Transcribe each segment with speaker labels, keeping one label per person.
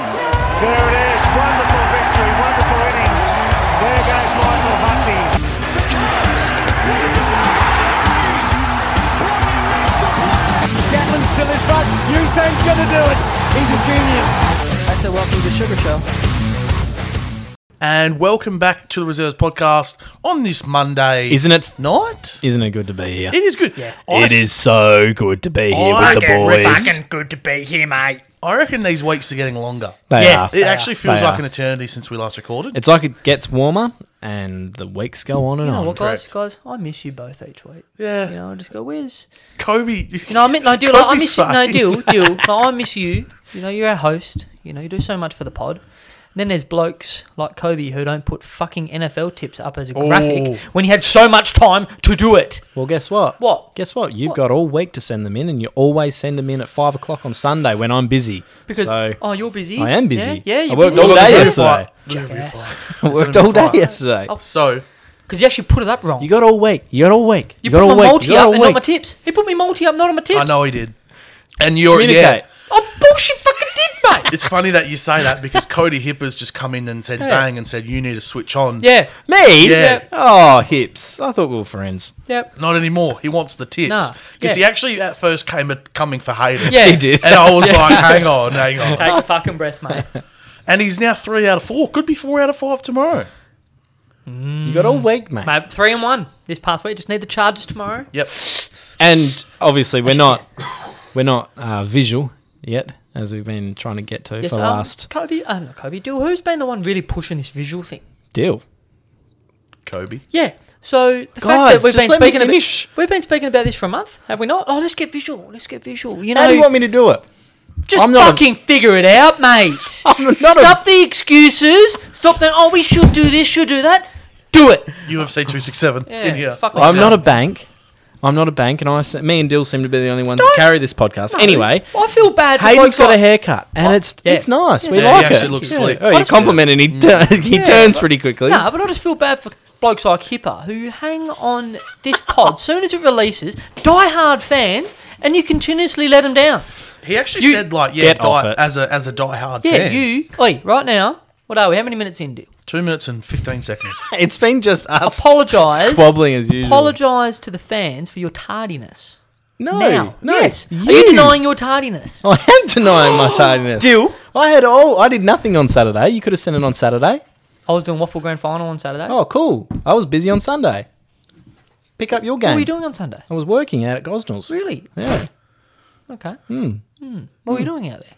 Speaker 1: There it is. Wonderful victory. Wonderful innings. There goes Lionel Huttie.
Speaker 2: Gatlin still in front. Usain's going to do it. He's a genius.
Speaker 3: I said, welcome to the Sugar Show.
Speaker 4: and welcome back to the Reserves Podcast on this Monday
Speaker 5: Isn't it?
Speaker 4: night.
Speaker 5: Isn't it good to be here?
Speaker 4: It is good. Yeah, I,
Speaker 5: It is so good to be here with the boys.
Speaker 2: good to be here, mate.
Speaker 4: I reckon these weeks are getting longer.
Speaker 5: They
Speaker 2: Yeah.
Speaker 5: are.
Speaker 4: It actually feels
Speaker 5: They
Speaker 4: like
Speaker 5: are.
Speaker 4: an eternity since we last recorded.
Speaker 5: It's like it gets warmer and the weeks go on and
Speaker 3: You know
Speaker 5: on.
Speaker 3: what, Oh, guys? Guys, I miss you both each week.
Speaker 4: Yeah.
Speaker 3: You know, I just go, where's.
Speaker 4: Kobe.
Speaker 3: You know, I mean, like, deal, like, I
Speaker 4: Kobe's
Speaker 3: miss you. No,
Speaker 4: face.
Speaker 3: deal, deal. Like, I miss you. You know, you're our host. You know, you do so much for the pod. And then there's blokes like Kobe who don't put fucking NFL tips up as a graphic
Speaker 4: Oh.
Speaker 3: when he had so much time to do it.
Speaker 5: Well, guess what?
Speaker 3: What?
Speaker 5: Guess what? You've got all week to send them in, and you always send them in at five o'clock on Sunday when I'm busy.
Speaker 3: Because,
Speaker 5: so,
Speaker 3: oh, you're busy.
Speaker 5: I am
Speaker 3: Yeah,
Speaker 5: busy.
Speaker 3: Yeah,
Speaker 5: I
Speaker 3: you're
Speaker 5: worked
Speaker 3: busy.
Speaker 5: all
Speaker 4: Look,
Speaker 5: day
Speaker 4: there's gonna
Speaker 5: yesterday.
Speaker 4: be a fight. There's gonna be a fight.
Speaker 5: I
Speaker 4: It's
Speaker 5: worked
Speaker 4: gonna
Speaker 5: all
Speaker 4: be
Speaker 5: day
Speaker 4: fine.
Speaker 5: yesterday.
Speaker 4: So
Speaker 3: Because you actually put it up wrong.
Speaker 5: You got all week. You got all week.
Speaker 3: You
Speaker 5: got
Speaker 3: put my
Speaker 5: all week.
Speaker 3: multi
Speaker 5: you got
Speaker 3: up
Speaker 5: all
Speaker 3: and not
Speaker 5: week.
Speaker 3: my tips. He put me multi up, not on my tips.
Speaker 4: I know he did, and you're
Speaker 5: Communicate.
Speaker 4: yeah.
Speaker 3: Oh, bullshit fucking did, mate.
Speaker 4: It's funny that you say that because Cody Hipper's just come in and said bang and said you need to switch on.
Speaker 3: yeah.
Speaker 5: Me?
Speaker 4: Yeah.
Speaker 5: Oh, hips. I thought we were friends.
Speaker 3: Yep.
Speaker 4: Not anymore. He wants the tips
Speaker 3: Nah,
Speaker 4: because he
Speaker 3: yeah.
Speaker 4: actually at first came at, coming for Hayden.
Speaker 3: Yeah.
Speaker 5: He did.
Speaker 4: And I was like, hang on, hang on.
Speaker 3: Take a fucking breath, mate.
Speaker 4: And he's now three out of four. Could be four out of five tomorrow.
Speaker 5: You got all week, mate.
Speaker 3: mate, three and one this past week. Just need the charges tomorrow.
Speaker 4: Yep.
Speaker 5: And obviously, we're not we're not uh, visual yet, as we've been trying to get to
Speaker 3: Yes,
Speaker 5: for
Speaker 3: um,
Speaker 5: the last
Speaker 3: Kobe. Uh, not Kobe. Deal. Who's been the one really pushing this visual thing?
Speaker 5: deal.
Speaker 4: Kobe.
Speaker 3: Yeah. So the
Speaker 5: Guys,
Speaker 3: fact that we've
Speaker 5: just
Speaker 3: been
Speaker 5: let me
Speaker 3: speaking
Speaker 5: finish.
Speaker 3: about we've been speaking about this for a month, have we not? Oh, let's get visual. Let's get visual. You know,
Speaker 5: How do you want me to do it?
Speaker 3: just
Speaker 5: I'm not a-
Speaker 3: fucking figure it out, mate.
Speaker 5: I'm not a-
Speaker 3: Stop the excuses. Stop the oh, we should do this, should do that. Do it.
Speaker 4: UFC 267
Speaker 3: Yeah.
Speaker 4: in here.
Speaker 3: Fuck
Speaker 5: I'm
Speaker 3: off.
Speaker 5: not a bank. I'm not a bank, and I se- me and Dill seem to be the only ones that carry this podcast. Anyway,
Speaker 3: I feel bad. for
Speaker 5: Hayden's
Speaker 3: blokes
Speaker 5: got a
Speaker 3: like-
Speaker 5: haircut, and
Speaker 3: Oh,
Speaker 5: it's
Speaker 3: yeah.
Speaker 5: it's nice. We
Speaker 4: Yeah, he
Speaker 5: like it.
Speaker 4: actually looks slick.
Speaker 5: Oh, you
Speaker 4: Honestly.
Speaker 5: compliment, and he turn, he turns pretty quickly.
Speaker 3: Mm. No, but I just feel bad for blokes like Hipper who hang on this pod soon as it releases, die-hard fans, and you continuously let them down.
Speaker 4: He actually
Speaker 5: You
Speaker 4: said like, yeah,
Speaker 5: get off
Speaker 4: die,
Speaker 5: it.
Speaker 4: as a as a diehard
Speaker 3: Yeah,
Speaker 4: fan.
Speaker 3: you. Oi, right now, what are we? How many minutes in, deal?
Speaker 4: Two minutes and 15 seconds.
Speaker 5: It's been just us
Speaker 3: Apologise.
Speaker 5: squabbling as usual.
Speaker 3: Apologise to the fans for your tardiness.
Speaker 5: No,
Speaker 3: now.
Speaker 5: no,
Speaker 3: yes.
Speaker 5: you.
Speaker 3: Are you denying your tardiness?
Speaker 5: I am denying my tardiness.
Speaker 3: Deal.
Speaker 5: I had all. I did nothing on Saturday. You could have sent it on Saturday.
Speaker 3: I was doing waffle grand final on Saturday.
Speaker 5: Oh, cool. I was busy on Sunday. Pick up your game.
Speaker 3: What were you doing on Sunday?
Speaker 5: I was working out at Gosnell's.
Speaker 3: Really?
Speaker 5: Yeah.
Speaker 3: Okay. Hmm. What were you
Speaker 5: Hmm.
Speaker 3: doing out there?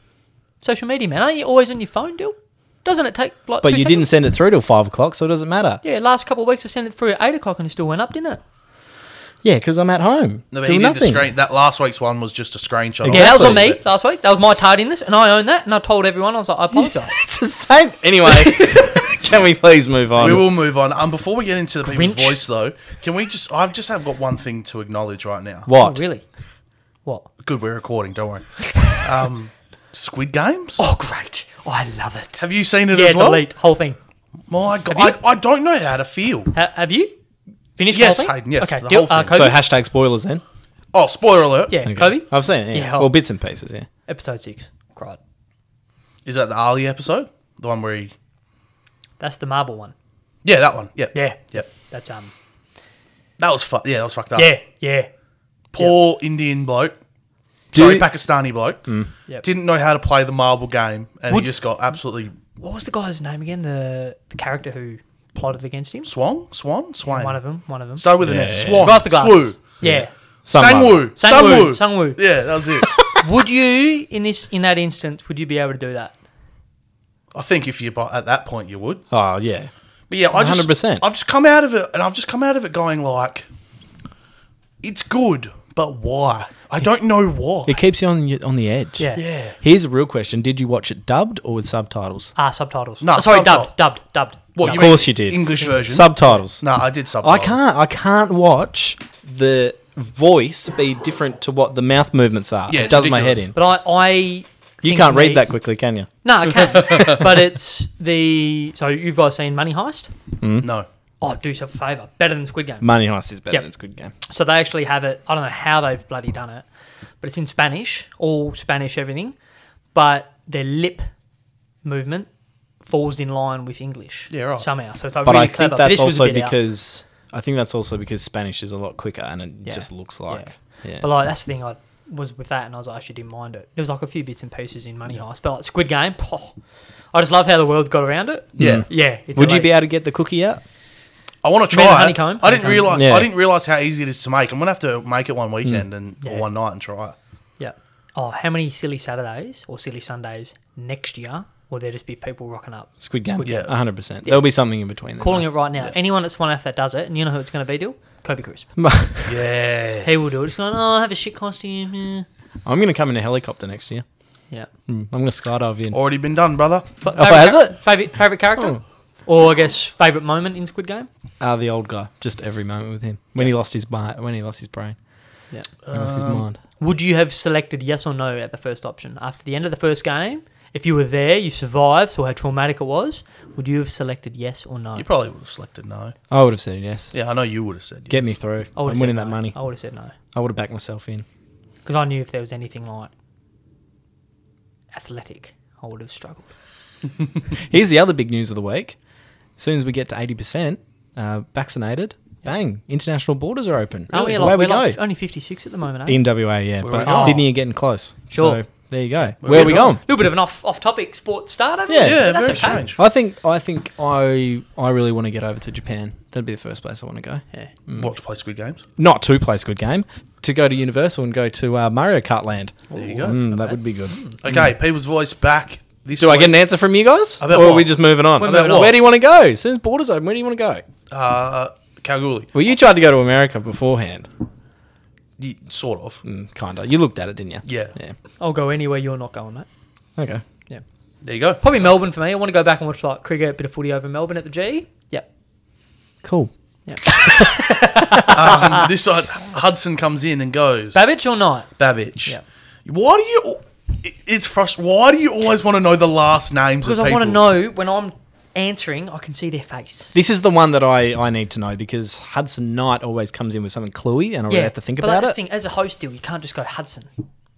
Speaker 3: Social media, man. Aren't you always on your phone, deal? Doesn't it take like?
Speaker 5: But
Speaker 3: two
Speaker 5: you
Speaker 3: seconds?
Speaker 5: didn't send it through till five o'clock, so it doesn't matter.
Speaker 3: Yeah, last couple of weeks I sent it through at eight o'clock and it still went up, didn't it?
Speaker 5: Yeah, because I'm at home.
Speaker 4: No,
Speaker 5: No,
Speaker 4: but he
Speaker 5: doing
Speaker 4: did
Speaker 5: nothing.
Speaker 4: the screen. That last week's one was just a screenshot. of
Speaker 5: Exactly.
Speaker 3: Yeah, that was on me
Speaker 4: it.
Speaker 3: last week. That was my tardiness, and I own that. And I told everyone, I was like, I apologise.
Speaker 5: It's the same. Anyway, can we please move on?
Speaker 4: We will move on. Um, before we get into the people's
Speaker 3: Grinch.
Speaker 4: voice, though, can we just? I've just have got one thing to acknowledge right now.
Speaker 3: oh,
Speaker 5: What?
Speaker 3: really? What?
Speaker 4: Good, we're recording. Don't worry. Um, Squid Games.
Speaker 3: Oh, great! Oh, I love it.
Speaker 4: Have you seen it
Speaker 3: yeah,
Speaker 4: as well?
Speaker 3: delete whole thing.
Speaker 4: My God,
Speaker 3: Have you-
Speaker 4: I, I don't know how to feel.
Speaker 3: Ha- have you finished?
Speaker 4: Yes,
Speaker 3: the whole thing?
Speaker 4: Hayden, yes,
Speaker 3: Okay,
Speaker 4: the
Speaker 3: deal.
Speaker 4: whole
Speaker 3: Uh,
Speaker 4: thing.
Speaker 5: So
Speaker 3: Kobe?
Speaker 5: hashtag spoilers then.
Speaker 4: Oh, spoiler alert!
Speaker 3: yeah,
Speaker 5: Okay.
Speaker 3: Kobe.
Speaker 5: I've seen it. Yeah.
Speaker 3: Yeah, I'll-
Speaker 5: well, bits and pieces. Yeah.
Speaker 3: Episode six. Cried.
Speaker 4: Is that the Ali episode? The one where he?
Speaker 3: That's the marble one.
Speaker 4: Yeah, that one. Yep.
Speaker 3: Yeah.
Speaker 4: Yep.
Speaker 3: That's um.
Speaker 4: That was fu- Yeah, that was fucked up.
Speaker 3: Yeah. Yeah.
Speaker 4: Poor Indian bloke.
Speaker 5: Do
Speaker 4: sorry,
Speaker 5: you- Mm.
Speaker 4: Pakistani bloke.
Speaker 3: Yep.
Speaker 4: Didn't know how to play the marble game, and
Speaker 3: Would-
Speaker 4: he just got absolutely
Speaker 3: What was the guy's name again? The the character who plotted against him.
Speaker 4: swung, swan, swan.
Speaker 3: One of them. One of them.
Speaker 4: So with an S,
Speaker 5: Yeah.
Speaker 4: swan,
Speaker 3: Guy with the glasses.
Speaker 4: swoo,
Speaker 3: Yeah.
Speaker 5: Someone.
Speaker 4: sangwoo,
Speaker 3: Sangwoo,
Speaker 4: sangwoo,
Speaker 3: Sangwoo.
Speaker 4: Yeah, that was it.
Speaker 3: would you in this in that instance would you be able to do that?
Speaker 4: I think if you bu- at that point you would,
Speaker 5: Oh yeah.
Speaker 4: but yeah, I just,
Speaker 5: 100%.
Speaker 4: I've just come out of it, and I've just come out of it going like, it's good, but why? I don't know why.
Speaker 5: It keeps you on your- on the edge.
Speaker 3: Yeah.
Speaker 4: yeah,
Speaker 5: Here's a real question: Did you watch it dubbed or with subtitles?
Speaker 3: Ah, subtitles.
Speaker 4: No,
Speaker 3: Oh, sorry,
Speaker 4: subtitle.
Speaker 3: dubbed, dubbed, dubbed.
Speaker 4: what?
Speaker 5: Of
Speaker 4: mean
Speaker 5: course you did.
Speaker 4: English version.
Speaker 5: Subtitles.
Speaker 4: no, I did
Speaker 5: I
Speaker 4: subtitles.
Speaker 5: can't. I can't watch the voice be different to what the mouth movements are.
Speaker 4: Yeah,
Speaker 5: it
Speaker 4: it's
Speaker 5: does my head
Speaker 4: ridiculous.
Speaker 5: in.
Speaker 3: But I, I
Speaker 5: You
Speaker 3: think
Speaker 5: can't read
Speaker 3: the-
Speaker 5: that quickly, can you?
Speaker 3: No, I can. but it's the so you've guys seen Money Heist?
Speaker 4: No.
Speaker 5: Mm.
Speaker 3: Oh, do yourself a favor. Better than Squid Game.
Speaker 5: Money Heist is better
Speaker 3: Yep.
Speaker 5: than Squid Game.
Speaker 3: So they actually have it. I don't know how they've bloody done it, but it's in Spanish, all Spanish, everything. But their lip movement falls in line with English.
Speaker 4: Yeah, right.
Speaker 3: Somehow, so it's like
Speaker 5: but
Speaker 3: really
Speaker 5: I
Speaker 3: clever.
Speaker 5: think
Speaker 3: But
Speaker 5: that's
Speaker 3: this was a
Speaker 5: also
Speaker 3: bit out.
Speaker 5: because I think that's also because Spanish is a lot quicker and it
Speaker 3: Yeah.
Speaker 5: just looks like yeah.
Speaker 3: But like that's the thing I was with that, and I was like, I actually didn't mind it. There was like a few bits and pieces in Money Heist, but like Squid Game, poh, I just love how the world got around it.
Speaker 4: Yeah.
Speaker 3: Yeah, it's
Speaker 5: Would you
Speaker 3: elite.
Speaker 5: be able to get the cookie out?
Speaker 4: I want to
Speaker 3: Man,
Speaker 4: try. it.
Speaker 3: honeycomb?
Speaker 4: I didn't
Speaker 3: Honeycomb.
Speaker 4: realize.
Speaker 5: Yeah. Mm.
Speaker 4: I didn't realize how easy it is to make. I'm gonna have to make it one weekend and
Speaker 3: Yeah.
Speaker 4: or one night and try it.
Speaker 3: Yeah. Oh, how many silly Saturdays or silly Sundays next year will there just be people rocking up?
Speaker 5: Squid Game.
Speaker 3: Squid
Speaker 5: Yeah,
Speaker 4: Game.
Speaker 5: 100%. There'll be something in between.
Speaker 3: Calling it right now. Anyone that's one F that does it, and you know who it's going to be, Dill? Kobe Crisp.
Speaker 5: it.
Speaker 4: Yeah.
Speaker 3: He will do it. Just going, oh, I have a shit costume. eh."
Speaker 5: I'm going to come in a helicopter next year.
Speaker 3: Yeah.
Speaker 5: I'm going to skydive in.
Speaker 4: Already been done, brother.
Speaker 3: Fa-
Speaker 5: Oh, has
Speaker 3: char-
Speaker 5: it? Hmm.
Speaker 3: Favorite favorite character, or I guess favorite moment in Squid Game.
Speaker 5: Ah, the old guy. Just every moment with him. When he lost his bi- when he lost his brain.
Speaker 3: Yeah.
Speaker 5: When he lost his
Speaker 3: Um,
Speaker 5: mind.
Speaker 3: Would you have selected yes or no at the first option after the end of the first game? If you were there, you survived, saw how traumatic it was. Would you have selected yes or no?
Speaker 4: You probably would have selected no.
Speaker 5: I would have said yes.
Speaker 4: Yeah, I know you would have said. Yes.
Speaker 5: Get me through.
Speaker 3: I would have
Speaker 5: I'm
Speaker 3: said
Speaker 5: winning
Speaker 3: no.
Speaker 5: that money.
Speaker 3: I would have said no
Speaker 5: I would have backed myself in.
Speaker 3: because I knew if there was anything like athletic, I would have struggled.
Speaker 5: Here's the other big news of the week. As soon as we get to 80% uh, vaccinated, bang, international borders are open.
Speaker 3: Aren't we
Speaker 5: Away
Speaker 3: Oh, like,
Speaker 5: we
Speaker 3: we're
Speaker 5: go.
Speaker 3: like only 56 at the moment, eh?
Speaker 5: in WA, yeah.
Speaker 4: Where we
Speaker 5: but
Speaker 4: going?
Speaker 5: Sydney are getting close.
Speaker 3: Sure.
Speaker 5: So there you go. Where, are we going?
Speaker 3: A little bit of an off off topic sports start, haven't
Speaker 5: Yeah.
Speaker 3: we? But
Speaker 4: Yeah,
Speaker 3: that's
Speaker 4: very
Speaker 3: okay.
Speaker 4: strange.
Speaker 5: I think I think I I really want to get over to Japan. That'd be the first place I want to go.
Speaker 3: Yeah.
Speaker 5: Mm.
Speaker 4: What to play Squid Games?
Speaker 5: Not to play Squid Game, to go to Universal and go to uh, Mario Kart Land.
Speaker 4: There you go.
Speaker 5: Mm, that would be good.
Speaker 3: Hmm.
Speaker 4: Okay, people's voice back. This
Speaker 5: Do I get an
Speaker 4: week.
Speaker 5: answer from you guys?
Speaker 4: About
Speaker 5: or are
Speaker 4: what?
Speaker 5: we just moving on?
Speaker 3: We're moving on.
Speaker 5: Where do you want to go? Since borders open, where do you want to go?
Speaker 4: Uh, Kalgoorlie.
Speaker 5: Well, you tried to go to America beforehand.
Speaker 4: Ye- sort of.
Speaker 5: Mm, kinda. You looked at it, didn't you?
Speaker 4: Yeah.
Speaker 5: Yeah.
Speaker 3: I'll go anywhere you're not going, mate.
Speaker 5: Okay.
Speaker 3: Yeah.
Speaker 4: There you go.
Speaker 3: Probably Melbourne for me. I want to go back and watch like cricket, bit of footy over Melbourne at the G. Yep.
Speaker 5: Cool.
Speaker 4: Um, this side, Hudson comes in and goes.
Speaker 3: Babbage or not?
Speaker 4: Babbage.
Speaker 3: Yeah.
Speaker 4: Why do you? it- It's frustrating. Why do you always want to know the last names?
Speaker 3: Because
Speaker 4: of
Speaker 3: I want to
Speaker 4: people?
Speaker 3: know when I'm answering, I can see their face.
Speaker 5: This is the one that I, I need to know because Hudson Knight always comes in with something cluey and I really have to think
Speaker 3: but
Speaker 5: about
Speaker 3: like
Speaker 5: it. Mm.
Speaker 3: this thing, as a host deal, you can't just go Hudson.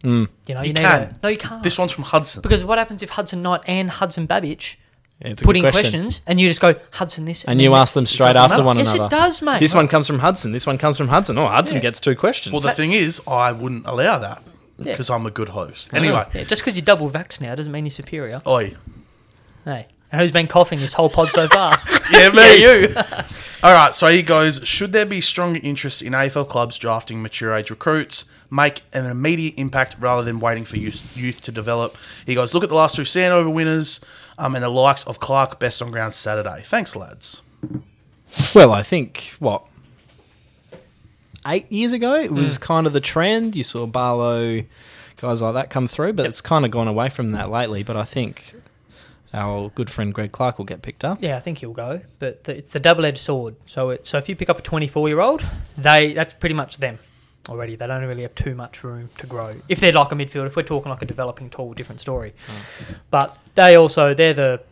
Speaker 3: You know, you,
Speaker 4: You
Speaker 3: need
Speaker 4: can.
Speaker 3: to- no, you can't.
Speaker 4: This one's from Hudson.
Speaker 3: because what happens if Hudson Knight and Hudson Babbage
Speaker 5: Yeah, it's a
Speaker 3: put
Speaker 5: good
Speaker 3: in
Speaker 5: question.
Speaker 3: questions and you just go Hudson this
Speaker 5: And you
Speaker 3: then
Speaker 5: ask them straight
Speaker 4: doesn't
Speaker 5: after
Speaker 4: matter.
Speaker 5: one
Speaker 3: Yes, it
Speaker 5: another.
Speaker 3: does, mate.
Speaker 5: This one comes from Hudson. This one comes from Hudson. Oh, Hudson
Speaker 3: Yeah.
Speaker 5: gets two questions.
Speaker 4: Well, the thing is, I wouldn't allow that
Speaker 3: Yeah. Oh.
Speaker 4: because I'm a good host. Anyway,
Speaker 3: Yeah, just because you're double vax now doesn't mean you're superior.
Speaker 4: oi,
Speaker 3: Hey, and who's been coughing this whole pod so far?
Speaker 4: yeah,
Speaker 3: Yeah,
Speaker 4: me.
Speaker 3: you.
Speaker 4: All right, so he goes. Should there be stronger interest in AFL clubs drafting mature age recruits? Make an immediate impact rather than waiting for youth, youth to develop. He goes, look at the last two Sandover winners um, and the likes of Clark, best on ground Saturday. Thanks, lads.
Speaker 5: Well, I think what eight years ago it
Speaker 3: Hmm.
Speaker 5: was kind of the trend. You saw Barlow, guys like that come through, but it's kind of gone away from that lately. But I think our good friend Greg Clark will get picked up.
Speaker 3: Yeah, I think he'll go, but the, it's the double-edged sword. So, it, so if you pick up a 24-year-old, they that's pretty much them already. They don't really have too much room to grow. If they're like a midfield, if we're talking like a developing tall, different story. But they also they're the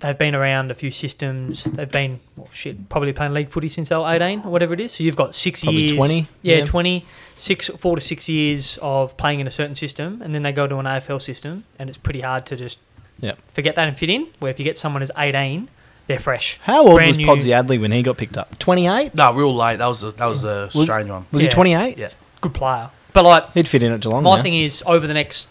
Speaker 3: they've been around a few systems. They've been well, shit, probably playing league footy since they were 18 or whatever it is. So you've got six
Speaker 5: Probably
Speaker 3: years,
Speaker 5: 20,
Speaker 3: yeah,
Speaker 5: yeah.
Speaker 3: 20, six, four to six years of playing in a certain system, and then they go to an AFL system, and it's pretty hard to just
Speaker 5: Yeah.
Speaker 3: forget that and fit in. Where if you get someone who's 18, they're fresh.
Speaker 5: How old
Speaker 3: Brand
Speaker 5: was
Speaker 3: new.
Speaker 5: Podsy Adley when he got picked up? Twenty eight.
Speaker 4: No, real late. That was a, that was a
Speaker 5: Was-
Speaker 4: strange one.
Speaker 5: Was he
Speaker 3: Yeah.
Speaker 5: twenty eight?
Speaker 4: Yeah.
Speaker 3: Good player. But like
Speaker 5: He'd fit in at Geelong.
Speaker 3: my
Speaker 5: now.
Speaker 3: thing is over the next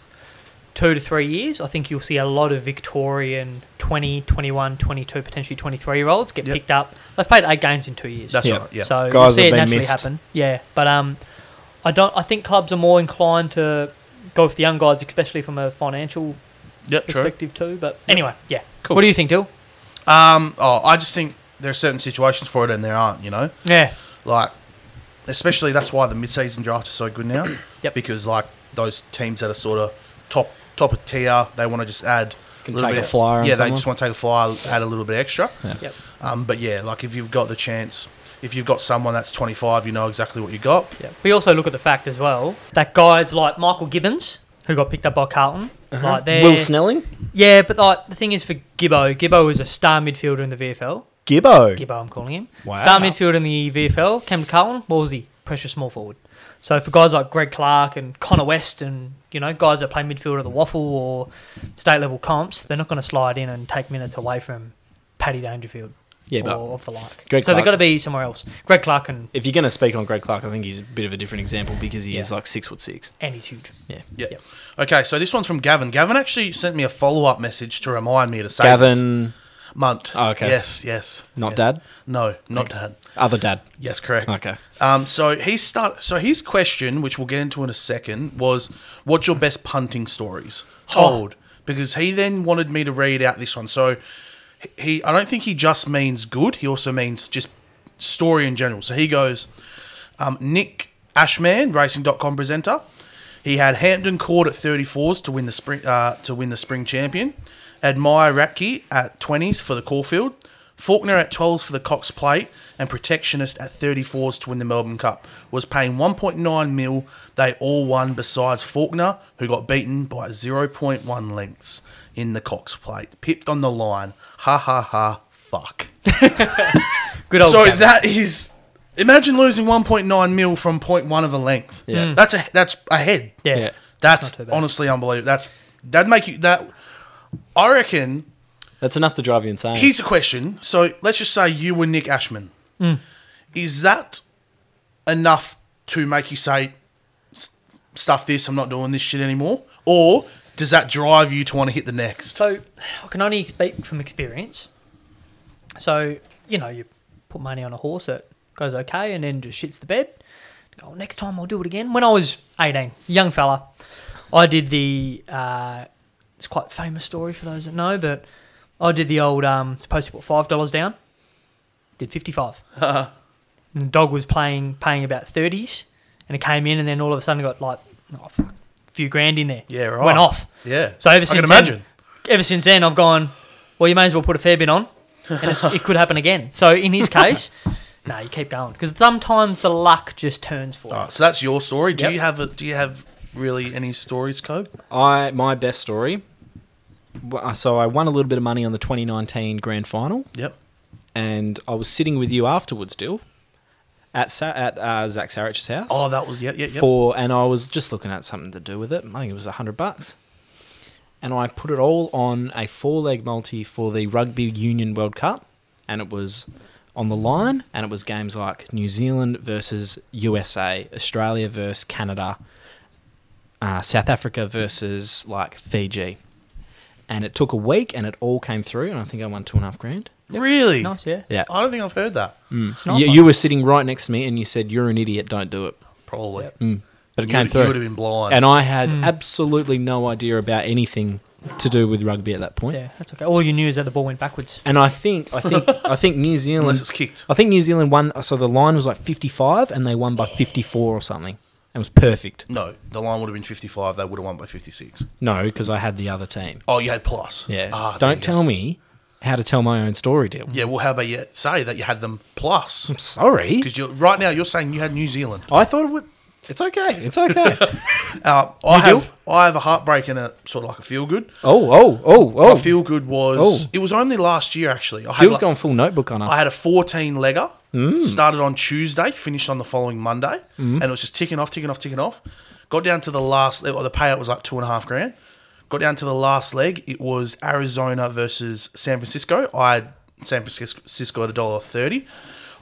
Speaker 3: two to three years, I think you'll see a lot of Victorian 20, 21, 22, potentially 23 year olds get
Speaker 4: Yep.
Speaker 3: picked up. They've played eight games in two years.
Speaker 4: That's
Speaker 5: Yeah.
Speaker 4: right. Yeah.
Speaker 3: So
Speaker 5: Guys
Speaker 3: you'll see
Speaker 5: have
Speaker 3: it
Speaker 5: been
Speaker 3: naturally
Speaker 5: missed.
Speaker 3: happen. Yeah. But um I don't I think clubs are more inclined to go with the young guys, especially from a financial
Speaker 4: yeah, true.
Speaker 3: perspective too. But anyway, yeah.
Speaker 4: Cool.
Speaker 3: What do you think, Dill?
Speaker 4: Um, oh, I just think there are certain situations for it, and there aren't. You know,
Speaker 3: Yeah.
Speaker 4: like especially that's why the mid-season draft is so good now.
Speaker 3: Yep.
Speaker 4: Because like those teams that are sort of top top of tier, they want to just add
Speaker 5: Can
Speaker 4: little
Speaker 5: take
Speaker 4: bit
Speaker 5: a flyer on
Speaker 4: Yeah, they
Speaker 5: someone.
Speaker 4: just want to take a flyer, add a little bit extra.
Speaker 3: Yep.
Speaker 4: Um, but yeah, like if you've got the chance, if you've got someone that's 25, you know exactly what you got.
Speaker 3: Yeah. We also look at the fact as well that guys like Michael Gibbons, who got picked up by Carlton, like they're
Speaker 5: Uh-huh. Will Snelling,
Speaker 3: Yeah, but like the thing is for Gibbo, Gibbo is a star midfielder in the VFL.
Speaker 5: Gibbo.
Speaker 3: Gibbo, I'm calling him.
Speaker 5: Wow.
Speaker 3: Star midfielder in the VFL. Cam Carlton, what was he? Pressure small forward. So for guys like Greg Clark and Connor West and you know guys that play midfield at the waffle or state level comps, they're not going to slide in and take minutes away from Paddy Dangerfield
Speaker 5: Yeah, but
Speaker 3: or, or the like.
Speaker 5: Greg
Speaker 3: so they've
Speaker 5: Clark-
Speaker 3: got to be somewhere else. Greg Clark and
Speaker 5: if you're going to speak on Greg Clark, I think he's a bit of a different example because he is
Speaker 3: Yeah.
Speaker 5: like six foot six.
Speaker 3: and he's huge.
Speaker 5: Yeah.
Speaker 4: Yeah.
Speaker 3: Yep.
Speaker 4: Okay, so this one's from Gavin. Gavin actually sent me a follow up message to remind me to say this.
Speaker 5: Gavin,
Speaker 4: Munt.
Speaker 5: Oh, okay.
Speaker 4: Yes, yes.
Speaker 5: not
Speaker 4: Yeah.
Speaker 5: dad,
Speaker 4: No, not dad.
Speaker 5: other dad.
Speaker 4: Yes, correct.
Speaker 5: Okay.
Speaker 4: Um, so he start. So his question, which we'll get into in a second, was, "What's your best punting stories?"
Speaker 5: Oh.
Speaker 4: Hold, because he then wanted me to read out this one. So he, I don't think he just means good. He also means just story in general. So he goes, um, Nick Ashman, Racing.com presenter. He had Hampton Court at 34s to win the spring uh, to win the spring champion. Admire Ratke at 20s for the Caulfield. Faulkner at 12s for the Cox Plate and Protectionist at 34s to win the Melbourne Cup was paying 1.9 mil. They all won besides Faulkner, who got beaten by 0.1 lengths in the Cox Plate, pipped on the line. Ha ha ha! Fuck.
Speaker 3: Good old
Speaker 4: So
Speaker 3: Gavin.
Speaker 4: that is imagine losing 1.9 mil from 0.1 of a length.
Speaker 5: Yeah. Mm.
Speaker 4: That's a that's a head.
Speaker 3: Hmm. yeah.
Speaker 5: Yeah.
Speaker 4: That's
Speaker 3: too bad.
Speaker 4: honestly unbelievable. That's that make you that I reckon
Speaker 5: That's enough to drive you insane.
Speaker 4: here's a question. So let's just say you were Nick Ashman.
Speaker 3: Hmm.
Speaker 4: Is that enough to make you say "S- stuff this, I'm not doing this shit anymore? Or does that drive you to want to hit the next?
Speaker 3: So I can only speak from experience. So you know, you put money on a horse, it goes okay, and then just shits the bed. Go "Oh, next time I'll do it again. When I was eighteen, young fella, I did the. Uh, it's quite a famous story for those that know, but I did the old. Um, supposed to put five dollars down. Did fifty five. and the dog was playing, paying about thirties, and it came in, and then all of a sudden got like, oh fuck, few grand in there.
Speaker 4: Yeah, right.
Speaker 3: Went off.
Speaker 4: Yeah.
Speaker 3: So ever
Speaker 4: I
Speaker 3: since
Speaker 4: can
Speaker 3: then-
Speaker 4: imagine.
Speaker 3: ever since then, I've gone, well, you may as well put a fair bit on, and it's, it could happen again. So in his case, no, you keep going because sometimes the luck just turns for you.
Speaker 4: Alright, so that's your story. Do
Speaker 3: Yep.
Speaker 4: you have a, do you have really any stories, Cope?
Speaker 5: I my best story. w- uh, So I won a little bit of money on the 2019 grand final,
Speaker 4: Yep.
Speaker 5: and I was sitting with you afterwards, still at Sa- at uh, Zach Sarich's house.
Speaker 4: Oh, that was yeah, yeah, yeah.
Speaker 5: for and I was just looking at something to do with it. I think it was a hundred bucks, and I put it all on a four-leg multi for the Rugby Union World Cup, and it was on the line, and it was games like New Zealand versus USA, Australia versus Canada, uh, South Africa versus like Fiji, and it took a week, and it all came through, and I think I won two and a half grand.
Speaker 4: Really?
Speaker 3: Nice, yeah.
Speaker 5: Yeah,
Speaker 4: I don't think I've heard that.
Speaker 5: Mm.
Speaker 3: It's nice.
Speaker 5: you,
Speaker 3: one.
Speaker 5: you were sitting right next to me, and you said, "You're an idiot. Don't do it."
Speaker 4: Probably.
Speaker 5: But Mm. it
Speaker 4: You
Speaker 5: came
Speaker 4: would-
Speaker 5: through.
Speaker 4: You would have been blind.
Speaker 5: and I had absolutely no idea about anything to do with rugby at that point.
Speaker 3: yeah, that's okay. All you knew is that the ball went backwards.
Speaker 5: And I think I think I think New
Speaker 4: Unless
Speaker 5: Zealand
Speaker 4: it's kicked.
Speaker 5: I think New Zealand won so the line was like 55 and they won by 54 or something. It was perfect.
Speaker 4: No, the line would have been 55. They would have won by 56.
Speaker 5: No, because I had the other team.
Speaker 4: Oh, you had plus.
Speaker 5: Yeah.
Speaker 4: Ah, there you
Speaker 5: Don't
Speaker 4: go.
Speaker 5: tell me how to tell my own story, deal.
Speaker 4: Yeah, well, how about you say that you had them plus?
Speaker 5: I'm sorry.
Speaker 4: Because you're right now you're saying you had New Zealand.
Speaker 5: I thought it would it's okay. It's okay.
Speaker 4: Uh, I
Speaker 5: You do?
Speaker 4: have I have a heartbreak and a sort of like a feel good.
Speaker 5: oh, oh, oh,
Speaker 4: My
Speaker 5: oh.
Speaker 4: feel good was
Speaker 5: Oh.
Speaker 4: it was only last year actually. I had
Speaker 5: Deal's
Speaker 4: like-
Speaker 5: gone full notebook on us.
Speaker 4: I had a 14 legger. Started on Tuesday, finished on the following Monday, and it was just ticking off, ticking off, ticking off. Got down to the last. Or the payout was like two and a half grand. Got down to the last leg. It was Arizona versus San Francisco. I had San Francisco at a dollar thirty.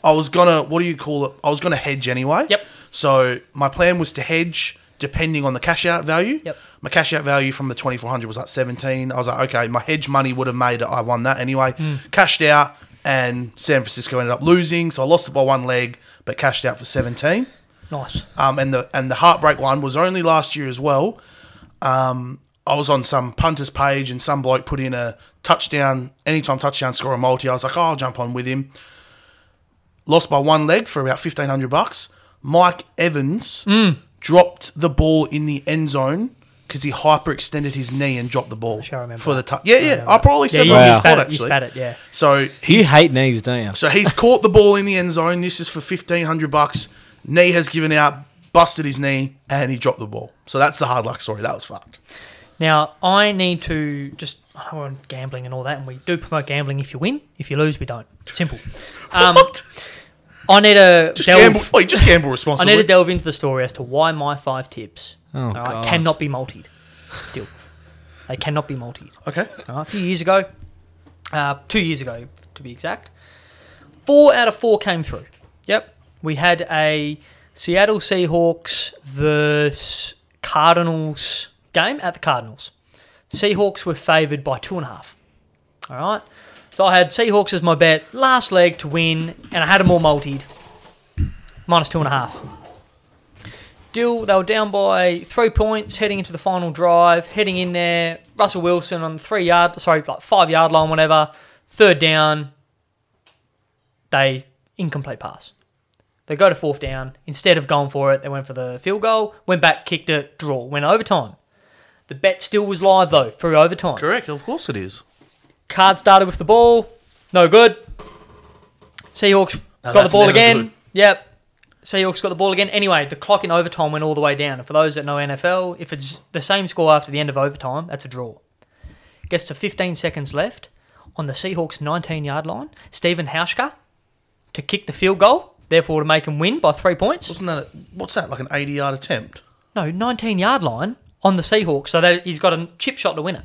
Speaker 4: I was gonna what do you call it? I was gonna hedge anyway.
Speaker 3: Yep.
Speaker 4: So my plan was to hedge depending on the cash out value.
Speaker 3: Yep.
Speaker 4: My cash out value from the 2400 was like 17. I was like, okay, my hedge money would have made it. I won that anyway. Cashed out, and San Francisco ended up losing. So I lost it by one leg, but cashed out for 17.
Speaker 3: Nice.
Speaker 4: Um, and the and the heartbreak one was only last year as well. Um, I was on some punters page and some bloke put in a touchdown, anytime touchdown score a multi. I was like, oh, I'll jump on with him. Lost by one leg for about fifteen hundred bucks. Mike Evans
Speaker 3: Mm.
Speaker 4: dropped the ball in the end zone because he hyperextended his knee and dropped the ball
Speaker 3: sure remember
Speaker 4: for the
Speaker 3: that.
Speaker 4: touch. Yeah, yeah. I, probably
Speaker 3: Yeah,
Speaker 4: said
Speaker 3: you,
Speaker 4: that on
Speaker 3: you
Speaker 4: the
Speaker 3: spat
Speaker 4: spot
Speaker 3: it.
Speaker 4: actually.
Speaker 3: You spat it. Yeah.
Speaker 4: So
Speaker 5: you
Speaker 4: he's
Speaker 5: hate knees, don't you?
Speaker 4: so he's caught the ball in the end zone. This is for fifteen hundred bucks. Knee has given out, busted his knee, and he dropped the ball. So that's the hard luck story. That was fucked.
Speaker 3: Now I need to just. I know we're on gambling and all that, and we do promote gambling. If you win, if you lose, we don't. Simple. Um,
Speaker 4: What?
Speaker 3: I need a
Speaker 4: Just
Speaker 3: delve.
Speaker 4: gamble. Oi, just gamble
Speaker 3: I
Speaker 4: responsibly.
Speaker 3: need to delve into the story as to why my five tips
Speaker 5: Oh,
Speaker 3: all right,
Speaker 5: God.
Speaker 3: cannot be multied. Still, they cannot be multied.
Speaker 4: okay.
Speaker 3: All right, a few years ago, uh, two years ago to be exact, four out of four came through. Yep, we had a Seattle Seahawks versus Cardinals game at the Cardinals. Seahawks were favoured by two and a half. All right, so I had Seahawks as my bet, last leg to win, and I had them all multied, minus two and a half. Dill, they were down by three points heading into the final drive, heading in there. Russell Wilson on the three yard, sorry, like five yard line, whatever. Third down, they incomplete pass. They go to fourth down. Instead of going for it, they went for the field goal, went back, kicked it, draw, went overtime. The bet still was live though through overtime.
Speaker 4: Correct. Of course it is.
Speaker 3: Card started with the ball. No good. Seahawks
Speaker 4: Now
Speaker 3: got the
Speaker 4: that's
Speaker 3: ball
Speaker 4: never
Speaker 3: again.
Speaker 4: good.
Speaker 3: Yep. Seahawks got the ball again. Anyway, the clock in overtime went all the way down. And for those that know NFL, if it's the same score after the end of overtime, that's a draw. Gets to 15 seconds left on the Seahawks 19 yard line. Stephen Hauschka to kick the field goal, therefore to make him win by three points.
Speaker 4: Wasn't that a, what's that like an eighty yard attempt?
Speaker 3: No, 19 yard line on the Seahawks, so that he's got a chip shot to win it.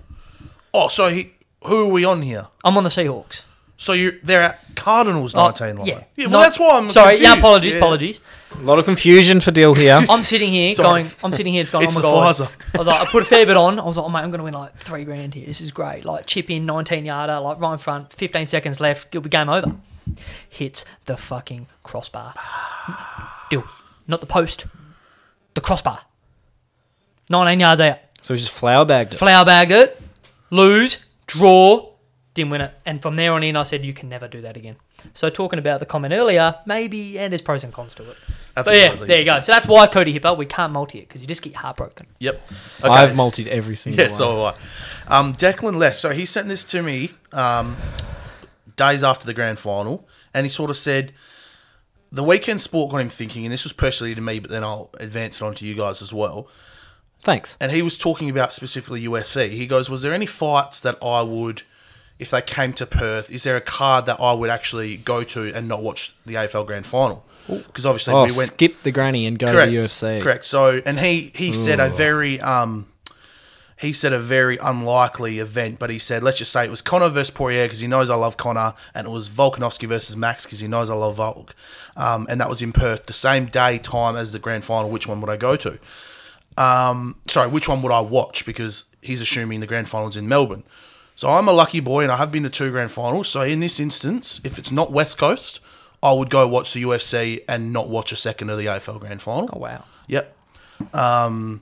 Speaker 4: Oh, so he, who are we on here?
Speaker 3: I'm on the Seahawks.
Speaker 4: So you they're at Cardinals
Speaker 3: Oh,
Speaker 4: nineteen line.
Speaker 3: yeah.
Speaker 4: well
Speaker 3: Not-
Speaker 4: that's why I'm
Speaker 3: sorry.
Speaker 4: confused.
Speaker 3: Yeah, apologies,
Speaker 4: Yeah.
Speaker 3: apologies.
Speaker 5: A lot of confusion for Deal here.
Speaker 3: I'm sitting here
Speaker 4: Sorry.
Speaker 3: going, I'm sitting here, it's going,
Speaker 4: It's
Speaker 3: oh my
Speaker 4: the
Speaker 3: god.
Speaker 4: Pfizer.
Speaker 3: I was like, I put a fair bit on. I was like, oh mate, I'm going to win like three grand here. This is great. Like chip in, 19 yarder, like right in front, 15 seconds left. It'll be game over. Hits the fucking crossbar. Deal. Not the post, the crossbar. 19 yards out.
Speaker 5: So we just flower bagged it.
Speaker 3: Flower bagged it, lose, draw, didn't win it. And from there on in, I said, you can never do that again. So talking about the comment earlier, maybe, and there's pros and cons to it. But yeah,
Speaker 4: Absolutely.
Speaker 3: there you go. So that's why Cody Hipper, we can't multi it because you just get heartbroken.
Speaker 4: Yep.
Speaker 5: I've multied every single
Speaker 4: Yeah,
Speaker 5: one.
Speaker 4: so have I. Um, Declan Less. So he sent this to me um, days after the grand final, and he sort of said the weekend sport got him thinking, and this was personally to me, but then I'll advance it on to you guys as well.
Speaker 5: Thanks.
Speaker 4: And he was talking about specifically UFC. He goes, "Was there any fights that I would?" If they came to Perth, is there a card that I would actually go to and not watch the AFL Grand Final? Because obviously
Speaker 5: Oh,
Speaker 4: we went
Speaker 5: skip the granny and go
Speaker 4: correct,
Speaker 5: to the UFC.
Speaker 4: Correct. So, and he he said a very um, he said a very unlikely event, but he said let's just say it was Connor versus Poirier because he knows I love Connor, and it was Volkanovski versus Max because he knows I love Volk, um, and that was in Perth the same day time as the grand final. Which one would I go to? Um, sorry, which one would I watch? Because he's assuming the grand finals in Melbourne. So I'm a lucky boy, and I have been to two grand finals. So in this instance, if it's not West Coast, I would go watch the UFC and not watch a second of the AFL grand final.
Speaker 3: Oh, wow.
Speaker 4: Yep. Um,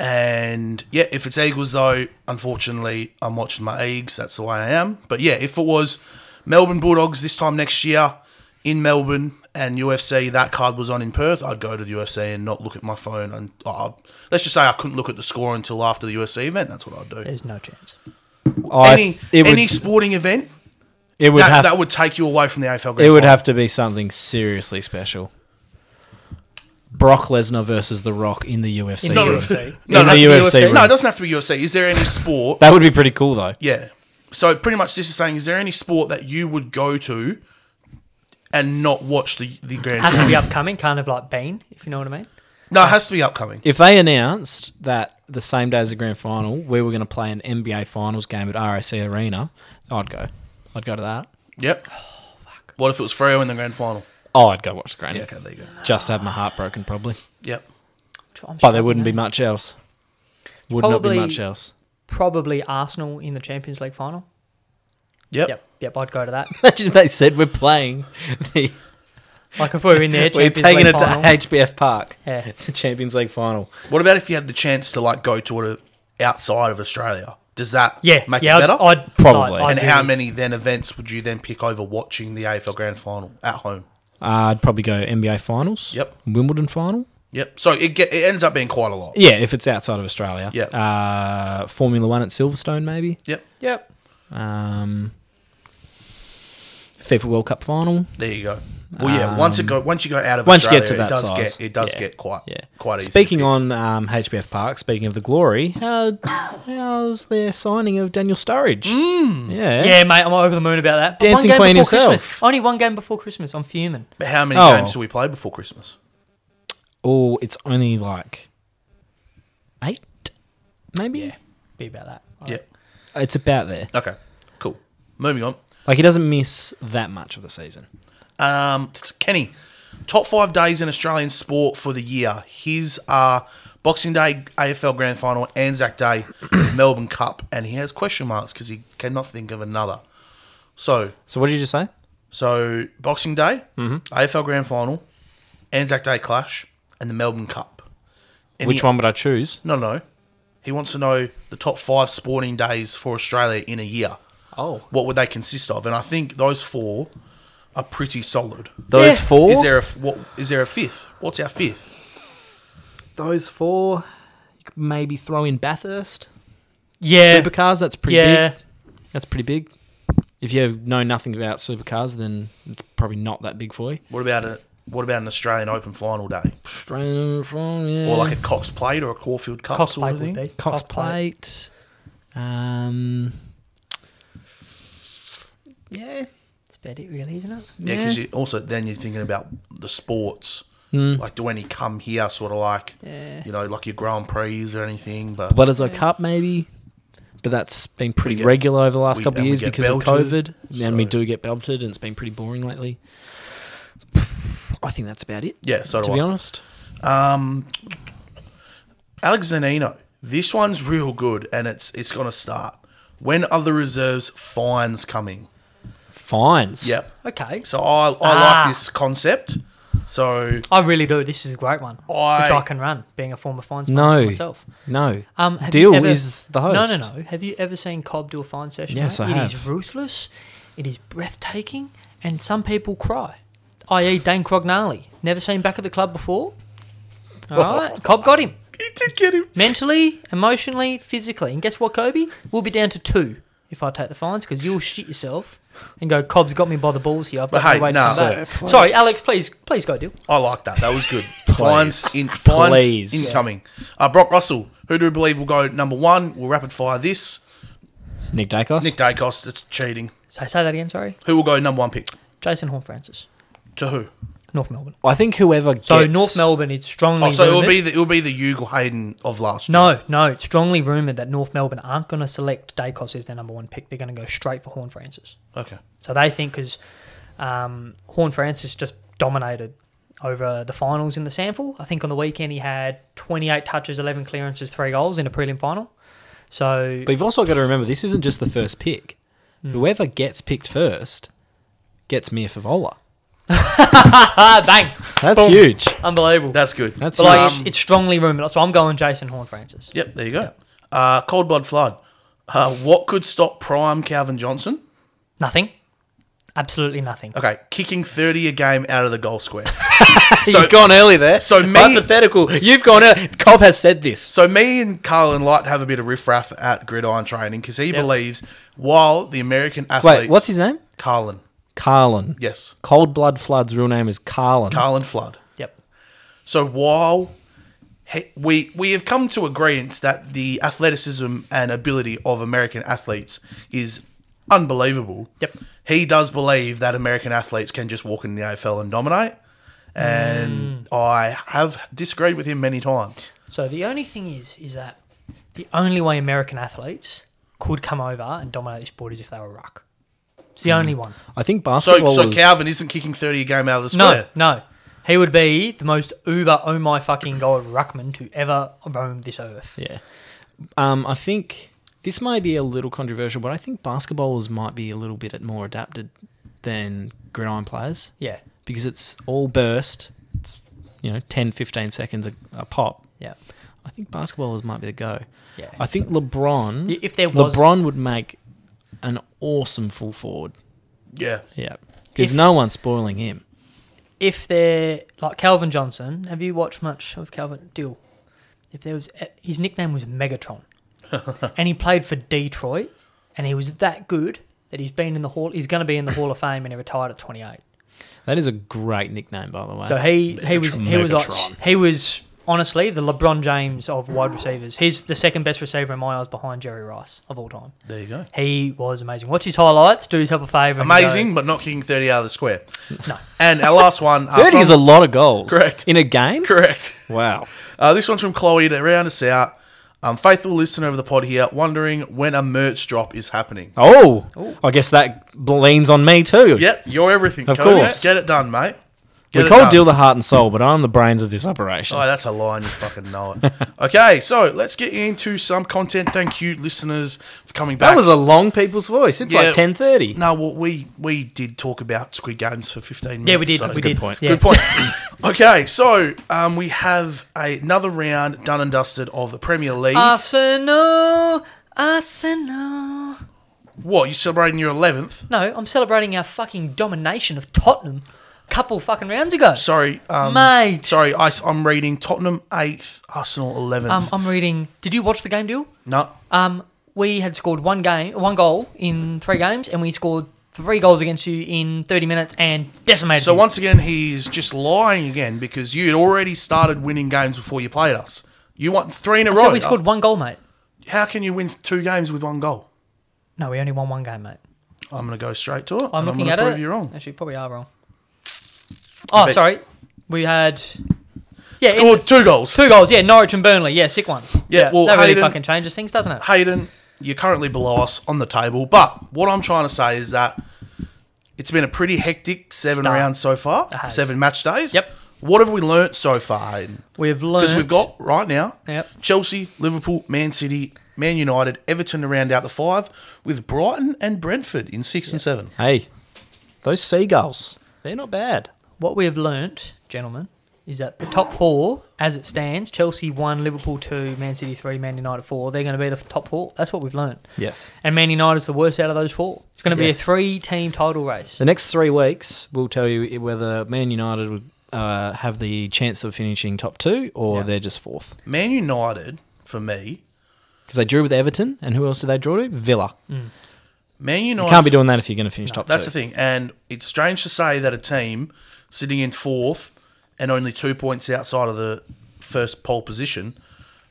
Speaker 4: and yeah, if it's Eagles though, unfortunately, I'm watching my Eagles. That's the way I am. But yeah, if it was Melbourne Bulldogs this time next year in Melbourne and UFC, that card was on in Perth, I'd go to the UFC and not look at my phone. And uh, let's just say I couldn't look at the score until after the UFC event. That's what I'd do.
Speaker 3: There's no chance.
Speaker 5: I,
Speaker 4: Any
Speaker 5: it would,
Speaker 4: any sporting event
Speaker 5: it would
Speaker 4: that,
Speaker 5: have
Speaker 4: that would take you away from the AFL. Grand
Speaker 5: it would
Speaker 4: Final.
Speaker 5: have to be something seriously special. Brock Lesnar versus The Rock in the UFC.
Speaker 3: No,
Speaker 5: ring.
Speaker 3: UFC.
Speaker 4: no,
Speaker 5: in
Speaker 4: no,
Speaker 5: the
Speaker 4: no,
Speaker 5: UFC. ring.
Speaker 4: No, it doesn't have to be UFC. Is there any sport
Speaker 5: that would be pretty cool though.
Speaker 4: Yeah. So pretty much this is saying, is there any sport that you would go to and not watch the the grand?
Speaker 3: Has to
Speaker 4: final?
Speaker 3: be upcoming, kind of like Bane, if you know what I mean.
Speaker 4: no, it has to be upcoming.
Speaker 5: If they announced that the same day as the grand final, we were going to play an NBA finals game at RAC Arena, I'd go. I'd go to that.
Speaker 4: Yep.
Speaker 3: Oh,
Speaker 4: What if it was Freo in the grand final?
Speaker 5: Oh, I'd go watch the grand.
Speaker 4: Yeah, okay, there you go.
Speaker 5: Just to have my heart broken, probably.
Speaker 4: Yep.
Speaker 3: I'm
Speaker 5: But there
Speaker 3: struggling
Speaker 5: wouldn't be
Speaker 3: there.
Speaker 5: much else. Would not be
Speaker 3: Probably-
Speaker 5: much else.
Speaker 3: Probably Arsenal in the Champions League final.
Speaker 4: Yep.
Speaker 3: Yep, yep, I'd go to that.
Speaker 5: Imagine if they said we're playing. The,
Speaker 3: Like if we were in there,
Speaker 5: we're
Speaker 3: Champions
Speaker 5: taking
Speaker 3: League
Speaker 5: it to
Speaker 3: final.
Speaker 5: HBF Park.
Speaker 3: Yeah.
Speaker 5: The Champions League final.
Speaker 4: What about if you had the chance to like go to it outside of Australia? Does that
Speaker 3: Yeah,
Speaker 4: make
Speaker 3: yeah,
Speaker 4: it better?
Speaker 3: I'd, I'd
Speaker 5: Probably.
Speaker 3: I'd
Speaker 4: and
Speaker 3: do
Speaker 4: how
Speaker 3: it.
Speaker 4: many then events would you then pick over watching the AFL grand final at home?
Speaker 5: Uh, I'd probably go NBA finals.
Speaker 4: Yep.
Speaker 5: Wimbledon final.
Speaker 4: Yep. So it get, it ends up being quite a lot.
Speaker 5: Yeah, if it's outside of Australia.
Speaker 4: Yep.
Speaker 5: Uh, Formula One at Silverstone, maybe.
Speaker 4: Yep.
Speaker 3: Yep.
Speaker 5: Um, FIFA World Cup final.
Speaker 4: There you go. Well, yeah. once it go, once you go out of
Speaker 5: Um, once you
Speaker 4: Australia,
Speaker 5: get to that
Speaker 4: it does
Speaker 5: size.
Speaker 4: get it does
Speaker 5: Yeah.
Speaker 4: get quite
Speaker 5: Yeah.
Speaker 4: quite easy.
Speaker 5: Speaking on um, HBF Park, speaking of the glory, how, how's their signing of Daniel Sturridge?
Speaker 4: Mm.
Speaker 5: Yeah.
Speaker 3: Yeah, mate, I'm over the moon about that. But one
Speaker 5: Dancing
Speaker 3: game
Speaker 5: Queen
Speaker 3: before
Speaker 5: himself.
Speaker 3: Christmas. Only one game before Christmas. I'm fuming.
Speaker 4: But how many
Speaker 5: Oh.
Speaker 4: games do we play before Christmas?
Speaker 5: Oh, it's only like eight, maybe?
Speaker 3: Be about that.
Speaker 4: Yeah.
Speaker 5: It's about there.
Speaker 4: Okay. Cool. Moving on.
Speaker 5: Like, he doesn't miss that much of the season.
Speaker 4: Um, t- Kenny, top five days in Australian sport for the year. His are Boxing Day, AFL Grand Final, Anzac Day, Melbourne Cup, and he has question marks because he cannot think of another. So,
Speaker 5: So, what did you just say?
Speaker 4: so Boxing Day,
Speaker 5: Mm-hmm.
Speaker 4: AFL Grand Final, Anzac Day Clash, and the Melbourne Cup. And
Speaker 5: Which
Speaker 4: he-
Speaker 5: one would I choose?
Speaker 4: No, no. He wants to know the top five sporting days for Australia in a year.
Speaker 5: Oh.
Speaker 4: What would they consist of? And I think those four are pretty solid.
Speaker 5: Those
Speaker 3: Yeah.
Speaker 5: four?
Speaker 4: Is there a f- what? Is there a fifth? What's our fifth?
Speaker 5: those four? You could maybe throw in Bathurst.
Speaker 3: Yeah.
Speaker 5: Supercars, that's pretty
Speaker 3: Yeah.
Speaker 5: big. That's pretty big. If you know nothing about supercars, then it's probably not that big for you.
Speaker 4: What about a what about an Australian Open final day,
Speaker 5: Australian from, yeah.
Speaker 4: or like a Cox Plate or a Caulfield Cup
Speaker 3: Cox
Speaker 4: sort
Speaker 3: plate
Speaker 4: of
Speaker 3: would
Speaker 4: thing?
Speaker 3: be.
Speaker 5: Cox Plate. Um, yeah.
Speaker 3: It's about it, really, isn't it?
Speaker 4: Yeah, because also then you're thinking about the sports. Like, do any come here? Sort of like, you know, like your Grand Prix or anything. But
Speaker 5: Butters Oak Cup, maybe. But that's been pretty
Speaker 4: get-
Speaker 5: regular over the last
Speaker 4: we-
Speaker 5: couple
Speaker 4: and
Speaker 5: of
Speaker 4: we
Speaker 5: years
Speaker 4: get
Speaker 5: because of
Speaker 4: belted,
Speaker 5: COVID. And we
Speaker 4: so-
Speaker 5: do get belted, and it's been pretty boring lately. I think that's about it,
Speaker 4: yeah, so
Speaker 5: to
Speaker 4: do
Speaker 5: be
Speaker 4: I.
Speaker 5: honest.
Speaker 4: Um, Alex Zanino. This one's real good, and it's it's gonna start. When are the reserves fines coming?
Speaker 5: Fines.
Speaker 4: Yep.
Speaker 3: Okay.
Speaker 4: So I I
Speaker 3: Ah.
Speaker 4: like this concept. So
Speaker 3: I really do. This is a great one, which
Speaker 4: I-
Speaker 3: I can run, being a former fines
Speaker 5: No.
Speaker 3: manager myself.
Speaker 5: No.
Speaker 3: Um, have
Speaker 5: Deal
Speaker 3: you ever-
Speaker 5: is the host.
Speaker 3: No, no, no. Have you ever seen Cobb do a fine session?
Speaker 5: Yes,
Speaker 3: mate?
Speaker 5: I
Speaker 3: It is
Speaker 5: have.
Speaker 3: ruthless. It is breathtaking, and some people cry. I.e., Dane Crognarly. Never seen back at the club before. All right, Cobb got him
Speaker 4: he did get him.
Speaker 3: mentally, emotionally, physically, and guess what, Kobe? We'll be down to two if I take the fines because you'll shit yourself and go. Cobb's got me by the balls here. I've got
Speaker 4: But hey,
Speaker 3: no way
Speaker 4: no.
Speaker 3: to come
Speaker 5: Sir,
Speaker 3: back. Sorry, Alex. Please, please go, deal.
Speaker 4: I like that. That was good. Fines in fines
Speaker 5: Please.
Speaker 4: incoming. Uh, Brock Russell. Who do we believe will go number one? We'll rapid fire this.
Speaker 5: Nick Dacos.
Speaker 4: Nick Dacos. It's cheating.
Speaker 3: So say that again. Sorry,
Speaker 4: Who will go number one pick?
Speaker 3: Jason Horn Francis,
Speaker 4: To who?
Speaker 3: North Melbourne.
Speaker 5: I think whoever gets.
Speaker 3: So North Melbourne is strongly.
Speaker 4: Oh, so it will
Speaker 3: rumoured-
Speaker 4: be the it will be the Hugo Hayden of last. year.
Speaker 3: No, no. It's strongly rumored that North Melbourne aren't going to select Dacos as their number one pick. They're going to go straight for Horn Francis.
Speaker 4: Okay.
Speaker 3: So they think because um, Horn Francis just dominated over the finals in the sample. I think on the weekend he had 28 touches, 11 clearances, three goals in a prelim final. So
Speaker 5: But you've also got to remember this isn't just the first pick.
Speaker 4: Hmm.
Speaker 5: Whoever gets picked first gets Mia Favola.
Speaker 3: ah, bang,
Speaker 5: That's
Speaker 3: Boom.
Speaker 5: huge.
Speaker 3: unbelievable.
Speaker 4: That's good. um,
Speaker 5: That's
Speaker 3: but like,
Speaker 5: huge.
Speaker 3: it's, it's strongly rumored. So I'm going Jason Horn Francis.
Speaker 4: Yep, there you go. Uh, cold blood flood. Uh, what could stop prime Calvin Johnson?
Speaker 3: Nothing. Absolutely nothing.
Speaker 4: Okay, kicking thirty a game out of the goal square.
Speaker 5: so, you've gone early there.
Speaker 4: so me-
Speaker 5: hypothetical. You've gone early. Cobb has said this.
Speaker 4: so me and Carl and Light have a bit of riffraff at gridiron training because he believes while the American athletes.
Speaker 5: Wait, what's his name?
Speaker 4: Carlin?
Speaker 5: Carlin.
Speaker 4: Yes,
Speaker 5: Cold Blood Flood's real name is Carlin.
Speaker 4: Carlin Flood.
Speaker 3: Yep.
Speaker 4: So while he- we we have come to agreement that the athleticism and ability of American athletes is unbelievable.
Speaker 3: Yep.
Speaker 4: He does believe that American athletes can just walk in the AFL and dominate. And
Speaker 5: Hmm.
Speaker 4: I have disagreed with him many times.
Speaker 3: So the only thing is, is that the only way American athletes could come over and dominate this sport is if they were ruck. It's the only one.
Speaker 5: I think
Speaker 4: So,
Speaker 5: basketball
Speaker 4: so
Speaker 5: was-
Speaker 4: Calvin isn't kicking 30 a game out of the
Speaker 3: No,
Speaker 4: square.
Speaker 3: no. He would be the most uber, oh my fucking god, ruckman to ever roam this earth.
Speaker 5: Yeah. Um, I think this might be a little controversial, but I think basketballers might be a little bit more adapted than gridiron players.
Speaker 3: Yeah,
Speaker 5: because it's all burst. It's you know 10, 15 seconds a, a pop.
Speaker 3: yeah,
Speaker 5: I think basketballers might be the go.
Speaker 3: yeah.
Speaker 5: I think LeBron.
Speaker 3: Y- if there was-
Speaker 5: LeBron would make an awesome full forward.
Speaker 4: Yeah.
Speaker 5: Yeah, because
Speaker 3: If-
Speaker 5: no one's spoiling him.
Speaker 3: if they're like Calvin Johnson, have you watched much of Calvin Dill? If there was, his nickname was Megatron, and he played for Detroit, and he was that good that he's been in the hall. He's going to be in the Hall of Fame, and he retired at 28.
Speaker 5: That is a great nickname, by the way.
Speaker 3: So he he was he was like,
Speaker 5: Megatron.
Speaker 3: he was honestly the LeBron James of wide receivers. He's the second best receiver in my eyes behind Jerry Rice of all time.
Speaker 4: There you go.
Speaker 3: He was amazing. Watch his highlights. Do yourself a favor. and
Speaker 4: Amazing, but not kicking 30 out of the square.
Speaker 3: No.
Speaker 4: And our last one. uh,
Speaker 5: 30 is a
Speaker 4: from-
Speaker 5: lot of goals.
Speaker 4: Correct.
Speaker 5: In a game?
Speaker 4: Correct.
Speaker 5: Wow.
Speaker 4: Uh, this one's from Chloe to round us out. Um, faithful listener of the pod here, wondering when a merch drop is happening.
Speaker 5: Oh, I guess that leans on me too.
Speaker 4: Yep, you're everything.
Speaker 5: Of
Speaker 4: Cody.
Speaker 5: course.
Speaker 4: Get it done, mate. Get
Speaker 5: We
Speaker 4: it
Speaker 5: call
Speaker 4: done.
Speaker 5: Dill the heart and soul, but I'm the brains of this operation.
Speaker 4: Oh, that's a line. You fucking know it. Okay, so let's get into some content. Thank you, listeners, for coming back.
Speaker 5: that was a long people's voice. It's
Speaker 4: Yeah.
Speaker 5: like 10.30.
Speaker 4: No, well, we we did talk about Squid Games for 15 minutes.
Speaker 3: Yeah, we did.
Speaker 4: so-
Speaker 3: we did.
Speaker 5: point.
Speaker 3: Yeah.
Speaker 4: Good point. okay, so um, we have a, another round done and dusted of the Premier League.
Speaker 3: Uh, Arsenal, Arsenal.
Speaker 4: what, you celebrating your 11th?
Speaker 3: No, I'm celebrating our fucking domination of Tottenham. a Couple fucking rounds ago.
Speaker 4: Sorry. Um,
Speaker 3: Mate.
Speaker 4: Sorry, I, am reading Tottenham 8th, Arsenal 11th.
Speaker 3: Um, I'm reading. Did you watch the game, deal?
Speaker 4: no.
Speaker 3: Um, we had scored one game, one goal in three games, and we scored three goals against you in 30 minutes and decimated.
Speaker 4: So
Speaker 3: you.
Speaker 4: once again, he's just lying again because you had already started winning games before you played us. You won three in a
Speaker 3: So
Speaker 4: row.
Speaker 3: we scored one goal, mate.
Speaker 4: How can you win two games with one goal?
Speaker 3: No, we only won one game, mate.
Speaker 4: I'm going to go straight to it. and
Speaker 3: I'm looking
Speaker 4: gonna
Speaker 3: at
Speaker 4: prove
Speaker 3: it.
Speaker 4: you wrong.
Speaker 3: Actually, you probably are wrong. Oh,
Speaker 4: bet-
Speaker 3: sorry. We had yeah, in-
Speaker 4: Scored two goals.
Speaker 3: two goals. Yeah, Norwich and Burnley. Yeah, sick one.
Speaker 4: Yeah, well,
Speaker 3: that really
Speaker 4: Hayden-
Speaker 3: fucking changes things, doesn't it?
Speaker 4: Hayden, you're currently below us on the table. But what I'm trying to say is that it's been a pretty hectic seven
Speaker 3: Start.
Speaker 4: rounds so far,
Speaker 3: It has.
Speaker 4: seven match days.
Speaker 3: Yep.
Speaker 4: What have we learnt so far, Hayden?
Speaker 3: We've learned
Speaker 4: Because we've got right now
Speaker 3: Yep.
Speaker 4: Chelsea, Liverpool, Man City, Man United, Everton to round out the five, with Brighton and Brentford in six and seven.
Speaker 5: Hey, those seagulls, they're not bad.
Speaker 3: What we have learnt, gentlemen, is that the top four, as it stands, Chelsea one, Liverpool two, Man City three, Man United four. They're going to be the f- top four. That's what we've learnt.
Speaker 5: Yes.
Speaker 3: And Man United's the worst out of those four. It's going to be
Speaker 5: Yes.
Speaker 3: a three-team title race.
Speaker 5: The next three weeks will tell you i- whether Man United would uh, have the chance of finishing top two or
Speaker 3: Yeah.
Speaker 5: they're just fourth.
Speaker 4: Man United, for me,
Speaker 5: Because they drew with Everton, and who else did they draw to? Villa.
Speaker 4: Man United
Speaker 5: You can't be doing that if you're going to finish top
Speaker 4: That's
Speaker 5: two.
Speaker 4: the thing. And it's strange to say that a team sitting in fourth and only two points outside of the first pole position,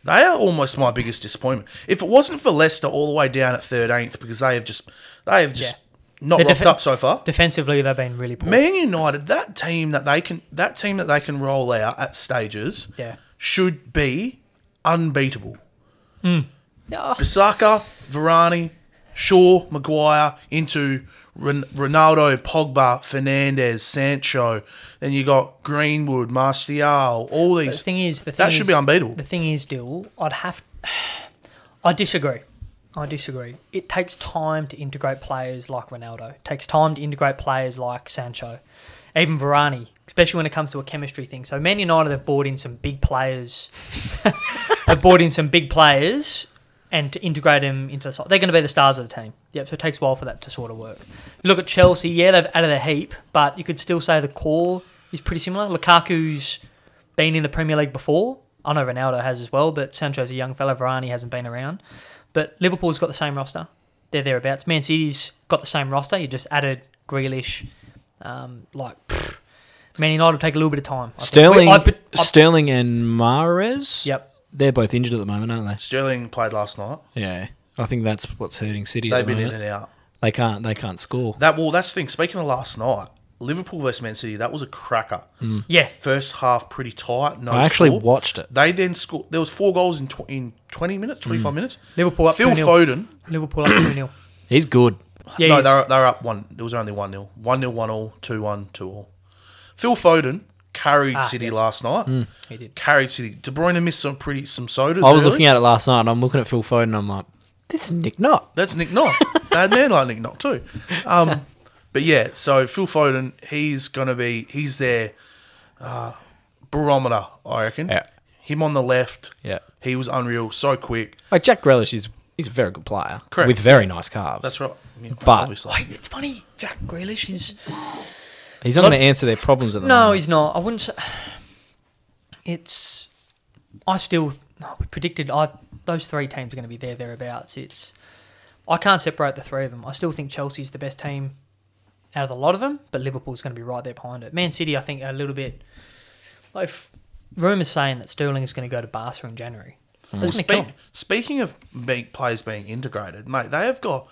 Speaker 4: they are almost my biggest disappointment. If it wasn't for Leicester all the way down at 13th, because they have just they have just not
Speaker 3: The
Speaker 4: rocked
Speaker 3: defe-
Speaker 4: up so far.
Speaker 3: Defensively, they've been really poor.
Speaker 4: Man United, that team that they can that team that they can roll out at stages
Speaker 3: Yeah.
Speaker 4: should be unbeatable.
Speaker 3: Yeah.
Speaker 4: Bissaka, Varane, Shaw, Maguire into Ren- Ronaldo, Pogba, Fernandez, Sancho. Then you got Greenwood, Martial, all
Speaker 3: The
Speaker 4: these.
Speaker 3: thing is, the thing
Speaker 4: That should
Speaker 3: is-
Speaker 4: be unbeatable.
Speaker 3: The thing is, Dill, I'd have. I disagree. I disagree. It takes time to integrate players like Ronaldo. It takes time to integrate players like Sancho, even Varane, especially when it comes to a chemistry thing. So Man United have brought in some big players. have brought in some big players. And to integrate them into the side, they're going to be the stars of the team. Yep, so it takes a while for that to sort of work. You look at Chelsea, yeah, they've added a heap, but you could still say the core is pretty similar. Lukaku's been in the Premier League before. I know Ronaldo has as well, but Sancho's a young fella. Varane hasn't been around. But Liverpool's got the same roster. They're thereabouts. Man City's got the same roster. You just added Grealish. Um, like, pfft. Man United will take a little bit of time. I think.
Speaker 5: Sterling,
Speaker 3: I- I-
Speaker 5: Sterling and Mares.
Speaker 3: Yep.
Speaker 5: They're both injured at the moment, aren't
Speaker 4: Sterling played last night.
Speaker 5: they? Yeah. I think that's what's hurting City at
Speaker 4: They've
Speaker 5: the
Speaker 4: been in
Speaker 5: moment.
Speaker 4: and out.
Speaker 5: They can't. They can't score.
Speaker 4: That well, that's the thing. Speaking of last night, Liverpool versus Man City, that was a cracker.
Speaker 3: Yeah.
Speaker 4: First half pretty tight. No,
Speaker 5: Hmm. I actually
Speaker 4: score.
Speaker 5: watched it.
Speaker 4: They then scored. There was four goals in tw- in twenty minutes, twenty five minutes.
Speaker 3: Liverpool up
Speaker 4: Phil
Speaker 3: 2-0.
Speaker 4: Foden.
Speaker 3: Liverpool up 2 0.
Speaker 5: He's good.
Speaker 3: Yeah,
Speaker 4: no,
Speaker 3: he's-
Speaker 4: they're they're up one. It was only one 0 one 0 one all, two one, two all. Phil Foden carried
Speaker 3: Ah,
Speaker 4: City
Speaker 3: yes.
Speaker 4: last night.
Speaker 3: he did.
Speaker 4: Carried City. De Bruyne missed some pretty some sodas.
Speaker 5: I was looking at it last night, and I'm looking at Phil Foden. and I'm like, this is Nick Knott.
Speaker 4: that's Nick Knock. Bad man like Nick Knock too. Um, but yeah, so Phil Foden, he's gonna be he's their uh, barometer, I reckon.
Speaker 5: Yeah.
Speaker 4: Him on the left.
Speaker 5: Yeah.
Speaker 4: He was unreal, so quick.
Speaker 5: Like Jack Grealish is he's a very good player.
Speaker 4: Correct.
Speaker 5: With very nice calves.
Speaker 4: That's right. Yeah,
Speaker 5: But-
Speaker 4: obviously.
Speaker 3: It's funny, Jack Grealish is.
Speaker 5: He's not going to answer their problems at the
Speaker 3: No,
Speaker 5: moment.
Speaker 3: he's not. I wouldn't. Say, it's. I still. no, we predicted. I those three teams are going to be there thereabouts. It's I can't separate the three of them. I still think Chelsea's the best team out of the lot of them, but Liverpool's going to be right there behind it. Man City, I think, are a little bit. Like, rumours saying that Sterling is going to go to Barca in January.
Speaker 4: Well,
Speaker 3: That's gonna
Speaker 4: speak,
Speaker 3: kill 'em.
Speaker 4: speaking of be players being integrated, mate, they have got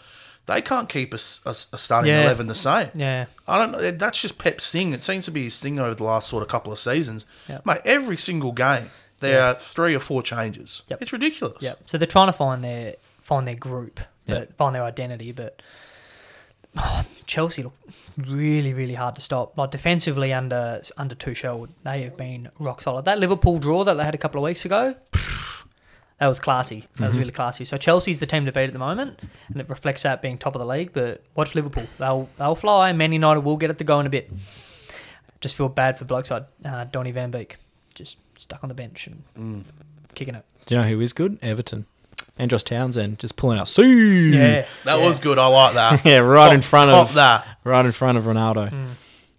Speaker 4: they can't keep a, s- a s- a starting
Speaker 3: Yeah.
Speaker 4: eleven the same.
Speaker 3: Yeah.
Speaker 4: I don't know. That's just Pep's thing. It seems to be his thing over the last sort of couple of seasons.
Speaker 3: Yep.
Speaker 4: Mate, every single game there are three or four changes.
Speaker 3: Yep.
Speaker 4: It's ridiculous.
Speaker 3: Yep. So they're trying to find their find their group, but
Speaker 5: Yep.
Speaker 3: find their identity. But Chelsea look really, really hard to stop. Like defensively under under Tuchel, they have been rock solid. That Liverpool draw that they had a couple of weeks ago, that was classy. That was really classy. So Chelsea's the team to beat at the moment, and it reflects that being top of the league. But watch Liverpool; they'll they'll fly. Man United will get it to go in a bit. Just feel bad for blokes like uh, Donny Van Beek, just stuck on the bench and kicking it.
Speaker 5: Do you know who is good? Everton. Andros Townsend just pulling out. See!
Speaker 3: Yeah,
Speaker 4: That
Speaker 3: yeah.
Speaker 4: was good. I like that.
Speaker 5: Yeah, right in
Speaker 4: Cop-
Speaker 5: front
Speaker 4: cop
Speaker 5: of
Speaker 4: that. Mm.
Speaker 5: Right in front of Ronaldo.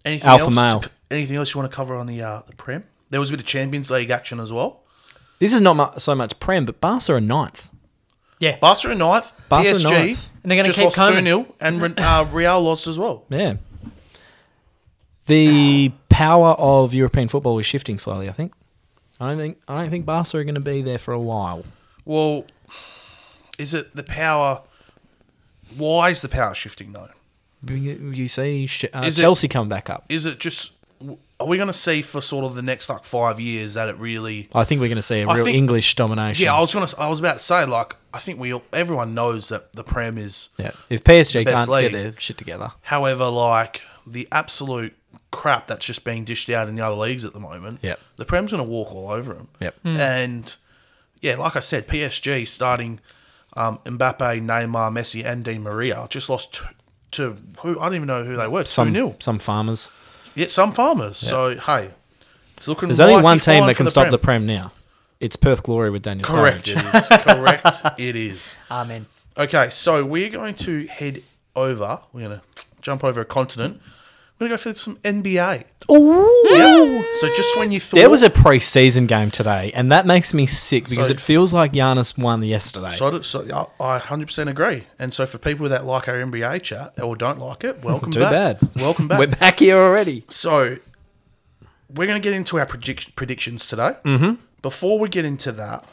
Speaker 4: Anything
Speaker 5: Alpha
Speaker 4: else?
Speaker 5: male.
Speaker 4: Anything else you want to cover on the uh, the prem? There was a bit of Champions League action as well.
Speaker 5: This is not mu- so much Prem, but Barca are ninth.
Speaker 3: yeah.
Speaker 4: Barca are ninth.
Speaker 5: Barca are
Speaker 4: PSG
Speaker 5: ninth.
Speaker 3: And they're gonna
Speaker 4: just
Speaker 3: keep
Speaker 4: lost
Speaker 3: combing.
Speaker 4: two 0 and Re- uh, Real lost as well.
Speaker 5: Yeah. The power of European football is shifting slowly. I think. I don't think. I don't think Barca are going to be there for a while.
Speaker 4: Well, is it the power? Why is the power shifting though?
Speaker 5: You you see Sh- uh,
Speaker 4: Is it-
Speaker 5: Chelsea come back up.
Speaker 4: Is it just? Are we going to see for sort of the next like five years that it really?
Speaker 5: I think we're going to see a
Speaker 4: I
Speaker 5: real
Speaker 4: think-
Speaker 5: English domination.
Speaker 4: Yeah, I was going to. I was about to say like I think we all, everyone knows that the prem is.
Speaker 5: Yeah. If PSG
Speaker 4: best
Speaker 5: can't
Speaker 4: league.
Speaker 5: get their shit together,
Speaker 4: However, like the absolute crap that's just being dished out in the other leagues at the moment.
Speaker 5: Yep.
Speaker 4: The prem's going to walk all over them.
Speaker 5: Yep.
Speaker 4: And yeah, like I said, PSG starting um, Mbappe, Neymar, Messi, and Di Maria just lost. Two, to who I don't even know who they were. Two
Speaker 5: some
Speaker 4: 0
Speaker 5: some farmers.
Speaker 4: Yeah, some farmers. So hey, it's looking.
Speaker 5: There's only
Speaker 4: mighty
Speaker 5: one
Speaker 4: fine
Speaker 5: team that
Speaker 4: for
Speaker 5: can stop
Speaker 4: Prem.
Speaker 5: the Prem now. It's Perth Glory with Daniel
Speaker 4: Correct. It
Speaker 5: Sturridge.
Speaker 4: is. Correct. It is.
Speaker 3: Amen.
Speaker 4: Okay, so we're going to head over. We're going to jump over a continent. We're going to go for some NBA.
Speaker 5: Ooh.
Speaker 4: So just when you thought
Speaker 5: There was a preseason game today, and that makes me sick because
Speaker 4: So-
Speaker 5: it feels like Giannis won yesterday.
Speaker 4: So I, don't- so I I 100% agree. And so for people that like our NBA chat or don't like it, welcome
Speaker 5: Too
Speaker 4: back.
Speaker 5: bad.
Speaker 4: Welcome back.
Speaker 5: We're back here already.
Speaker 4: So we're going to get into our predict- predictions today. Mm-hmm. Before we get into that,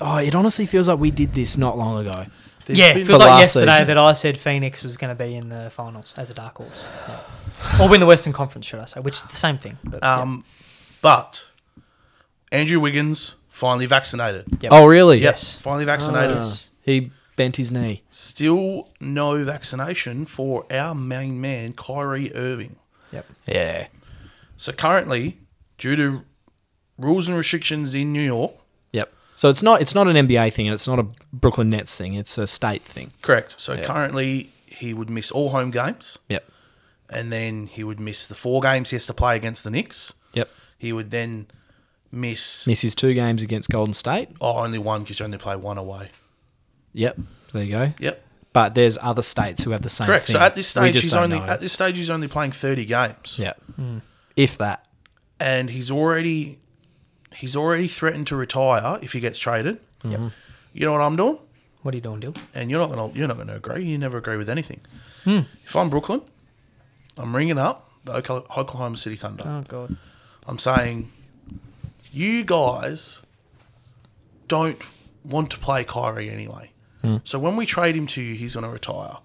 Speaker 5: Oh, it honestly feels like we did this not long ago.
Speaker 4: there's
Speaker 3: yeah,
Speaker 4: been-
Speaker 3: it feels
Speaker 5: For
Speaker 3: like
Speaker 5: last
Speaker 3: yesterday
Speaker 5: season.
Speaker 3: that I said Phoenix was going to be in the finals as a dark horse, Yeah. or win the Western Conference, should I say? Which is the same thing. But yeah.
Speaker 4: um, but Andrew Wiggins finally vaccinated.
Speaker 3: Yep.
Speaker 5: Oh, really?
Speaker 4: Yes, finally vaccinated.
Speaker 5: Ah, he bent his knee.
Speaker 4: Still no vaccination for our main man, Kyrie Irving.
Speaker 3: Yep.
Speaker 5: Yeah.
Speaker 4: So currently, due to rules and restrictions in New York,
Speaker 5: Yep. So it's not it's not an NBA thing, and it's not a Brooklyn Nets thing. It's a state thing.
Speaker 4: correct. So currently, he would miss all home games,
Speaker 5: Yep.
Speaker 4: and then he would miss the four games he has to play against the Knicks.
Speaker 5: Yep.
Speaker 4: He would then miss
Speaker 5: Misses two games against Golden State.
Speaker 4: oh, only one because you only play one away.
Speaker 5: Yep. There you go.
Speaker 4: Yep,
Speaker 5: But there's other states who have the same.
Speaker 4: correct.
Speaker 5: Thing.
Speaker 4: So at this
Speaker 5: We
Speaker 4: stage,
Speaker 5: just
Speaker 4: he's
Speaker 5: don't
Speaker 4: only
Speaker 5: know.
Speaker 4: at this stage he's only playing thirty games.
Speaker 5: Yep. If that.
Speaker 4: and he's already he's already threatened to retire if he gets traded.
Speaker 5: Mm-hmm.
Speaker 3: Yep.
Speaker 4: You know what I'm doing,
Speaker 3: What are you doing, Dill?
Speaker 4: and you're not gonna you're not gonna agree. You never agree with anything.
Speaker 5: Hmm.
Speaker 4: If I'm Brooklyn, I'm ringing up the Oka- Oklahoma City Thunder.
Speaker 3: Oh God.
Speaker 4: I'm saying, you guys don't want to play Kyrie anyway. So when we trade him to you, he's going to retire.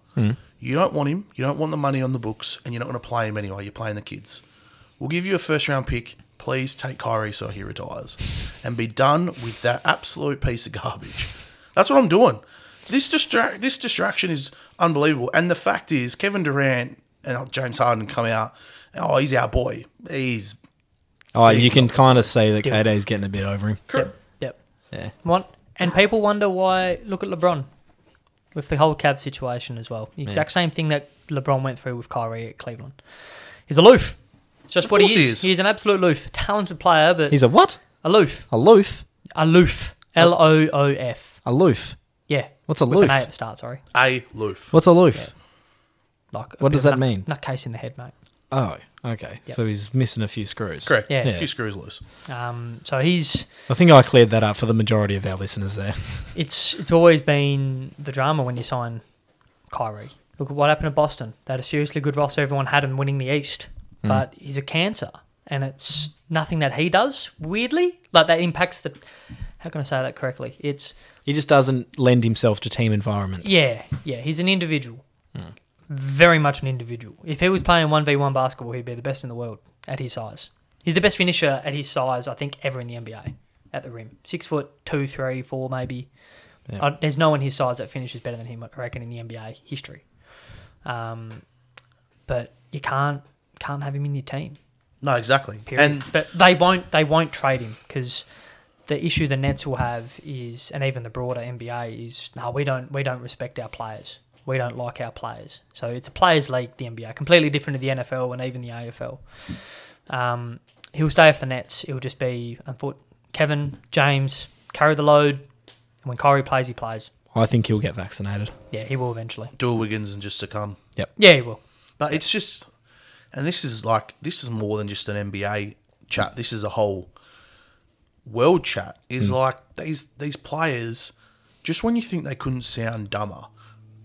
Speaker 4: You don't want him. You don't want the money on the books, and you're not going to play him anyway. You're playing the kids. We'll give you a first round pick. Please take Kyrie so he retires and be done with that absolute piece of garbage. That's what I'm doing. This distract this distraction is unbelievable. And the fact is, Kevin Durant and James Harden come out. Oh, he's our boy. He's
Speaker 5: Oh,
Speaker 4: he's
Speaker 5: you can kind of see that KD's getting a bit over him.
Speaker 4: Correct.
Speaker 3: Yep.
Speaker 5: Yeah.
Speaker 3: One and people wonder why. Look at LeBron with the whole Cavs situation as well. The exact same thing that LeBron went through with Kyrie at Cleveland. He's aloof. It's just
Speaker 4: Of
Speaker 3: what he is.
Speaker 4: course he
Speaker 3: he
Speaker 4: is.
Speaker 3: is. an absolute loof, talented player, but
Speaker 5: He's a what?
Speaker 3: aloof,
Speaker 5: Aloof.
Speaker 3: aloof, L O O F.
Speaker 5: Aloof.
Speaker 3: Yeah.
Speaker 5: What's
Speaker 3: With an
Speaker 5: aloof?
Speaker 3: A at the start. Sorry.
Speaker 4: A loof.
Speaker 5: What's aloof?
Speaker 3: Like a
Speaker 5: What
Speaker 3: bit
Speaker 5: does
Speaker 3: of a
Speaker 5: that
Speaker 3: nut-
Speaker 5: mean?
Speaker 3: Nutcase in the head, mate.
Speaker 5: Oh, okay.
Speaker 3: Yep.
Speaker 5: So he's missing a few screws.
Speaker 4: Correct.
Speaker 3: Yeah.
Speaker 4: Yeah.
Speaker 5: Yeah.
Speaker 4: Few screws loose.
Speaker 3: Um, so he's
Speaker 5: I think I cleared that up for the majority of our listeners there.
Speaker 3: it's it's always been the drama when you sign Kyrie. Look at what happened to Boston. They had a seriously good roster. Everyone had him winning the East, but he's a cancer, and it's nothing that he does. Weirdly, like that impacts the. How can I say that correctly? It's
Speaker 5: He just doesn't lend himself to team environment.
Speaker 3: yeah, yeah. He's an individual, very much an individual. If he was playing one v one basketball, he'd be the best in the world at his size. He's the best finisher at his size, I think, ever in the NBA at the rim. Six foot two, three, four, maybe.
Speaker 5: Yeah.
Speaker 3: Uh, there's no one his size that finishes better than him, I reckon, in the NBA history. Um, but you can't can't have him in your team.
Speaker 4: No, exactly.
Speaker 3: Period.
Speaker 4: And
Speaker 3: but they won't they won't trade him because the issue the Nets will have is, and even the broader NBA is, no, we don't we don't respect our players. We don't like our players. So it's a players' league, the NBA, completely different to the NFL and even the AFL. Um, he'll stay off the Nets. It'll just be unfor- Kevin James carry the load. And when Kyrie plays, he plays.
Speaker 5: I think he'll get vaccinated.
Speaker 3: Yeah, he will eventually.
Speaker 4: do a Wiggins and just succumb.
Speaker 3: Yeah, he will.
Speaker 4: But it's just, and this is like this is more than just an NBA chat. This is a whole world chat.
Speaker 3: Mm.
Speaker 4: Is like these these players, just when you think they couldn't sound dumber,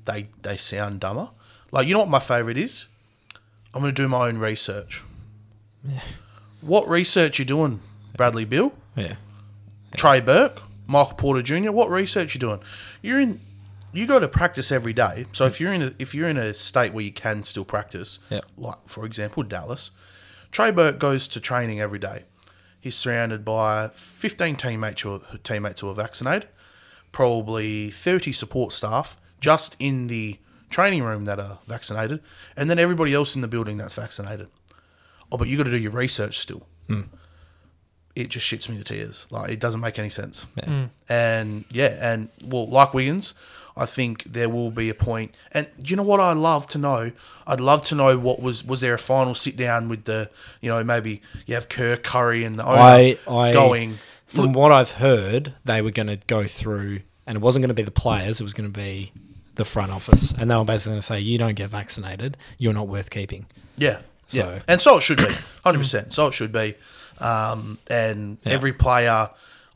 Speaker 4: they they sound dumber. Like you know what my favorite is? I'm gonna do my own research. What research you doing, Bradley Bill?
Speaker 5: Yeah.
Speaker 4: Trey Burke, Michael Porter Jr. What research you doing? You're in. You go to practice every day. So if you're in a, if you're in a state where you can still practice,
Speaker 5: Yeah.
Speaker 4: like for example Dallas, Trey Burke goes to training every day. He's surrounded by 15 teammates who are, teammates who are vaccinated, probably 30 support staff just in the training room that are vaccinated, and then everybody else in the building that's vaccinated. Oh, but you got to do your research still
Speaker 5: Hmm.
Speaker 4: it just shits me to tears. Like it doesn't make any sense. And yeah, and well, like Wiggins, I think there will be a point. And you know what? I love to know. I'd love to know what was was there a final sit down with the you know maybe you have Kerr Curry and the owner
Speaker 5: I, I
Speaker 4: going.
Speaker 5: from what I've heard, they were going to go through, and it wasn't going to be the players. It was going to be the front office, and they were basically going to say, "You don't get vaccinated, you're not worth keeping."
Speaker 4: Yeah.
Speaker 5: So-
Speaker 4: Yeah. And so it should be. 100%. so it should be. Um, and every player,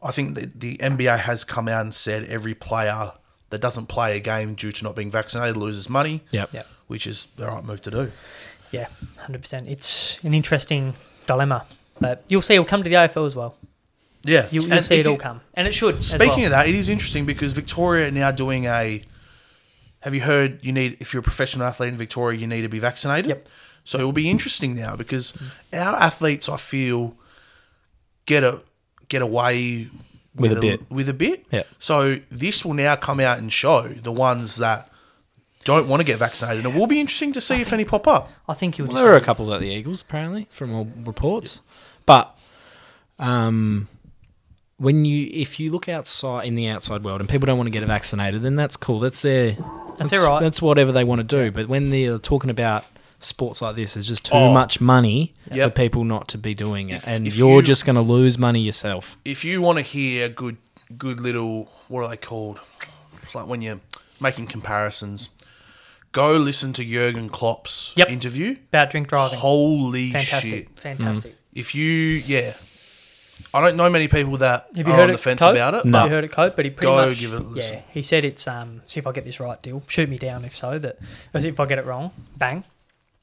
Speaker 4: I think the, the NBA has come out and said every player that doesn't play a game due to not being vaccinated loses money.
Speaker 5: Yep.
Speaker 3: Yep.
Speaker 4: Which is the right move to do.
Speaker 3: Yeah, hundred percent. It's an interesting dilemma, but you'll see. It'll come to the AFL as well.
Speaker 4: Yeah.
Speaker 3: You, you'll
Speaker 4: And
Speaker 3: see it
Speaker 4: it's-
Speaker 3: all come, and it should.
Speaker 4: Speaking of that, it is interesting because Victoria are now doing a. Have you heard? You need if you're a professional athlete in Victoria, you need to be vaccinated.
Speaker 3: Yep.
Speaker 4: So it will be interesting now because our athletes, I feel, get a get away
Speaker 5: With a bit.
Speaker 4: with a bit.
Speaker 5: Yep.
Speaker 4: So this will now come out and show the ones that don't want to get vaccinated. And it will be interesting to see if any pop up.
Speaker 3: I think you'll
Speaker 5: Well, there were a
Speaker 3: just.
Speaker 5: couple at the Eagles, apparently, from all reports. But um, when you, if you look outside in the outside world, and people don't want to get vaccinated, then that's cool. That's their,
Speaker 3: That's their right.
Speaker 5: That's whatever they want to do. But when they're talking about sports like this, there's just too
Speaker 4: Oh.
Speaker 5: much money
Speaker 4: Yep.
Speaker 5: for people not to be doing it,
Speaker 4: If-
Speaker 5: and
Speaker 4: if
Speaker 5: you're
Speaker 4: you-
Speaker 5: just going to lose money yourself.
Speaker 4: if you want to hear good good little what are they called? It's like when you're making comparisons. Go listen to Jurgen Klopp's
Speaker 3: Yep.
Speaker 4: interview.
Speaker 3: about drink driving.
Speaker 4: Holy
Speaker 3: fantastic,
Speaker 4: shit! Mm.
Speaker 3: fantastic.
Speaker 4: If you yeah, I don't know many people that
Speaker 3: Have you
Speaker 4: are
Speaker 3: heard
Speaker 4: on
Speaker 3: it,
Speaker 4: the fence
Speaker 3: Cope?
Speaker 4: about it.
Speaker 5: No.
Speaker 4: but
Speaker 3: You heard it, Cope, but he pretty
Speaker 4: Go
Speaker 3: much
Speaker 4: give it a listen.
Speaker 3: yeah. He said it's um. See if I get this right, deal. Shoot me down if so, but if I get it wrong, bang.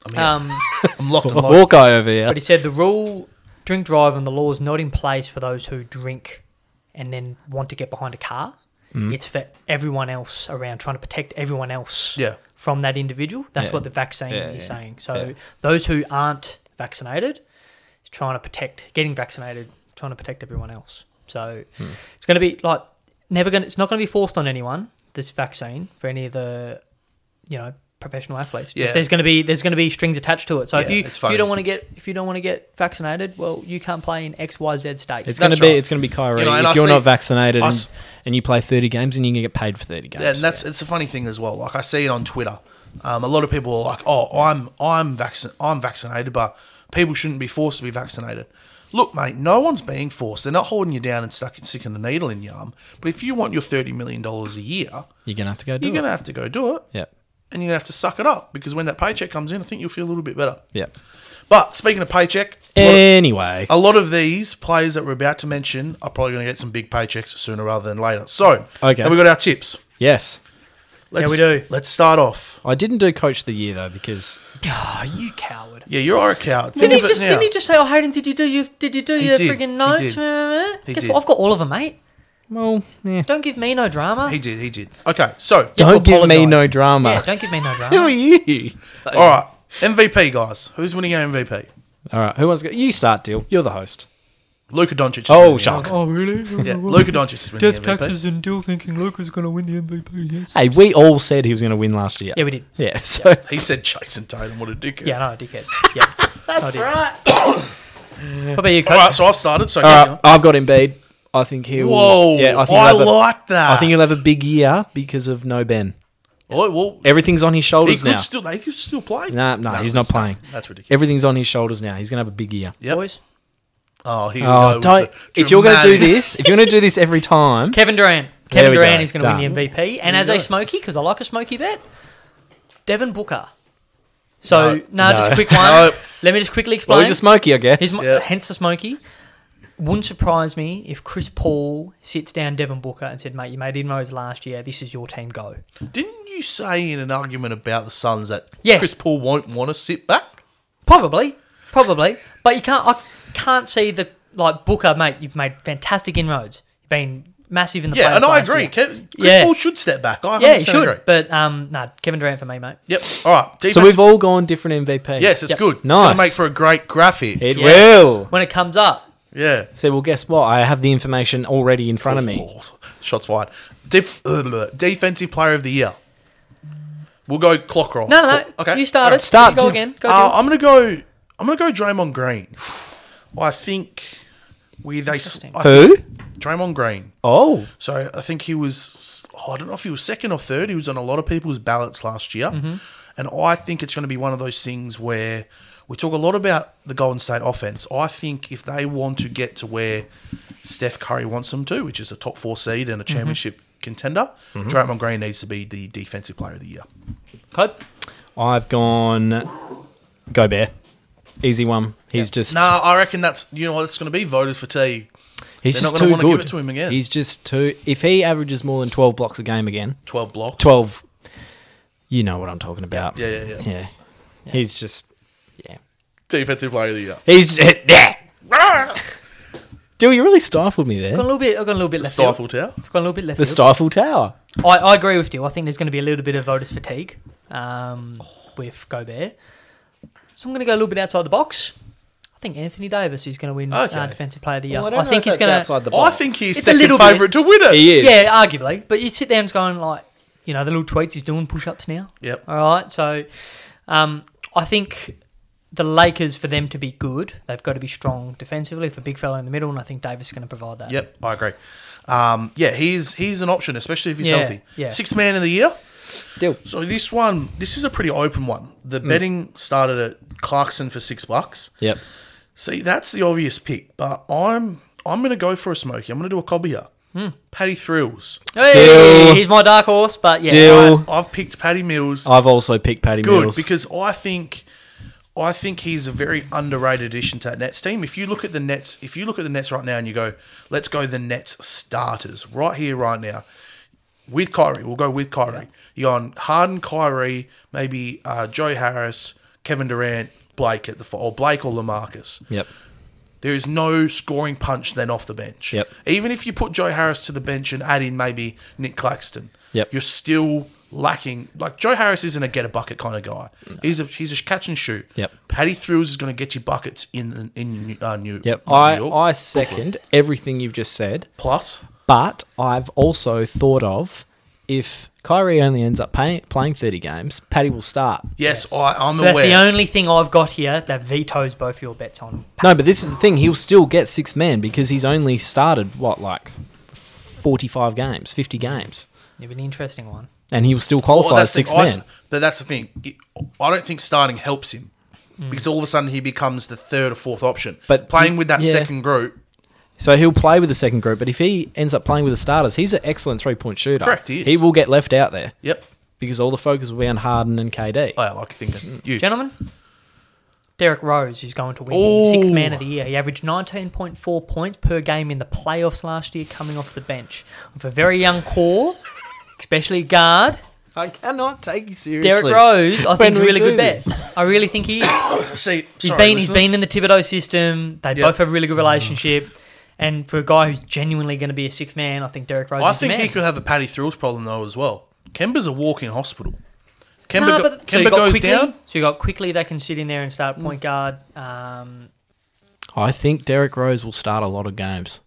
Speaker 4: I mean,
Speaker 3: Um,
Speaker 4: I'm locked and loaded.
Speaker 5: Hawkeye over here.
Speaker 3: but he said the rule, drink drive, and the law is not in place for those who drink and then want to get behind a car.
Speaker 4: Mm.
Speaker 3: It's for everyone else around, trying to protect everyone else.
Speaker 4: Yeah,
Speaker 3: from that individual. That's
Speaker 5: Yeah.
Speaker 3: what the vaccine
Speaker 5: Yeah,
Speaker 3: is
Speaker 5: yeah,
Speaker 3: saying. So
Speaker 5: yeah.
Speaker 3: those who aren't vaccinated, it's trying to protect getting vaccinated, trying to protect everyone else. So
Speaker 4: Hmm.
Speaker 3: it's going to be like never going. to It's not going to be forced on anyone. This vaccine for any of the, you know, professional athletes. Just
Speaker 4: Yeah.
Speaker 3: there's going to be there's going to be strings attached to it. So if
Speaker 4: Yeah,
Speaker 3: you
Speaker 4: it's
Speaker 3: if you
Speaker 4: funny.
Speaker 3: don't want to get if you don't want to get vaccinated, well, you can't play in X Y Z state.
Speaker 5: It's going to
Speaker 4: That's
Speaker 5: be
Speaker 4: right.
Speaker 5: it's going to be Kyrie.
Speaker 4: You know, and
Speaker 5: if
Speaker 4: I
Speaker 5: you're
Speaker 4: see-
Speaker 5: not vaccinated
Speaker 4: I
Speaker 5: and,
Speaker 4: s-
Speaker 5: and you play 30 games, and you can get paid for 30 games.
Speaker 4: and that's it's a funny thing as well. Like I see it on Twitter. Um, a lot of people are like, "Oh, I'm I'm vaccin- I'm vaccinated, but people shouldn't be forced to be vaccinated." Look, mate, no one's being forced. They're not holding you down and stuck sticking a needle in your arm. But if you want your thirty million dollars a year,
Speaker 5: you're going to have to go do
Speaker 4: you're
Speaker 5: it.
Speaker 4: gonna have to go do it,
Speaker 5: Yep.
Speaker 4: and you're gonna have to suck it up because when that paycheck comes in, I think you'll feel a little bit better.
Speaker 5: Yep.
Speaker 4: But speaking of paycheck, a lot of-
Speaker 5: Anyway,
Speaker 4: a lot of these players that we're about to mention are probably going to get some big paychecks sooner rather than later. So,
Speaker 5: Okay.
Speaker 4: have we got our tips?
Speaker 5: yes.
Speaker 4: Let's,
Speaker 3: we do.
Speaker 4: Let's start off.
Speaker 5: I didn't do coach of the year though because
Speaker 3: Ah, you coward.
Speaker 4: Yeah, you are a coward.
Speaker 3: Didn't he
Speaker 4: Think of
Speaker 3: just
Speaker 4: it now.
Speaker 3: didn't he just say, Oh Hayden, did you do your did you do
Speaker 4: He
Speaker 3: your
Speaker 4: did. He
Speaker 3: friggin' notes?
Speaker 4: did. He
Speaker 3: Guess
Speaker 4: did.
Speaker 3: what? I've got all of them, mate.
Speaker 5: well, yeah.
Speaker 3: Don't give me no drama.
Speaker 4: He did. He did. Okay, so
Speaker 3: You have
Speaker 5: don't
Speaker 3: to
Speaker 5: give me
Speaker 3: apologise.
Speaker 5: no drama.
Speaker 3: Yeah, don't give me no
Speaker 5: Who are
Speaker 3: drama.
Speaker 5: you?
Speaker 4: all right, MVP guys, who's winning our MVP?
Speaker 5: All right, who wants to go? You start, deal. You're the host.
Speaker 4: Luka Doncic. is
Speaker 5: Oh,
Speaker 4: winning
Speaker 5: shark.
Speaker 3: oh really?
Speaker 4: Yeah, Luka Doncic is winning the MVP.
Speaker 3: and Dill thinking Luca's gonna win the MVP, yes.
Speaker 5: Hey, we all said he was going to win last year.
Speaker 3: Yeah, we did.
Speaker 5: Yeah, so
Speaker 4: He said Jason Tatum. What a dickhead.
Speaker 3: Yeah, no, dickhead. Yeah. That's right. what about you,
Speaker 4: All
Speaker 3: coach?
Speaker 4: right, so I've started. So
Speaker 5: all
Speaker 4: yeah.
Speaker 5: right, I've got Embiid. I think he'll.
Speaker 4: whoa,
Speaker 5: yeah, I think
Speaker 4: I,
Speaker 5: he'll have a-
Speaker 4: like that.
Speaker 5: I think he'll have a big year because of no Ben.
Speaker 4: Oh, well,
Speaker 5: Everything's on his
Speaker 4: he
Speaker 5: shoulders
Speaker 4: could
Speaker 5: now.
Speaker 4: still. They could still play.
Speaker 5: Nah, nah, he's not
Speaker 4: that's-
Speaker 5: playing.
Speaker 4: That's ridiculous.
Speaker 5: Everything's on his shoulders now. He's going to have a big year.
Speaker 4: Yep.
Speaker 3: Boys.
Speaker 4: Oh, here we go
Speaker 5: Oh,
Speaker 4: with
Speaker 5: don't,
Speaker 4: the
Speaker 5: if you're going to do
Speaker 4: dramatics.
Speaker 5: this, if you're going to do this every time,
Speaker 3: Kevin Durant.
Speaker 5: There
Speaker 3: Kevin
Speaker 5: we
Speaker 3: Durant
Speaker 5: go.
Speaker 3: is going to win
Speaker 5: Done.
Speaker 3: the MVP. And as
Speaker 4: go.
Speaker 3: a smoky, because I like a smoky bet, Devin Booker. So,
Speaker 4: No.
Speaker 3: nah, just
Speaker 5: No.
Speaker 3: a quick one.
Speaker 4: No.
Speaker 3: Let me just quickly explain.
Speaker 5: well, he's a smoky, I guess.
Speaker 3: He's mo-
Speaker 4: Yeah.
Speaker 3: Hence the smoky. Wouldn't surprise me if Chris Paul sits down Devin Booker and said, mate, you made inroads last year. This is your team. Go.
Speaker 4: Didn't you say in an argument about the Suns that
Speaker 3: Yeah.
Speaker 4: Chris Paul won't want to sit back?
Speaker 3: Probably, probably, but you can't. I can't see the like Booker, mate. You've made fantastic inroads. You've been massive in the
Speaker 4: Yeah,
Speaker 3: playoffs
Speaker 4: and I
Speaker 3: last
Speaker 4: agree.
Speaker 3: year.
Speaker 4: Kev, Chris
Speaker 3: Yeah.
Speaker 4: Paul should step back. I 100%
Speaker 3: Yeah, you should,
Speaker 4: agree.
Speaker 3: but um, nah, Kevin Durant for me, mate.
Speaker 4: Yep. All right. Defense.
Speaker 5: so we've all gone different MVPs.
Speaker 4: yes, it's
Speaker 3: Yep.
Speaker 4: good. It's
Speaker 5: Nice.
Speaker 4: gonna make for a great graphic.
Speaker 5: It
Speaker 3: Yeah.
Speaker 5: will.
Speaker 3: When it comes
Speaker 4: Oh,
Speaker 3: up,
Speaker 4: yeah.
Speaker 5: So, well, guess what? I have the information already in front of me.
Speaker 4: Oh, shots fired. uh, Def- defensive player of the year. We'll go clock roll.
Speaker 3: no, no, no.
Speaker 4: Okay.
Speaker 3: You started.
Speaker 4: All right.
Speaker 5: Start,
Speaker 3: You go
Speaker 5: Tim.
Speaker 3: again. Go
Speaker 4: Uh,
Speaker 3: Tim.
Speaker 4: I'm gonna go. I'm gonna go Draymond Green. I think we they. s- I think
Speaker 5: Who?
Speaker 4: Draymond Green.
Speaker 5: Oh,
Speaker 4: So I think he was, oh, I don't know if he was second or third. He was on a lot of people's ballots last year.
Speaker 3: Mm-hmm.
Speaker 4: And I think it's going to be one of those things where we talk a lot about the Golden State offense. I think if they want to get to where Steph Curry wants them to, which is a top four seed and a
Speaker 3: Mm-hmm.
Speaker 4: championship contender, Draymond Green needs to be the defensive player of the year.
Speaker 3: Cope.
Speaker 4: Oh.
Speaker 5: I've gone Gobert. Easy one. He's just
Speaker 4: Nah, I reckon that's, you know, what it's going to be voters fatigue.
Speaker 5: he's
Speaker 4: they're
Speaker 5: just
Speaker 4: not gonna
Speaker 5: too
Speaker 4: wanna give
Speaker 5: good.
Speaker 4: it to him again.
Speaker 5: He's just too. If he averages more than twelve blocks a game again,
Speaker 4: 12 block.
Speaker 5: twelve, you know what I'm talking about.
Speaker 4: Yeah, yeah, yeah.
Speaker 5: yeah. He's just yeah.
Speaker 4: Defensive player of the year.
Speaker 5: He's yeah. Dill, you really stifled me
Speaker 3: Got a
Speaker 5: there.
Speaker 3: little bit. I've got a little bit left.
Speaker 4: Stifle
Speaker 3: Field.
Speaker 4: Tower.
Speaker 3: I've got a little bit left.
Speaker 5: The
Speaker 3: field.
Speaker 5: stifle tower.
Speaker 3: I, I agree with you. I think there's going to be a little bit of voters fatigue um, with Gobert. So I'm going to go a little bit outside the box. I think Anthony Davis is going to win
Speaker 4: Okay.
Speaker 3: uh, defensive player of the year.
Speaker 5: Well,
Speaker 3: I, think he's going to.
Speaker 5: outside the
Speaker 4: I
Speaker 5: box.
Speaker 4: think he's
Speaker 3: It's a
Speaker 4: second
Speaker 3: little bit-
Speaker 4: favourite to win it.
Speaker 5: he is.
Speaker 3: Yeah, arguably. But you sit there and it's going like, you know, the little tweets he's doing, push ups now.
Speaker 4: Yep.
Speaker 3: All right. So um, I think the Lakers, for them to be good, they've got to be strong defensively for big fella in the middle. And I think Davis is going to provide that.
Speaker 4: Yep, I agree. Um, yeah, he's he's an option, especially if he's
Speaker 3: Yeah,
Speaker 4: healthy.
Speaker 3: yeah.
Speaker 4: Sixth man of the year.
Speaker 5: Dill.
Speaker 4: So this one, this is a pretty open one. The
Speaker 3: Mm.
Speaker 4: betting started at Clarkson for six bucks.
Speaker 5: Yep.
Speaker 4: See, that's the obvious pick, but I'm I'm going to go for a smoky. I'm going to do a cobby here.
Speaker 3: Hmm.
Speaker 4: Patty Thrills.
Speaker 3: Hey,
Speaker 5: Deal.
Speaker 3: He's my dark horse, but yeah.
Speaker 5: Deal. Cool.
Speaker 4: I, have picked Patty Mills.
Speaker 5: I've also picked Patty
Speaker 4: Good
Speaker 5: Mills.
Speaker 4: because I think. I think he's a very underrated addition to that Nets team. If you look at the Nets, if you look at the Nets right now and you go, let's go the Nets starters right here, right now. with Kyrie. We'll go with Kyrie. You're on Harden, Kyrie, maybe uh, Joe Harris, Kevin Durant, Blake at the fo- or Blake or Lamarcus.
Speaker 5: Yep.
Speaker 4: There is no scoring punch then off the bench.
Speaker 5: Yep.
Speaker 4: Even if you put Joe Harris to the bench and add in maybe Nick Claxton,
Speaker 5: Yep.
Speaker 4: you're still lacking. Like Joe Harris isn't a get a bucket kind of guy. He's a he's a catch and shoot.
Speaker 5: Yep.
Speaker 4: Patty Thrills is going to get you buckets in in uh, New,
Speaker 5: Yep.
Speaker 4: New
Speaker 5: I,
Speaker 4: York.
Speaker 5: I second everything you've just said.
Speaker 4: Plus,
Speaker 5: But I've also thought of if Kyrie only ends up pay, playing 30 games, Patty will start.
Speaker 4: yes, I, I'm
Speaker 3: So
Speaker 4: aware.
Speaker 3: that's the only thing I've got here that vetoes both your bets on.
Speaker 5: No, but this is the thing. He'll still get sixth man because he's only started, what, like 45 games, 50 games.
Speaker 3: It'd be an interesting one.
Speaker 5: And he will still
Speaker 4: Well,
Speaker 5: qualify as
Speaker 4: Oh, that's the
Speaker 5: sixth
Speaker 4: thing. I s-
Speaker 5: man.
Speaker 4: but that's the thing. It- I don't think starting helps him because all of a sudden he becomes the third or fourth option.
Speaker 5: But
Speaker 4: playing
Speaker 5: you-
Speaker 4: with that
Speaker 5: yeah.
Speaker 4: second group,
Speaker 5: So he'll play with the second group. But if he ends up playing with the starters, he's an excellent three point shooter.
Speaker 4: Correct, he is.
Speaker 5: will get left out there
Speaker 4: yep. Oh,
Speaker 5: because all the focus will be on Harden and KD.
Speaker 4: I like to think that you.
Speaker 3: Gentlemen, Derek Rose is going to win sixth man of the year. He averaged 19.4 points per game in the playoffs last year, coming off the bench. With a very young core, especially guard,
Speaker 5: I cannot take you
Speaker 3: Derek
Speaker 5: seriously.
Speaker 3: Rose, I
Speaker 5: When
Speaker 3: think, is a
Speaker 5: we
Speaker 3: really
Speaker 5: do
Speaker 3: good
Speaker 5: this.
Speaker 3: bet. I really think he is.
Speaker 4: See,
Speaker 3: He's
Speaker 4: sorry,
Speaker 3: been
Speaker 4: listeners.
Speaker 3: he's
Speaker 4: Mm.
Speaker 3: been in the Thibodeau system. They
Speaker 4: Yeah.
Speaker 3: both have a really good relationship. And for a guy who's genuinely going to be a sixth man, I think Derek Rose.
Speaker 4: I
Speaker 3: is the
Speaker 4: think
Speaker 3: man.
Speaker 4: he could have a Patty Thrills problem though as well. Kemba's a walking hospital. Kemba,
Speaker 3: No,
Speaker 4: go-
Speaker 3: but- so
Speaker 4: Kemba
Speaker 3: you got
Speaker 4: goes
Speaker 3: quickly,
Speaker 4: down. Mm.
Speaker 3: So you got quickly. They can sit in there and start point guard. Um,
Speaker 5: I think Derek Rose will start a lot of games.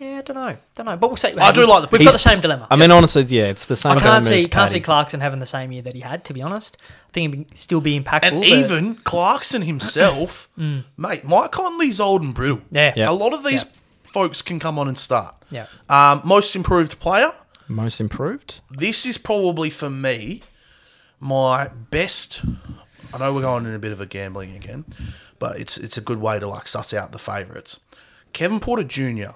Speaker 3: yeah, I don't know, don't know. But we'll see.
Speaker 4: I do like the
Speaker 3: We've
Speaker 4: pick.
Speaker 3: got the same dilemma.
Speaker 5: I mean, honestly, yeah, it's the same.
Speaker 3: I can't
Speaker 5: dilemma as
Speaker 3: see can't
Speaker 5: Patty.
Speaker 3: see Clarkson having the same year that he had. To be honest, I think he'd be, still be impactful.
Speaker 4: And
Speaker 3: but-
Speaker 4: even Clarkson himself, mate, Mike Conley's old and brittle.
Speaker 3: Yeah. Mm. Yeah.
Speaker 4: A lot of these folks can come on and start.
Speaker 3: Yeah.
Speaker 4: Um, most improved player.
Speaker 5: most improved.
Speaker 4: This is probably for me my best. I know we're going in a bit of a gambling again, but it's it's a good way to like suss out the favourites. Kevin Porter junior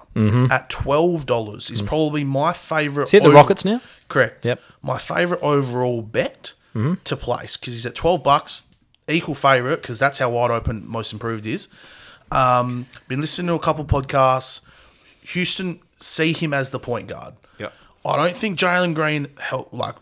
Speaker 4: at twelve dollars is probably my favourite.
Speaker 5: Is he at Mm-hmm. the Rockets now?
Speaker 4: Correct.
Speaker 5: Yep. Mm-hmm.
Speaker 4: My favorite overall bet to place because he's at twelve bucks, equal favorite because that's how wide open most improved is. Um, been listening to a couple podcasts. Houston see him as the point guard.
Speaker 5: Yep.
Speaker 4: I don't think Jalen Green help like.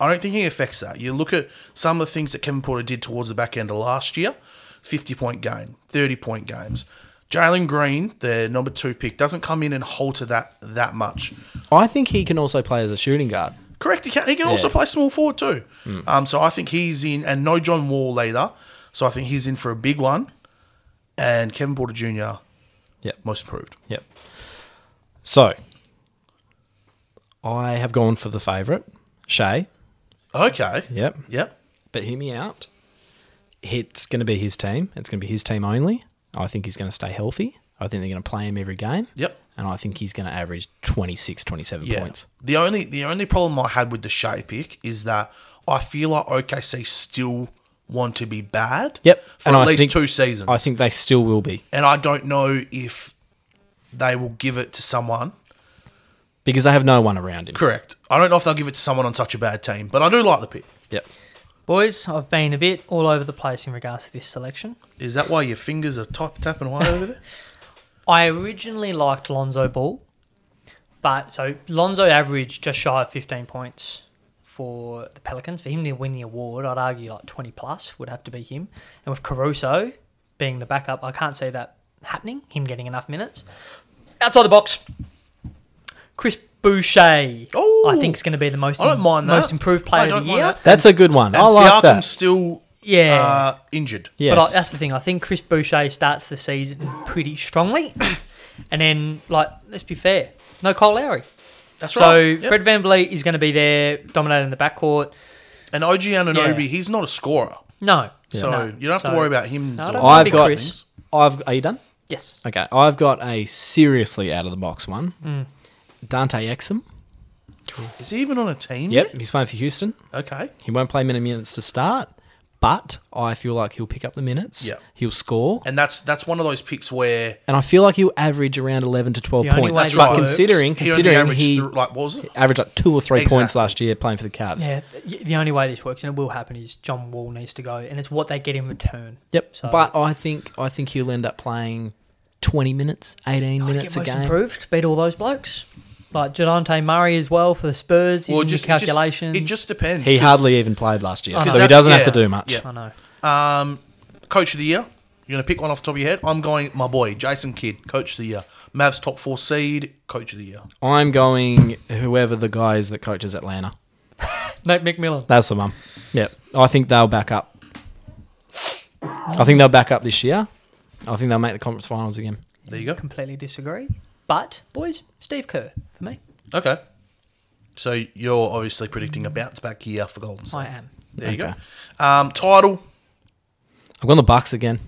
Speaker 4: I don't think he affects that. You look at some of the things that Kevin Porter did towards the back end of last year, fifty point game, thirty point games. Jalen Green, their number two pick, doesn't come in and alter that that much.
Speaker 5: I think he can also play as a shooting guard.
Speaker 4: Correct. He can. He can also
Speaker 5: Yeah.
Speaker 4: play small forward too. Um, so I think he's in, and no John Wall either. So I think he's in for a big one. And Kevin Porter Jr.
Speaker 5: Yep.
Speaker 4: most improved.
Speaker 5: Yep. So, I have gone for the favourite, Shay.
Speaker 4: Okay.
Speaker 5: Yep.
Speaker 4: Yep.
Speaker 5: But hear me out. It's going to be his team. It's going to be his team only. I think he's going to stay healthy. I think they're going to play him every game.
Speaker 4: Yep.
Speaker 5: And I think he's going to average 26, 27
Speaker 4: Yeah.
Speaker 5: points.
Speaker 4: The only the only problem I had with the Shea pick is that I feel like OKC still want to be bad.
Speaker 5: Yep.
Speaker 4: For
Speaker 5: And
Speaker 4: at
Speaker 5: I
Speaker 4: least
Speaker 5: think-
Speaker 4: two seasons.
Speaker 5: I think they still will be
Speaker 4: and I don't know if they will give it to someone.
Speaker 5: because they have no one around him.
Speaker 4: Correct. I don't know if they'll give it to someone on such a bad team, but I do like the pick.
Speaker 5: Yep.
Speaker 3: boys, I've been a bit all over the place in regards to this selection.
Speaker 4: Is that why your fingers are top, tapping away over there?
Speaker 3: I originally liked Lonzo Ball, but so Lonzo averaged just shy of 15 points for the Pelicans. For him to win the award, I'd argue like 20 plus would have to be him. And with Caruso being the backup, I can't see that happening, him getting enough minutes. Outside the box, Chris Boucher, I
Speaker 4: Ooh.
Speaker 3: think is going to be the most,
Speaker 4: Oh! I don't mind that.
Speaker 3: most improved player
Speaker 4: I don't
Speaker 3: of the
Speaker 4: mind
Speaker 3: year.
Speaker 4: that.
Speaker 5: That's a good one.
Speaker 4: And
Speaker 5: I like
Speaker 4: Siakam's
Speaker 5: that.
Speaker 4: still
Speaker 3: Yeah.
Speaker 4: uh, injured.
Speaker 5: yes.
Speaker 3: But I, that's the thing. I think Chris Boucher starts the season pretty strongly, and then like let's be fair, no Cole Lowry.
Speaker 4: That's
Speaker 3: So
Speaker 4: right. Yep.
Speaker 3: Fred Van Vliet is going to be there dominating the backcourt.
Speaker 4: and OG Ananobi,
Speaker 3: Yeah.
Speaker 4: he's not a scorer.
Speaker 3: No,
Speaker 4: So
Speaker 3: No.
Speaker 4: you don't have
Speaker 3: So-
Speaker 4: to worry about him.
Speaker 3: No, I
Speaker 4: doing-
Speaker 3: don't mind
Speaker 5: I've
Speaker 3: Big
Speaker 5: got.
Speaker 3: Chris.
Speaker 5: I've. Are you done?
Speaker 3: Yes,
Speaker 5: Okay, I've got a seriously out of the box one.
Speaker 3: Mm.
Speaker 5: Dante Exum.
Speaker 4: Is he even on a team?
Speaker 5: Yep, he's playing for Houston.
Speaker 4: Okay.
Speaker 5: He won't play many minutes to start, but I feel like he'll pick up the minutes.
Speaker 4: Yeah.
Speaker 5: He'll score.
Speaker 4: And that's that's one of those picks where
Speaker 5: And I feel like he'll average around 11 to 12
Speaker 3: The only
Speaker 5: points.
Speaker 3: way that
Speaker 5: but
Speaker 3: works-
Speaker 5: considering,
Speaker 4: he only
Speaker 5: considering
Speaker 4: averaged
Speaker 5: he
Speaker 4: through, like what was it?
Speaker 5: averaged like two or three points
Speaker 4: Exactly.
Speaker 5: last year playing for the Cavs.
Speaker 3: yeah. th- The only way this works and it will happen is John Wall needs to go, and it's what they get in return.
Speaker 5: Yep.
Speaker 3: So-
Speaker 5: But I think I think he'll end up playing 20 minutes, 18
Speaker 3: I
Speaker 5: minutes
Speaker 3: get
Speaker 5: a
Speaker 3: most
Speaker 5: game.
Speaker 3: improved. Beat all those blokes like Jadante Murray as well for the Spurs. He's in the
Speaker 4: it
Speaker 3: calculations.
Speaker 4: It just depends.
Speaker 5: He
Speaker 4: 'cause,
Speaker 5: hardly even played last year,
Speaker 3: I
Speaker 5: so
Speaker 3: know.
Speaker 5: he doesn't have to
Speaker 4: Yeah,
Speaker 5: do much.
Speaker 4: yeah.
Speaker 3: I know.
Speaker 4: Um, coach of the year. You're gonna pick one off the top of your head. I'm going my boy Jason Kidd, coach of the year. Mavs top four seed, coach of the year.
Speaker 5: I'm going whoever the guy is that coaches Atlanta.
Speaker 3: Nate McMillan.
Speaker 5: That's the one. Yep. I think they'll back up. I think they'll back up this year. I think they'll make the conference finals again.
Speaker 4: There you go.
Speaker 3: Completely disagree. But boys, Steve Kerr for me.
Speaker 4: Okay. So you're obviously predicting a bounce back year for Golden State.
Speaker 3: I am.
Speaker 4: There you
Speaker 5: Okay.
Speaker 4: go. Um, title,
Speaker 5: I've gone the Bucks again.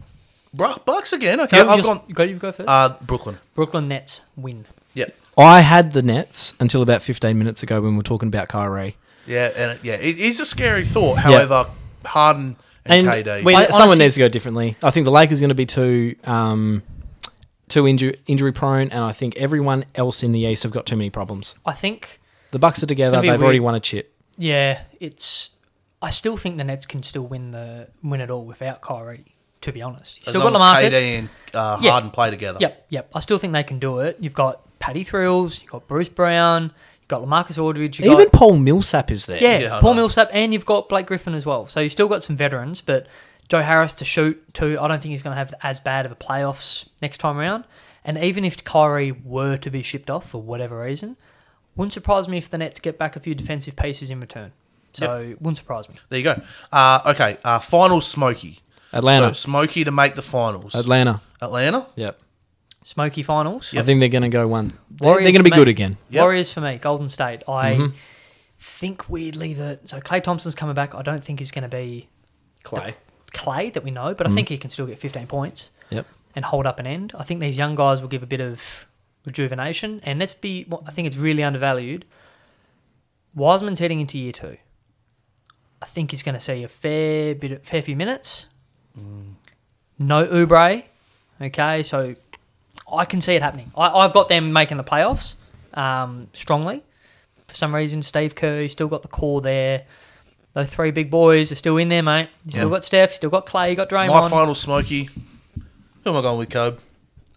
Speaker 4: Bru- Bucks again. Okay,
Speaker 3: You,
Speaker 4: I've
Speaker 3: you,
Speaker 4: gone
Speaker 3: go, you go first.
Speaker 4: uh, Brooklyn.
Speaker 3: Brooklyn Nets win.
Speaker 4: Yeah,
Speaker 5: I had the Nets until about 15 minutes ago when we were talking about Kyrie.
Speaker 4: yeah, and it, yeah, it is a scary thought. However, Harden and,
Speaker 5: And
Speaker 4: KD.
Speaker 5: we,
Speaker 3: I
Speaker 5: someone
Speaker 3: honestly-
Speaker 5: needs to go differently. I think the Lakers are going to be too um, too injury, injury prone, and I think everyone else in the East have got too many problems.
Speaker 3: I think,
Speaker 5: The Bucks are together.
Speaker 3: gonna
Speaker 5: They've
Speaker 3: be
Speaker 5: already
Speaker 3: weird.
Speaker 5: won a chip.
Speaker 3: yeah, it's. I still think the Nets can still win the win it all without Kyrie. To be honest,
Speaker 4: as
Speaker 3: still
Speaker 4: long
Speaker 3: got
Speaker 4: as
Speaker 3: Lamarcus.
Speaker 4: KD and uh,
Speaker 3: Yeah.
Speaker 4: Harden play together.
Speaker 3: Yep, yep. I still think they can do it. You've got Patty Thrills. You've got Bruce Brown. got Lamarcus Aldridge. You
Speaker 5: Even
Speaker 3: got,
Speaker 5: Paul Millsap is there.
Speaker 3: yeah,
Speaker 4: Yeah, I
Speaker 3: Paul
Speaker 4: know.
Speaker 3: Millsap, and you've got Blake Griffin as well. So you've still got some veterans, but Joe Harris to shoot too. I don't think he's going to have as bad of a playoffs next time around. And even if Kyrie were to be shipped off for whatever reason, wouldn't surprise me if the Nets get back a few defensive pieces in return. So wouldn't surprise me.
Speaker 4: There you go. Uh, okay, uh, final Smokey. So
Speaker 5: Atlanta.
Speaker 4: Smokey to make the finals.
Speaker 5: Atlanta.
Speaker 4: Atlanta?
Speaker 5: Yep.
Speaker 3: Smoky finals.
Speaker 5: I think they're going to go one. They're,
Speaker 3: Warriors
Speaker 5: they're going to be
Speaker 3: for me.
Speaker 5: good again.
Speaker 4: Yep.
Speaker 3: Warriors for me, Golden State. I think weirdly that so Clay Thompson's coming back. I don't think he's going to be
Speaker 5: Clay.
Speaker 3: Clay that we know, but I think he can still get 15 points
Speaker 5: Yep.
Speaker 3: and hold up an end. I think these young guys will give a bit of rejuvenation, and let's be. well, I think it's really undervalued. Wiseman's heading into year two. I think he's going to see a fair bit, of, fair few minutes.
Speaker 4: Mm.
Speaker 3: No Ubre, okay. So I can see it happening. I, I've got them making the playoffs um, strongly. For some reason, Steve Kerr, you still got the core there. Those three big boys are still in there, mate. You still
Speaker 4: Yeah.
Speaker 3: got Steph, you still got Clay, you got Draymond.
Speaker 4: My final Smokey. Who am I going with, Cob?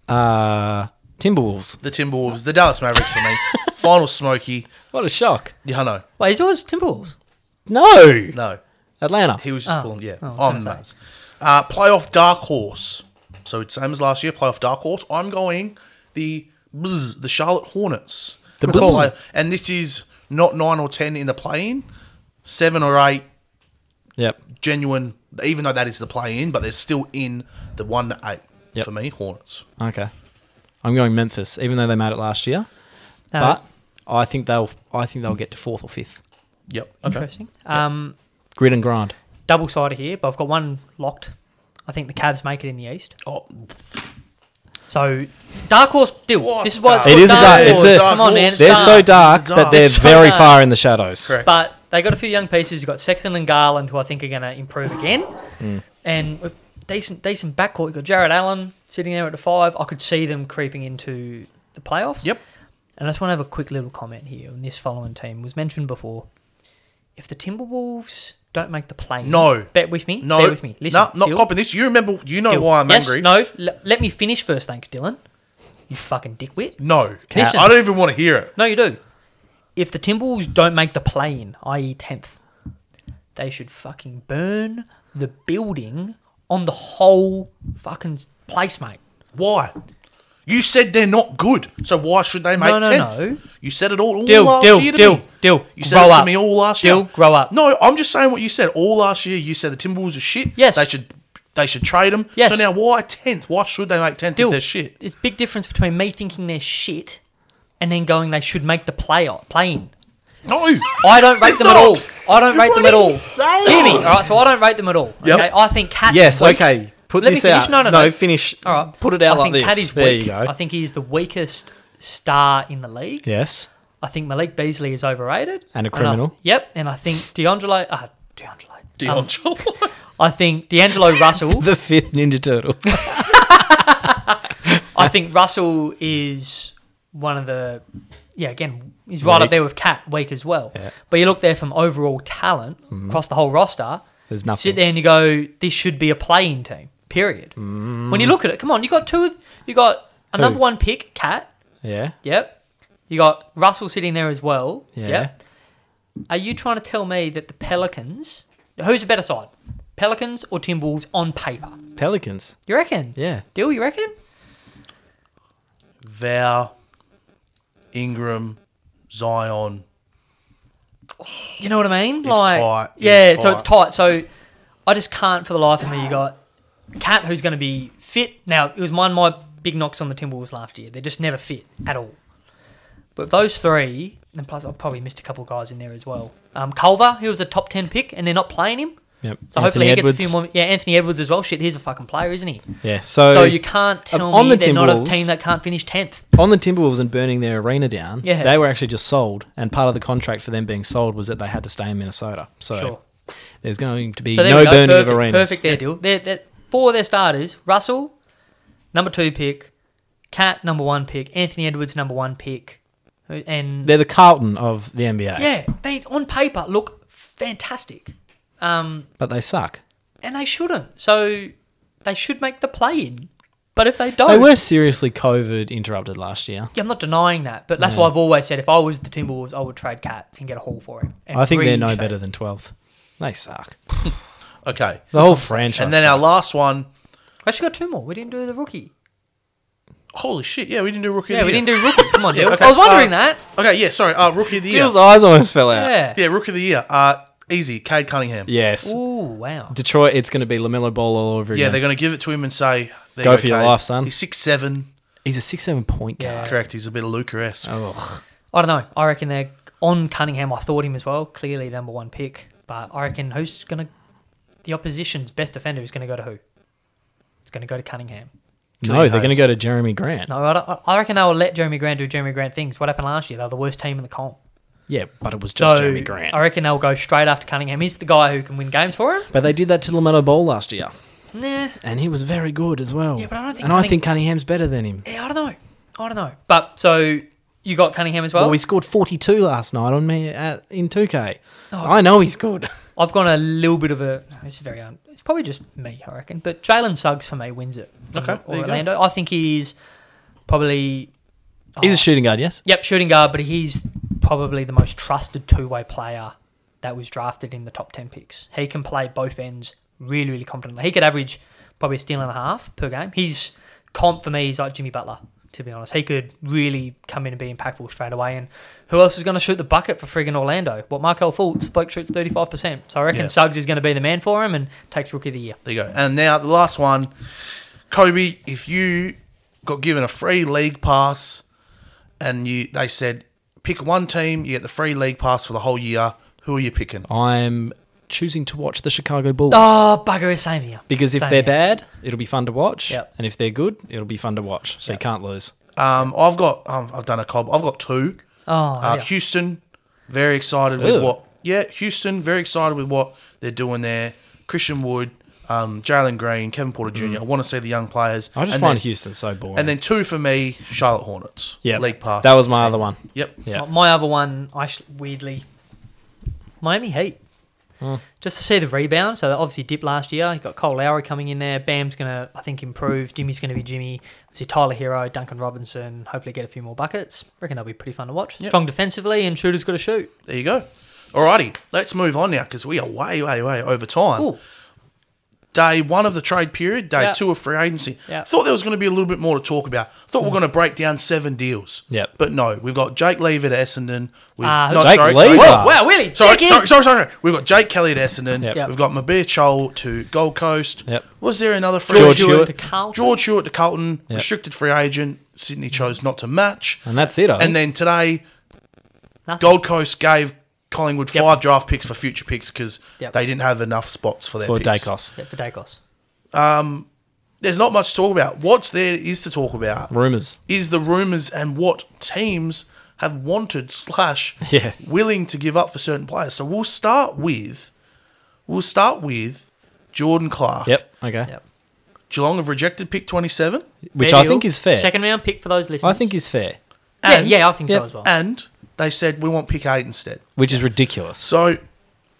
Speaker 5: Uh, Timberwolves.
Speaker 4: The Timberwolves, the Dallas Mavericks for me. final Smokey.
Speaker 5: What a shock.
Speaker 4: Yeah, I know.
Speaker 3: Wait, he's always Timberwolves.
Speaker 5: No.
Speaker 4: No.
Speaker 5: Atlanta.
Speaker 4: He was just
Speaker 3: Oh.
Speaker 4: pulling, yeah.
Speaker 3: Oh, I was
Speaker 4: on
Speaker 3: gonna
Speaker 4: those. Uh, playoff dark horse. So it's same as last year. Playoff dark horse. I'm going the bzz, the Charlotte Hornets.
Speaker 5: The
Speaker 4: Because
Speaker 5: bzz.
Speaker 4: I- and this is not nine or ten in the play-in, seven or eight
Speaker 5: Yep.
Speaker 4: genuine. Even though that is the play-in, but they're still in the one to eight
Speaker 5: Yep.
Speaker 4: for me. Hornets.
Speaker 5: Okay. I'm going Memphis, even though they made it last year.
Speaker 3: No,
Speaker 5: But I think they'll I think they'll get to fourth or fifth.
Speaker 4: Yep.
Speaker 3: interesting. Um,
Speaker 5: Grit and grind.
Speaker 3: double sided here, but I've got one locked. I think the Cavs make it in the East.
Speaker 4: Oh,
Speaker 3: So dark horse deal.
Speaker 4: What
Speaker 3: This is why it's
Speaker 4: dark-
Speaker 5: It
Speaker 3: called
Speaker 5: is a
Speaker 3: dark
Speaker 5: dark- it's
Speaker 3: horse.
Speaker 5: a-
Speaker 3: Come on, man.
Speaker 4: dark
Speaker 3: It's
Speaker 5: They're so dark
Speaker 4: It's
Speaker 5: that they're
Speaker 4: dark.
Speaker 5: very
Speaker 3: So
Speaker 5: far in the shadows.
Speaker 4: Correct.
Speaker 3: But they got a few young pieces. You've got Sexton and Garland, who I think are going to improve again,
Speaker 5: Mm.
Speaker 3: and with decent decent backcourt. You've got Jared Allen sitting there at the five. I could see them creeping into the playoffs.
Speaker 4: Yep.
Speaker 3: And I just want to have a quick little comment here on this following team. It was mentioned before. If the Timberwolves don't make the play,
Speaker 4: No.
Speaker 3: bet with me.
Speaker 4: No,
Speaker 3: bet with me. Listen,
Speaker 4: no, not
Speaker 3: Dil-
Speaker 4: copying this. You remember? You know
Speaker 3: Dil-
Speaker 4: Oh, why I'm
Speaker 3: yes,
Speaker 4: angry.
Speaker 3: No, l- let me finish first. Thanks, Dylan. You fucking dickwit.
Speaker 4: no.
Speaker 3: Listen.
Speaker 4: I don't even want to hear it.
Speaker 3: No, you do. If the Timberwolves don't make the play in, i.e., 10th, they should fucking burn the building on the whole fucking place, mate.
Speaker 4: Why? You said they're not good, so why should they make
Speaker 3: No, no,
Speaker 4: 10th?
Speaker 3: no.
Speaker 4: You said it all, all
Speaker 3: Dill,
Speaker 4: last
Speaker 3: Dill,
Speaker 4: year to
Speaker 3: Dill,
Speaker 4: me.
Speaker 3: Dill,
Speaker 4: You said
Speaker 3: grow
Speaker 4: it to
Speaker 3: up.
Speaker 4: me all last
Speaker 3: Dill,
Speaker 4: year.
Speaker 3: grow up.
Speaker 4: No, I'm just saying what you said all last year. You said the Timberwolves are shit.
Speaker 3: Yes.
Speaker 4: They should they should trade them.
Speaker 3: Yes.
Speaker 4: So now why 10th? Why should they make 10th if
Speaker 3: Dill,
Speaker 4: they're shit?
Speaker 3: It's big difference between me thinking they're shit and then going they should make the play playing.
Speaker 4: No.
Speaker 3: I don't rate
Speaker 4: It's
Speaker 3: them
Speaker 4: not.
Speaker 3: at all. I don't rate them at all.
Speaker 4: saying?
Speaker 3: Hear me, all right? So I don't rate them at all.
Speaker 4: Yep.
Speaker 3: Okay, I think Cat.
Speaker 5: Yes,
Speaker 3: is weak.
Speaker 5: okay. Put
Speaker 3: Let me
Speaker 5: this
Speaker 3: finish.
Speaker 5: out.
Speaker 3: No, no, no.
Speaker 5: Finish.
Speaker 3: All right,
Speaker 5: Put it out
Speaker 3: I
Speaker 5: like
Speaker 3: think
Speaker 5: this.
Speaker 3: Cat is
Speaker 5: there
Speaker 3: weak.
Speaker 5: you go.
Speaker 3: I think he's the weakest star in the league.
Speaker 5: yes.
Speaker 3: I think Malik Beasley is overrated
Speaker 5: And a
Speaker 3: I-
Speaker 5: criminal.
Speaker 3: yep, and I think D'Angelo. Uh, D'Angelo. Um,
Speaker 4: D'Angelo.
Speaker 3: I think D'Angelo Russell.
Speaker 5: The fifth Ninja Turtle.
Speaker 3: I think Russell is one of the. Yeah, again, he's right
Speaker 5: Weak.
Speaker 3: up there with Cat weak as well. But you look there from overall talent
Speaker 5: Mm-hmm.
Speaker 3: across the whole roster.
Speaker 5: There's
Speaker 3: Sit
Speaker 5: nothing.
Speaker 3: there and you go, this should be a playing team. Period. When you look at it, come on, you got two. You got
Speaker 5: Mm.
Speaker 3: a
Speaker 5: Who?
Speaker 3: number one pick, Cat.
Speaker 5: Yeah.
Speaker 3: Yep. You got Russell sitting there as well.
Speaker 5: Yeah.
Speaker 3: Yep. Are you trying to tell me that the Pelicans, who's the better side, Pelicans or Timberwolves on paper?
Speaker 5: Pelicans.
Speaker 3: You reckon?
Speaker 5: Yeah.
Speaker 3: Deal? You reckon?
Speaker 4: Val, Ingram, Zion.
Speaker 3: You know what I mean?
Speaker 4: tight. It's
Speaker 3: yeah. So it's tight. So I just can't for the life of me. You got Cat, who's going to be fit. Now it was one of my big knocks on the Timberwolves last year. They're just never fit at all. But those three, and plus I probably missed a couple guys in there as well. Um, Culver, he was a top ten pick, and they're not playing him.
Speaker 5: Yep.
Speaker 3: So
Speaker 5: Anthony
Speaker 3: hopefully he
Speaker 5: Edwards.
Speaker 3: gets a few more. Yeah, Anthony Edwards as well. Shit, he's a fucking player, isn't he?
Speaker 5: Yeah. So, um,
Speaker 3: So you can't tell
Speaker 5: on
Speaker 3: me
Speaker 5: the
Speaker 3: they're not a
Speaker 5: Timberwolves-
Speaker 3: team that can't finish tenth.
Speaker 5: on the Timberwolves and burning their arena down,
Speaker 3: Yeah.
Speaker 5: they were actually just sold, and part of the contract for them being sold was that they had to stay in Minnesota. So
Speaker 3: Sure.
Speaker 5: there's going to be
Speaker 3: So there
Speaker 5: no
Speaker 3: we go.
Speaker 5: burning
Speaker 3: perfect,
Speaker 5: of arenas.
Speaker 3: Perfect their deal. They're, they're, for their starters, Russell, number two pick, Cat number one pick, Anthony Edwards number one pick, and
Speaker 5: They're the Carlton of the NBA.
Speaker 3: yeah, they on paper look fantastic, Um,
Speaker 5: But they suck.
Speaker 3: and they shouldn't. So they should make the play in. But if they don't,
Speaker 5: They were seriously COVID interrupted last year.
Speaker 3: Yeah, I'm not denying that, but that's why I've always said if I was the Timberwolves, I would trade Cat and get a haul for him. And
Speaker 5: I think they're no
Speaker 3: re-shake.
Speaker 5: better than 12th. They suck.
Speaker 4: Okay.
Speaker 5: The whole franchise.
Speaker 4: And then our
Speaker 5: sucks.
Speaker 4: last one.
Speaker 3: I actually got two more. We didn't do the rookie.
Speaker 4: Holy shit! Yeah, we didn't do rookie.
Speaker 3: Yeah,
Speaker 4: of
Speaker 3: we
Speaker 4: the year.
Speaker 3: didn't do rookie. Come on, dude.
Speaker 4: okay.
Speaker 3: I was wondering
Speaker 4: Uh,
Speaker 3: that.
Speaker 4: Okay, yeah, sorry. Uh, rookie of the year.
Speaker 5: Steele's eyes almost fell out.
Speaker 3: Yeah.
Speaker 4: Yeah, rookie of the year. Uh, easy. Cade Cunningham.
Speaker 5: Yes.
Speaker 3: Ooh, wow.
Speaker 5: Detroit, it's going to be LaMelo Ball all over
Speaker 4: Yeah,
Speaker 5: again.
Speaker 4: they're going to give it to him and say, there
Speaker 5: Go
Speaker 4: you
Speaker 5: for your
Speaker 4: Cade.
Speaker 5: life, son.
Speaker 4: He's six seven.
Speaker 5: He's a six seven point guard.
Speaker 3: Yeah.
Speaker 4: Correct. He's a bit of Luca-esque.
Speaker 5: Oh,
Speaker 3: I don't know. I reckon they're on Cunningham. I thought him as well. Clearly number one pick, but I reckon who's gonna the opposition's best defender is gonna go to who? It's gonna go to Cunningham.
Speaker 5: no, they're going to
Speaker 4: Hopes.
Speaker 5: go to Jeremy Grant.
Speaker 3: No, I, don't- I reckon they will let Jeremy Grant do Jeremy Grant things. What happened last year? They were the worst team in the comp.
Speaker 5: Yeah, but it was just
Speaker 3: So,
Speaker 5: Jeremy Grant.
Speaker 3: I reckon they'll go straight after Cunningham. He's the guy who can win games for him.
Speaker 5: But they did that to LaMelo Ball last year,
Speaker 3: Nah.
Speaker 5: and he was very good as well.
Speaker 3: Yeah, but I don't think
Speaker 5: and I
Speaker 3: Cunning-
Speaker 5: think Cunningham's better than him.
Speaker 3: Yeah, I don't know. I don't know. But so you got Cunningham as well.
Speaker 5: Well, he scored 42 last night on me at, in 2K.
Speaker 3: Oh.
Speaker 5: I know he's good.
Speaker 3: I've gone a little bit of a. It's very. Un, it's probably just me, I reckon. But Jalen Suggs for me wins it. from
Speaker 4: Okay, there you go.
Speaker 3: Orlando. I think he's probably.
Speaker 5: He's
Speaker 3: Oh.
Speaker 5: a shooting guard, yes.
Speaker 3: Yep, shooting guard, but he's probably the most trusted two-way player that was drafted in the top ten picks. He can play both ends really, really confidently. He could average probably a steal and a half per game. He's comp for me. He's like Jimmy Butler, to be honest. He could really come in and be impactful straight away. And who else is going to shoot the bucket for friggin' Orlando? What Markel Fultz, bloke shoots thirty-five percent. So I reckon
Speaker 4: Yeah.
Speaker 3: Suggs is going to be the man for him and takes Rookie of the Year.
Speaker 4: There you go. And now the last one, Kobe. If you got given a free league pass, and you they said pick one team, you get the free league pass for the whole year. Who are you picking?
Speaker 5: I'm choosing to watch the Chicago Bulls.
Speaker 3: Oh, bugger, it's same here.
Speaker 5: Because if
Speaker 3: Same
Speaker 5: they're
Speaker 3: here.
Speaker 5: bad, it'll be fun to watch.
Speaker 3: Yep.
Speaker 5: And if they're good, it'll be fun to watch. So you can't lose.
Speaker 4: Um, I've got um, I've done a cob. I've got two.
Speaker 3: Oh,
Speaker 4: Uh,
Speaker 3: yeah.
Speaker 4: Houston, very excited with
Speaker 5: Ew.
Speaker 4: what? Yeah, Houston, very excited with what they're doing there. Christian Wood, um, Jalen Green, Kevin Porter Jr. I want to see the young players.
Speaker 5: Mm. I just
Speaker 4: And
Speaker 5: find
Speaker 4: then,
Speaker 5: Houston so boring.
Speaker 4: And then two for me, Charlotte Hornets.
Speaker 5: yeah,
Speaker 4: league pass.
Speaker 5: That was my other one.
Speaker 4: Yep.
Speaker 5: Yeah.
Speaker 3: My other one, I sh- weirdly, Miami Heat.
Speaker 5: Hmm.
Speaker 3: Just to see the rebound. So they obviously dipped last year. You got Cole Lowry coming in there. Bam's gonna, I think, improve. Jimmy's gonna be Jimmy. See Tyler Hero, Duncan Robinson. Hopefully get a few more buckets. Reckon they'll be pretty fun to watch. Strong defensively and shooters got to shoot.
Speaker 4: There you go. Alrighty, let's move on now because we are way, way, way over
Speaker 5: Uh,
Speaker 4: time.
Speaker 3: Ooh,
Speaker 4: Day one of the trade period, day
Speaker 3: Yeah.
Speaker 4: two of free agency.
Speaker 3: Yeah.
Speaker 4: Thought there was going to be a little bit more to talk about. Thought we are going to break down seven deals.
Speaker 5: Hmm. Yep.
Speaker 4: But no, we've got Jake Lever to Essendon. We've
Speaker 3: Ah,
Speaker 4: not
Speaker 5: Jake
Speaker 4: sorry,
Speaker 5: Lever?
Speaker 4: Jake-
Speaker 5: Wow.
Speaker 3: wow, Willie.
Speaker 4: Sorry,
Speaker 3: dig in.
Speaker 4: sorry, sorry, sorry. We've got Jake Kelly to Essendon.
Speaker 5: Yep.
Speaker 3: Yep.
Speaker 4: We've got Mabir Chol to Gold Coast.
Speaker 5: Yep.
Speaker 4: Was there another free
Speaker 5: George
Speaker 4: agent?
Speaker 5: Hewitt.
Speaker 3: to Carlton.
Speaker 4: George Hewitt to Carlton,
Speaker 5: Yep.
Speaker 4: restricted free agent. Sydney chose not to match.
Speaker 5: And that's it, I
Speaker 4: And
Speaker 3: Oh.
Speaker 5: think.
Speaker 4: then today,
Speaker 3: Nothing.
Speaker 4: Gold Coast gave Collingwood
Speaker 3: Yep.
Speaker 4: five draft picks for future picks because
Speaker 3: Yep.
Speaker 4: they didn't have enough spots for their
Speaker 5: for
Speaker 4: picks.
Speaker 5: Dacos.
Speaker 3: Yeah, for Dacos.
Speaker 4: There's not much to talk about. What's there is to talk about
Speaker 5: Rumours.
Speaker 4: is the rumours and what teams have wanted slash
Speaker 5: Yeah.
Speaker 4: willing to give up for certain players. So we'll start with we'll start with Jordan Clark.
Speaker 5: Yep. Okay.
Speaker 3: Yep.
Speaker 4: Geelong have rejected pick 27
Speaker 5: Which
Speaker 3: Fair
Speaker 5: I
Speaker 3: deal.
Speaker 5: think is fair.
Speaker 3: Second round pick for those
Speaker 5: I
Speaker 3: listeners.
Speaker 5: think is fair,
Speaker 3: Yeah,
Speaker 4: and-
Speaker 3: yeah, I think
Speaker 5: Yep. Uh,
Speaker 3: so as well.
Speaker 4: and they said we want pick 8 instead.
Speaker 5: which is ridiculous.
Speaker 4: So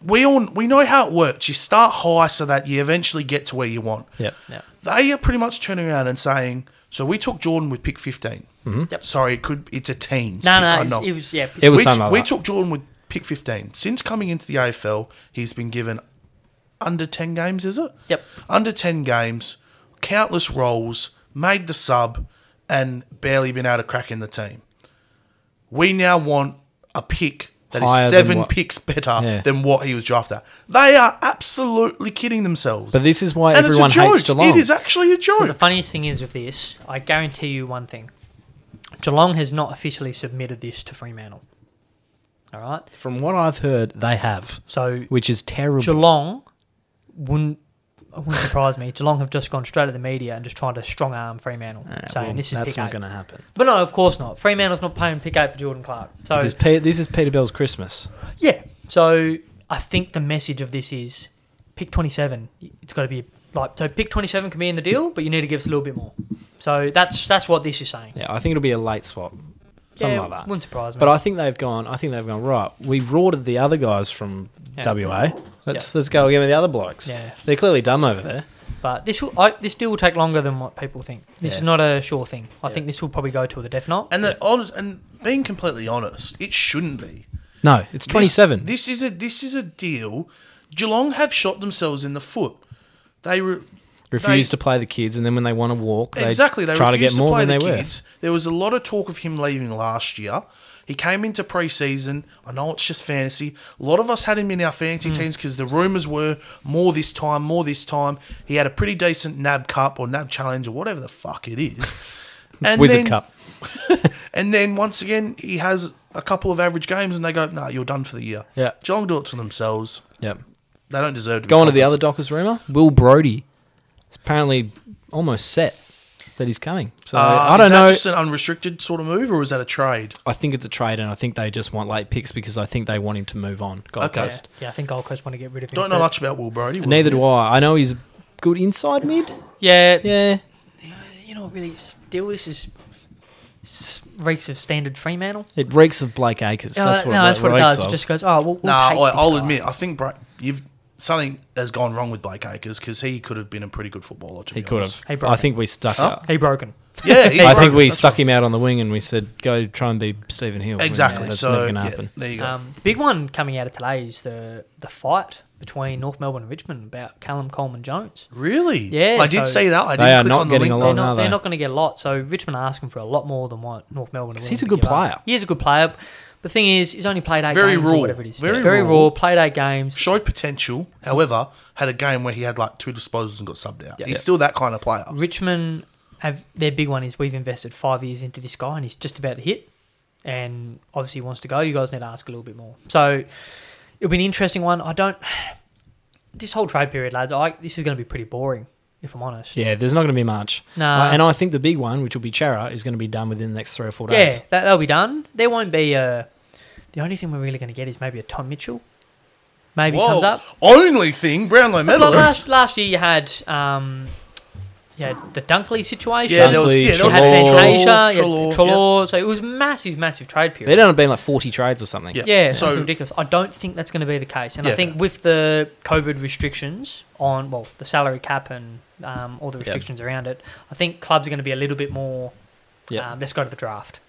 Speaker 4: we all we know how it works. You start high so that you eventually get to where you want.
Speaker 5: Yep.
Speaker 3: Yeah.
Speaker 4: They are pretty much turning around and saying, "So we took Jordan with pick 15.
Speaker 5: hmm?
Speaker 3: Yep.
Speaker 4: Sorry, it could it's a teens.
Speaker 3: No,
Speaker 4: pick, I
Speaker 3: no, it's-
Speaker 4: know.
Speaker 3: it was yeah. pick-
Speaker 5: It was
Speaker 4: we,
Speaker 5: something like
Speaker 4: we
Speaker 5: that.
Speaker 4: took Jordan with pick 15. Since coming into the AFL, he's been given under 10 games, is it?
Speaker 3: Yep.
Speaker 4: Under 10 games, countless roles, made the sub, and barely been able to crack in the team. We now want a pick that is
Speaker 5: Higher than
Speaker 4: seven
Speaker 5: what-
Speaker 4: picks better
Speaker 5: Yeah.
Speaker 4: than what he was drafted at. They are absolutely kidding themselves.
Speaker 5: But this is why
Speaker 4: and
Speaker 5: everyone
Speaker 4: it's a joke.
Speaker 5: hates Geelong.
Speaker 4: It is actually a joke.
Speaker 5: Hmm.
Speaker 3: The funniest thing is with this, I guarantee you one thing. Geelong has not officially submitted this to Fremantle. All right.
Speaker 5: From what I've heard, they have,
Speaker 3: So
Speaker 5: which is terrible.
Speaker 3: Geelong wouldn't it wouldn't surprise me. Geelong have just gone straight at the media and just tried to strong arm Fremantle,
Speaker 5: Nah,
Speaker 3: saying
Speaker 5: well,
Speaker 3: this is
Speaker 5: that's
Speaker 3: pick
Speaker 5: not
Speaker 3: eight."
Speaker 5: going to happen.
Speaker 3: But no, of course not. Fremantle's not paying pick eight for Jordan Clark. So
Speaker 5: Because Pe- this is Peter Bell's Christmas.
Speaker 3: yeah. So I think the message of this is pick 27. It's got to be like so pick 27 can be in the deal, but you need to give us a little bit more. So that's that's what this is saying.
Speaker 5: Yeah, I think it'll be a late swap, something
Speaker 3: Yeah,
Speaker 5: like that.
Speaker 3: Wouldn't surprise me.
Speaker 5: But I think they've gone. I think they've gone right. We've rorted the other guys from
Speaker 3: Yeah.
Speaker 5: WA. Let's let's go again with the other blokes.
Speaker 3: Yeah.
Speaker 5: They're clearly dumb over there.
Speaker 3: But this will I, this deal will take longer than what people think. This is
Speaker 5: Yeah.
Speaker 3: not a sure thing. I
Speaker 4: Yeah.
Speaker 3: think this will probably go to the death knot.
Speaker 4: And the honest, and being completely honest, it shouldn't be.
Speaker 5: No, it's 27.
Speaker 4: This, this is a this is a deal. Geelong have shot themselves in the foot. They re-
Speaker 5: refuse
Speaker 4: they-
Speaker 5: to play the kids, and then when they want to walk, they
Speaker 4: exactly they
Speaker 5: try to
Speaker 4: refused
Speaker 5: get
Speaker 4: to,
Speaker 5: more
Speaker 4: play
Speaker 5: than they
Speaker 4: the
Speaker 5: were.
Speaker 4: kids. There was a lot of talk of him leaving last year. He came into preseason. I know it's just fantasy. A lot of us had him in our
Speaker 5: Hmm.
Speaker 4: fantasy teams because the rumours were more this time, more this time. He had a pretty decent NAB Cup or NAB Challenge or whatever the fuck it is. And
Speaker 5: Wizard
Speaker 4: then-
Speaker 5: Cup.
Speaker 4: And then once again, he has a couple of average games, and they go, "No, nah, you're done for the year."
Speaker 5: Yeah.
Speaker 4: Geelong do it to themselves.
Speaker 5: Yep.
Speaker 4: They don't deserve to.
Speaker 5: Go
Speaker 4: be
Speaker 5: on to the other
Speaker 4: compensated.
Speaker 5: Dockers rumor. Will Brody is apparently almost set that he's coming. So
Speaker 4: Uh,
Speaker 5: I
Speaker 4: is
Speaker 5: don't
Speaker 4: that
Speaker 5: know.
Speaker 4: Just an unrestricted sort of move, or is that a trade?
Speaker 5: I think it's a trade, and I think they just want late picks because I think they want him to move on. Gold
Speaker 4: Okay.
Speaker 5: Coast.
Speaker 3: yeah, I think Gold Coast want to get rid of him.
Speaker 4: Don't know
Speaker 3: but-
Speaker 4: much about Will Brody. Will
Speaker 5: Neither
Speaker 4: you?
Speaker 5: do I. I know he's a good inside mid.
Speaker 3: Yeah,
Speaker 5: Yeah.
Speaker 3: you know, what really, still this is s- reeks of standard Fremantle.
Speaker 5: It reeks of Blake Acres.
Speaker 3: No,
Speaker 5: that's what
Speaker 3: no,
Speaker 5: it,
Speaker 3: that's what it
Speaker 5: reeks
Speaker 3: does.
Speaker 5: of.
Speaker 3: It just goes, oh, we'll, we'll
Speaker 4: No, I,
Speaker 3: take this
Speaker 4: I'll
Speaker 3: guy."
Speaker 4: admit, I think Bra- you've something has gone wrong with Blake Acres because he could have been a pretty good footballer. To
Speaker 5: he
Speaker 4: be
Speaker 5: could
Speaker 4: honest.
Speaker 5: have.
Speaker 3: Hey, bro.
Speaker 5: I think we stuck.
Speaker 4: Huh?
Speaker 3: He broken.
Speaker 4: Yeah, he's
Speaker 5: I think
Speaker 4: broken.
Speaker 5: we
Speaker 4: That's
Speaker 5: stuck him out on the wing, and we said, "Go try and be Stephen Hill."
Speaker 4: right.
Speaker 5: And, yeah,
Speaker 4: exactly.
Speaker 5: that's
Speaker 4: so
Speaker 5: never going to
Speaker 4: yeah,
Speaker 5: happen.
Speaker 4: there you go.
Speaker 3: Um, the big one coming out of today is the the fight between North Melbourne and Richmond about Callum Coleman Jones.
Speaker 4: really?
Speaker 3: yeah,
Speaker 4: I did
Speaker 3: so-
Speaker 4: see that. I
Speaker 5: They
Speaker 4: didn't
Speaker 5: are
Speaker 4: click
Speaker 5: not
Speaker 4: on the
Speaker 5: getting
Speaker 4: link.
Speaker 5: along.
Speaker 3: They're
Speaker 5: Well,
Speaker 3: not,
Speaker 5: no,
Speaker 3: they're
Speaker 5: they-
Speaker 3: not going to get a lot. So Richmond are asking for a lot more than what North Melbourne. are
Speaker 5: 'Cause he's
Speaker 3: willing
Speaker 5: a good
Speaker 3: to give up.
Speaker 5: player.
Speaker 3: He is a good player. The thing is, he's only played eight
Speaker 4: Very
Speaker 3: games
Speaker 4: raw.
Speaker 3: or whatever it is.
Speaker 4: Very raw.
Speaker 3: raw. Played eight games.
Speaker 4: Showed potential. However, had a game where he had like two disposals and got subbed out. He's
Speaker 5: Yeah.
Speaker 4: still that kind of player.
Speaker 3: Richmond have their big one is we've invested five years into this guy and he's just about to hit, and obviously he wants to go. You guys need to ask a little bit more. So it'll be an interesting one. I don't. This whole trade period, lads. I this is going to be pretty boring, if I'm honest.
Speaker 5: Yeah, there's not going to be much.
Speaker 3: Nah.
Speaker 5: Uh, and I think the big one, which will be Chara, is going to be done within the next three or four
Speaker 3: Yeah,
Speaker 5: days.
Speaker 3: that, that'll be done. There won't be a. The only thing we're really going to get is maybe a Tom Mitchell. Maybe comes up.
Speaker 4: Only thing, Brownlow
Speaker 3: But like last,
Speaker 4: medalist.
Speaker 3: last year you had um, you had the Dunkley situation.
Speaker 4: Yeah, there was
Speaker 5: Dunkley,
Speaker 4: yeah, there
Speaker 3: you
Speaker 4: was
Speaker 3: had
Speaker 5: Treloar.
Speaker 3: Fantasia, you
Speaker 4: Treloar,
Speaker 3: had Trelaw. So it was massive, massive trade
Speaker 5: They'd
Speaker 3: period.
Speaker 5: done been like 40 trades or something.
Speaker 4: Yeah.
Speaker 3: Yeah,
Speaker 4: So-
Speaker 3: so ridiculous. I don't think that's going to be the case, and
Speaker 4: Yeah.
Speaker 3: I think with the COVID restrictions on well the salary cap and um, all the
Speaker 5: Yeah.
Speaker 3: restrictions around it, I think clubs are going to be a little bit more.
Speaker 5: Yeah.
Speaker 3: Um, let's go to the draft.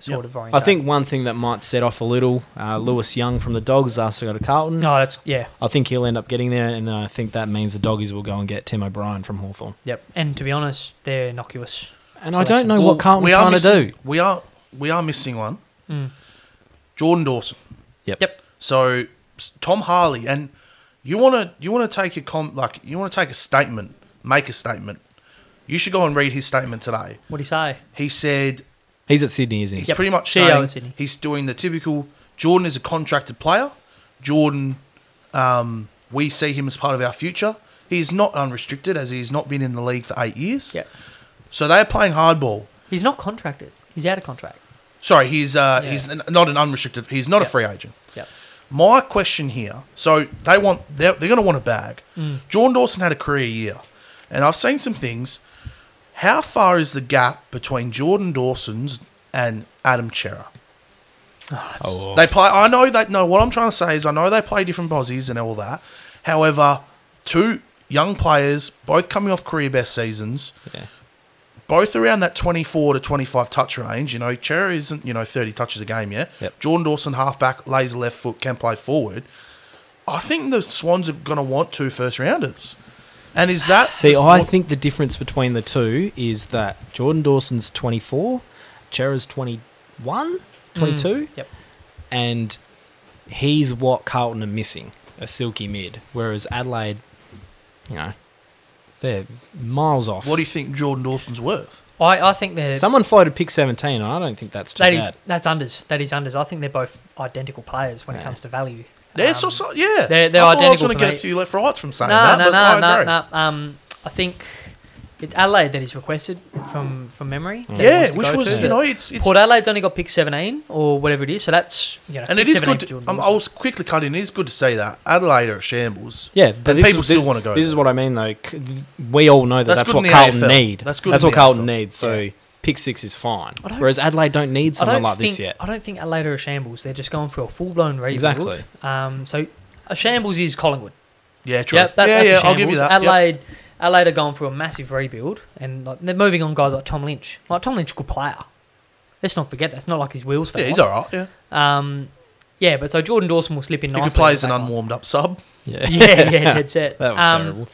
Speaker 3: Sort of.
Speaker 5: I
Speaker 3: oriented.
Speaker 5: think one thing that might set off a little, uh, Lewis Young from the Dogs asked to go to Carlton.
Speaker 3: No, Oh, that's yeah.
Speaker 5: I think he'll end up getting there, and then I think that means the Doggies will go and get Tim O'Brien from Hawthorn.
Speaker 3: Yep. And to be honest, they're innocuous.
Speaker 5: And I don't know
Speaker 3: Selections.
Speaker 5: what Carlton
Speaker 4: we
Speaker 5: are
Speaker 4: are
Speaker 5: trying
Speaker 4: missing,
Speaker 5: to do.
Speaker 4: We are we are missing one.
Speaker 3: Mm.
Speaker 4: Jordan Dawson.
Speaker 5: Yep.
Speaker 3: Yep.
Speaker 4: So s- Tom Harley and you want to you want to take a com like you want to take a statement, make a statement. You should go and read his statement today.
Speaker 3: What do you say?
Speaker 4: He said
Speaker 5: He's at Sydney, isn't he?
Speaker 4: he's
Speaker 3: Yep.
Speaker 4: pretty much
Speaker 3: CEO in
Speaker 4: saying
Speaker 3: Sydney.
Speaker 4: he's doing the typical Jordan is a contracted player. Jordan, um, we see him as part of our future. He is not unrestricted as he's not been in the league for eight years.
Speaker 3: Yeah.
Speaker 4: So they're playing hardball.
Speaker 3: He's not contracted. He's out of contract.
Speaker 4: Sorry, he's uh,
Speaker 3: Yeah.
Speaker 4: he's n- not an unrestricted. He's not
Speaker 3: Yeah.
Speaker 4: a free agent.
Speaker 3: Yep.
Speaker 4: My question here, so they want they're, they're going to want a bag.
Speaker 3: Mm.
Speaker 4: Jordan Dawson had a career year, and I've seen some things. How far is the gap between Jordan Dawson's and Adam Chera?
Speaker 3: Ah,
Speaker 5: Oh.
Speaker 4: They play. I know that. No, what I'm trying to say is, I know they play different posies and all that. However, two young players, both coming off career best seasons,
Speaker 5: Yeah.
Speaker 4: both around that 24 to 25 touch range. You know, Chera isn't you know 30 touches a game yet.
Speaker 5: Yep.
Speaker 4: Jordan Dawson, halfback, lays left foot, can play forward. I think the Swans are going to want two first rounders. And is that
Speaker 5: See,
Speaker 4: the-
Speaker 5: I think the difference between the two is that Jordan Dawson's 24, Chera's
Speaker 4: Mm.
Speaker 5: 21, 22,
Speaker 3: Yep.
Speaker 5: and he's what Carlton are missing a silky mid. Whereas Adelaide, you know, they're miles off.
Speaker 4: What do you think Jordan Dawson's worth?
Speaker 3: I, I think they're
Speaker 5: Someone floated pick 17, and I don't think that's too
Speaker 3: that is,
Speaker 5: bad.
Speaker 3: that's unders. That is unders. I think they're both identical players when
Speaker 5: Yeah.
Speaker 3: it comes to value.
Speaker 4: They're
Speaker 3: Um,
Speaker 4: so, so- yeah.
Speaker 3: they're- they're
Speaker 4: I thought I was
Speaker 3: identical
Speaker 4: going
Speaker 3: to
Speaker 4: to get a
Speaker 3: me.
Speaker 4: few left rights from saying
Speaker 3: no,
Speaker 4: that,
Speaker 3: no,
Speaker 4: but I
Speaker 3: no, no,
Speaker 4: agree.
Speaker 3: no. Um, I think it's Adelaide that is requested from from memory. that he wants
Speaker 4: Yeah,
Speaker 3: to
Speaker 4: which
Speaker 3: go
Speaker 4: was
Speaker 3: to.
Speaker 4: you know it's it's
Speaker 3: Port Adelaide's only got pick seventeen or whatever it is. So that's you know,
Speaker 4: and it
Speaker 3: pick
Speaker 4: is
Speaker 3: 17
Speaker 4: good. To,
Speaker 3: Jordan
Speaker 4: um, I
Speaker 3: Dawson.
Speaker 4: was quickly cutting. It is good to say that Adelaide are a shambles.
Speaker 5: Yeah, but
Speaker 4: And
Speaker 5: this
Speaker 4: people
Speaker 5: is,
Speaker 4: still
Speaker 5: this,
Speaker 4: wanna go
Speaker 5: This is
Speaker 4: there.
Speaker 5: what I mean, though. C- th- We all know that
Speaker 4: That's
Speaker 5: that's,
Speaker 4: good in
Speaker 5: what
Speaker 4: the
Speaker 5: Carlton
Speaker 4: AFL.
Speaker 5: need.
Speaker 4: That's good in
Speaker 5: what
Speaker 4: the
Speaker 5: Carlton
Speaker 4: AFL.
Speaker 5: needs. So pick six is fine.
Speaker 3: I don't-
Speaker 5: Whereas Adelaide don't need
Speaker 3: I
Speaker 5: someone
Speaker 3: don't
Speaker 5: like
Speaker 3: think,
Speaker 5: this yet.
Speaker 3: I don't think Adelaide are a shambles. They're just going for a full blown rebuild.
Speaker 5: Exactly.
Speaker 3: Um, so a shambles is Collingwood.
Speaker 4: Yeah, true.
Speaker 3: Yep, that,
Speaker 4: yeah,
Speaker 3: that's a
Speaker 4: yeah. I'll
Speaker 3: shambles.
Speaker 4: give you that. Yep.
Speaker 3: Adelaide LA are going through a massive rebuild, and like, they're moving on guys like Tom Lynch. Like Tom Lynch, good player. Let's not forget that. It's not like his wheels fell
Speaker 4: Yeah, he's
Speaker 3: off.
Speaker 4: all right. Yeah,
Speaker 3: Um, yeah, but so Jordan Dawson will slip in
Speaker 4: he
Speaker 3: nicely.
Speaker 4: could play as
Speaker 3: in
Speaker 4: an
Speaker 3: the back line.
Speaker 4: unwarmed up sub.
Speaker 5: Yeah,
Speaker 3: Yeah, yeah, that's it.
Speaker 5: That was
Speaker 3: Um,
Speaker 5: terrible.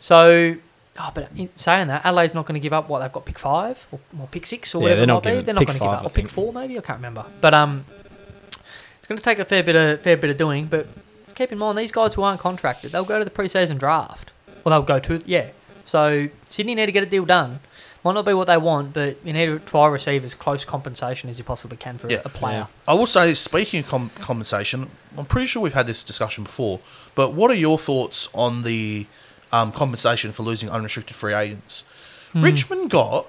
Speaker 3: So, oh, but in saying that, LA's not going to give up. What they've got, pick five or, or pick six or
Speaker 5: Yeah,
Speaker 3: whatever
Speaker 5: they're
Speaker 3: it
Speaker 5: not
Speaker 3: might be.
Speaker 5: giving-
Speaker 3: They're not
Speaker 5: pick
Speaker 3: going to give
Speaker 5: five,
Speaker 3: up.
Speaker 5: I
Speaker 3: Or pick
Speaker 5: think.
Speaker 3: four, maybe I can't remember. But um, it's going to take a fair bit of fair bit of doing. But let's keep in mind these guys who aren't contracted, they'll go to the preseason draft. Well, they'll go to yeah. So Sydney need to get a deal done. Might not be what they want, but you need to try receive as close compensation as you possibly can for a-
Speaker 4: Yeah.
Speaker 3: a player.
Speaker 4: I will say, speaking of com- compensation, I'm pretty sure we've had this discussion before. But what are your thoughts on the um, compensation for losing unrestricted free agents? Richmond got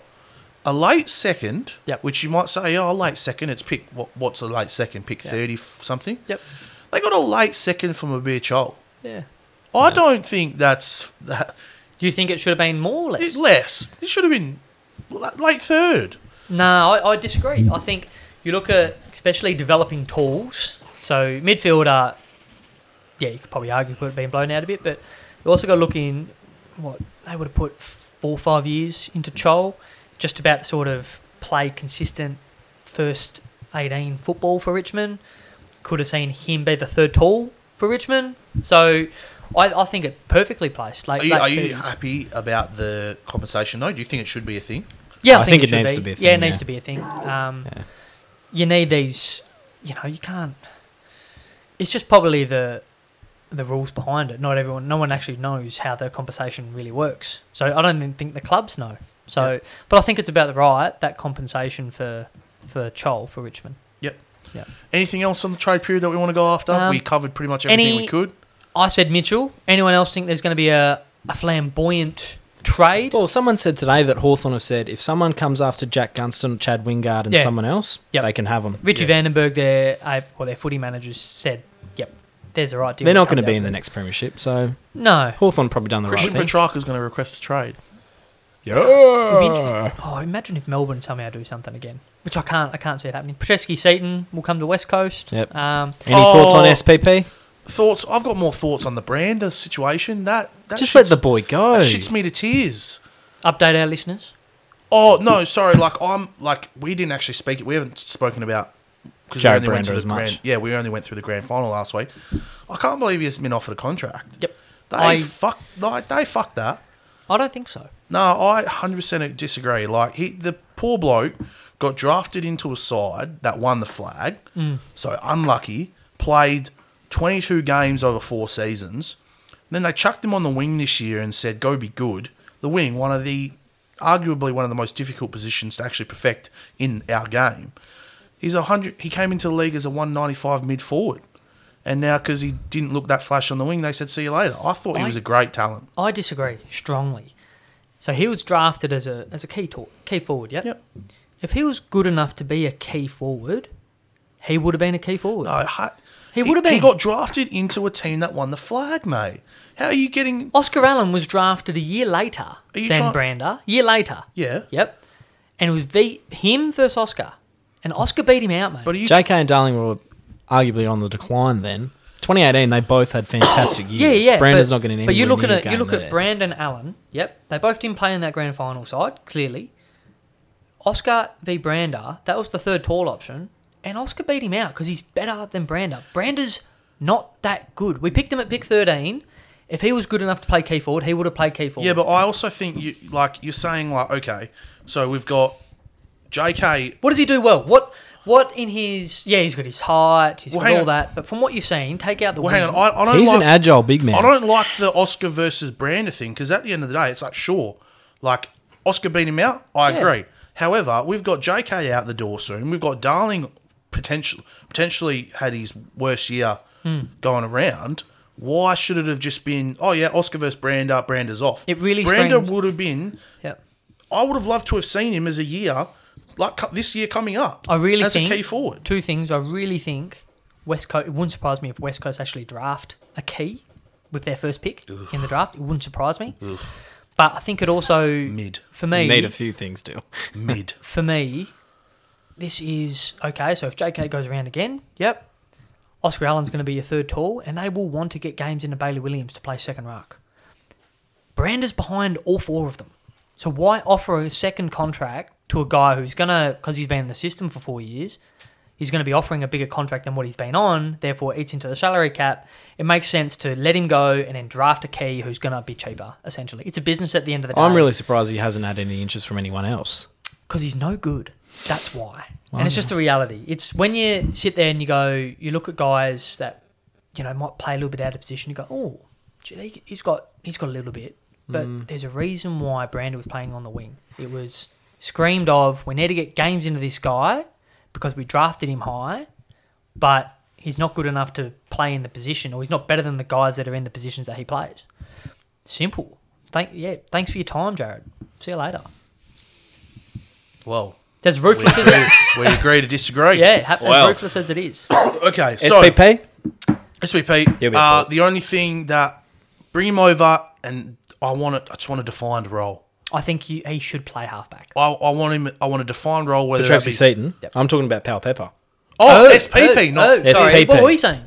Speaker 4: a late second,
Speaker 3: Hmm. Yep.
Speaker 4: which you might say, oh, late second. It's pick what, what's a late second? Pick
Speaker 3: Yeah.
Speaker 4: thirty f- something.
Speaker 3: Yep.
Speaker 4: They got a late second from a beer chol.
Speaker 3: Yeah.
Speaker 4: I don't think that's that,
Speaker 3: Do you think it should have been more or less?
Speaker 4: it, less. It should have been la- late third.
Speaker 3: No, I, I disagree. I think you look at especially developing tools. So midfielder, yeah, you could probably argue could have been blown out a bit, but you also got to look in what they would have put four or five years into Chol, just about sort of play consistent first 18 football for Richmond. Could have seen him be the third tall for Richmond. So I, I think it perfectly placed. Like,
Speaker 4: Are you,
Speaker 3: like
Speaker 4: are you
Speaker 3: thirties.
Speaker 4: happy about the compensation though? Do you think it should be a thing?
Speaker 3: Yeah, I,
Speaker 5: I
Speaker 3: think,
Speaker 5: think it
Speaker 3: should
Speaker 5: needs to be a
Speaker 3: Yeah, it
Speaker 5: thing,
Speaker 3: needs
Speaker 5: yeah.
Speaker 3: to be a thing. Um,
Speaker 5: Yeah.
Speaker 3: You need these. You know, you can't. It's just probably the the rules behind it. Not everyone, no one actually knows how the compensation really works. So I don't even think the clubs know. So, but I think it's about the right that compensation for for Chol for Richmond.
Speaker 4: Anything else on the trade period that we want to go after?
Speaker 3: Um,
Speaker 4: we covered pretty much everything
Speaker 3: any-
Speaker 4: we could.
Speaker 3: I said Mitchell. Anyone else think there's going to be a, a flamboyant trade?
Speaker 5: Well, someone said today that Hawthorn have said if someone comes after Jack Gunston, Chad Wingard, and
Speaker 3: Yeah.
Speaker 5: someone else,
Speaker 3: Yep.
Speaker 5: they can have them.
Speaker 3: Richie
Speaker 4: Yeah.
Speaker 3: Vandenberg, their uh, well, their footy managers said, "Yep, there's the right deal."
Speaker 5: They're not
Speaker 3: come
Speaker 5: going to be
Speaker 3: down
Speaker 5: in the
Speaker 3: with."
Speaker 5: next premiership, so
Speaker 3: No,
Speaker 5: Hawthorn probably done the
Speaker 4: Christian
Speaker 5: right thing.
Speaker 4: Petrarca's going to request a trade.
Speaker 3: It'd be inter- Oh, imagine if Melbourne somehow do something again, which I can't. I can't see it happening. Petreski Seaton will come to West Coast.
Speaker 5: Yep.
Speaker 3: Um,
Speaker 5: Any thoughts on
Speaker 4: Oh.
Speaker 5: SPP?
Speaker 4: Thoughts? I've got more thoughts on the Brander situation. That, that
Speaker 5: Just let
Speaker 4: shits-
Speaker 5: the boy go.
Speaker 4: that shits me to tears.
Speaker 3: update our listeners.
Speaker 4: Oh no, sorry. Like I'm like we didn't actually speak. We haven't spoken about because
Speaker 5: Jared
Speaker 4: went
Speaker 5: Brander
Speaker 4: through
Speaker 5: as
Speaker 4: the
Speaker 5: much.
Speaker 4: grand. Yeah, we only went through the grand final last week. I can't believe he's been offered a contract.
Speaker 3: Yep.
Speaker 4: They
Speaker 3: I-
Speaker 4: fuck. Like, they fucked that.
Speaker 3: I don't think so.
Speaker 4: No, I 100% disagree. Like he, the poor bloke got drafted into a side that won the flag. So unlucky. Played 22 games over four seasons. Then they chucked him on the wing this year and said, "Go be good." The wing, one of the arguably one of the most difficult positions to actually perfect in our game. He's a hundred. He came into the league as a 195 mid forward, and now because he didn't look that flash on the wing, they said, "See you later." I thought he
Speaker 3: I-
Speaker 4: was a great talent.
Speaker 3: I disagree strongly. So he was drafted as a as a key tor- key forward. Yep?
Speaker 4: Yep.
Speaker 3: If he was good enough to be a key forward, he would have been a key forward.
Speaker 4: No, ha-
Speaker 3: He would've
Speaker 4: He
Speaker 3: been.
Speaker 4: got drafted into a team that won the flag, mate. How are you getting?
Speaker 3: Oscar Allen was drafted a year later
Speaker 4: Are you
Speaker 3: than
Speaker 4: trying-
Speaker 3: Brander. Year later.
Speaker 4: Yeah,
Speaker 3: Yep. And it was v- him versus Oscar, and Oscar beat him out, mate.
Speaker 4: but are you?
Speaker 5: JK and Darling were arguably on the decline then. 2018, they both had fantastic years.
Speaker 3: Yeah, yeah.
Speaker 5: Brander's
Speaker 3: but,
Speaker 5: not getting any.
Speaker 3: But you look
Speaker 5: near
Speaker 3: at
Speaker 5: game
Speaker 3: you look
Speaker 5: there.
Speaker 3: at Brandon Allen. Yep, they both didn't play in that grand final side. Clearly, Oscar v Brander. That was the third tall option, and Oscar beat him out because he's better than Brander. Brander's not that good. We picked him at pick thirteen. If he was good enough to play key forward, he would have played key forward.
Speaker 4: yeah, but I also think you like you're saying like okay, so we've got JK.
Speaker 3: what does he do well? What what in his yeah, he's got his height, he's
Speaker 4: Well,
Speaker 3: got
Speaker 4: hang
Speaker 3: all
Speaker 4: on.
Speaker 3: that. But from what you've seen, take out the
Speaker 4: Well, hang
Speaker 3: wing.
Speaker 4: on, I, I don't.
Speaker 5: He's
Speaker 4: like,
Speaker 5: an agile big man.
Speaker 4: I don't like the Oscar versus Brander thing because at the end of the day, it's like sure, like Oscar beat him out. I agree. However, we've got JK out the door soon. We've got Darling potential potentially had his worst year
Speaker 3: Hmm.
Speaker 4: going around. Why should it have just been? Oh yeah, Oscar versus Brander. Brander's off.
Speaker 3: It really
Speaker 4: Brander
Speaker 3: screams-
Speaker 4: would have been.
Speaker 3: Yep.
Speaker 4: I would have loved to have seen him as a year, like co- this year coming up.
Speaker 3: I really
Speaker 4: as
Speaker 3: think
Speaker 4: a key forward.
Speaker 3: Two things. I really think West Coast. It wouldn't surprise me if West Coast actually draft a key with their first pick in the draft. It wouldn't surprise me. But I think it also
Speaker 4: Mid,
Speaker 3: for me
Speaker 5: need a few things still.
Speaker 4: mid.
Speaker 3: for me this is okay. So if JK goes around again, yep. Oscar Allen's going to be your third tall, and they will want to get games into Bailey Williams to play second ruck. Brand is behind all four of them. So why offer a second contract to a guy who's gonna because he's been in the system for four years? He's going to be offering a bigger contract than what he's been on, therefore eats into the salary cap. It makes sense to let him go and then draft a key who's going to be cheaper. Essentially, it's a business at the end of the day.
Speaker 5: I'm really surprised he hasn't had any interest from anyone else.
Speaker 3: because he's no good. That's why. and it's just the reality. It's when you sit there and you go, you look at guys that, you know, might play a little bit out of position. You go, oh, gee, he- he's got he's got a little bit, but there's a reason why Brandon was playing on the wing. It was screamed of. We need to get games into this guy because we drafted him high, but he's not good enough to play in the position, or he's not better than the guys that are in the positions that he plays. Simple. Thank yeah. Thanks for your time, Jared. See you later.
Speaker 4: Well,
Speaker 3: That's
Speaker 4: we
Speaker 3: ruthless. as
Speaker 4: agree,
Speaker 3: it?
Speaker 4: we agree to disagree.
Speaker 3: Yeah, ha-
Speaker 5: Wow.
Speaker 3: as ruthless as it is.
Speaker 4: Okay. So
Speaker 5: SPP?
Speaker 4: SVP.
Speaker 5: You'll
Speaker 4: uh,
Speaker 5: be appalled.
Speaker 4: the only thing that bring him over, and I want it. I just want a defined role.
Speaker 3: I think he, he should play halfback.
Speaker 4: I, I want him. I want a defined role. Whether that
Speaker 5: Travis
Speaker 4: be,
Speaker 5: Seaton. I'm talking about Pal Pepper.
Speaker 4: oh, SPP, not
Speaker 5: oh,
Speaker 3: sorry.
Speaker 5: SPP.
Speaker 3: What were you saying?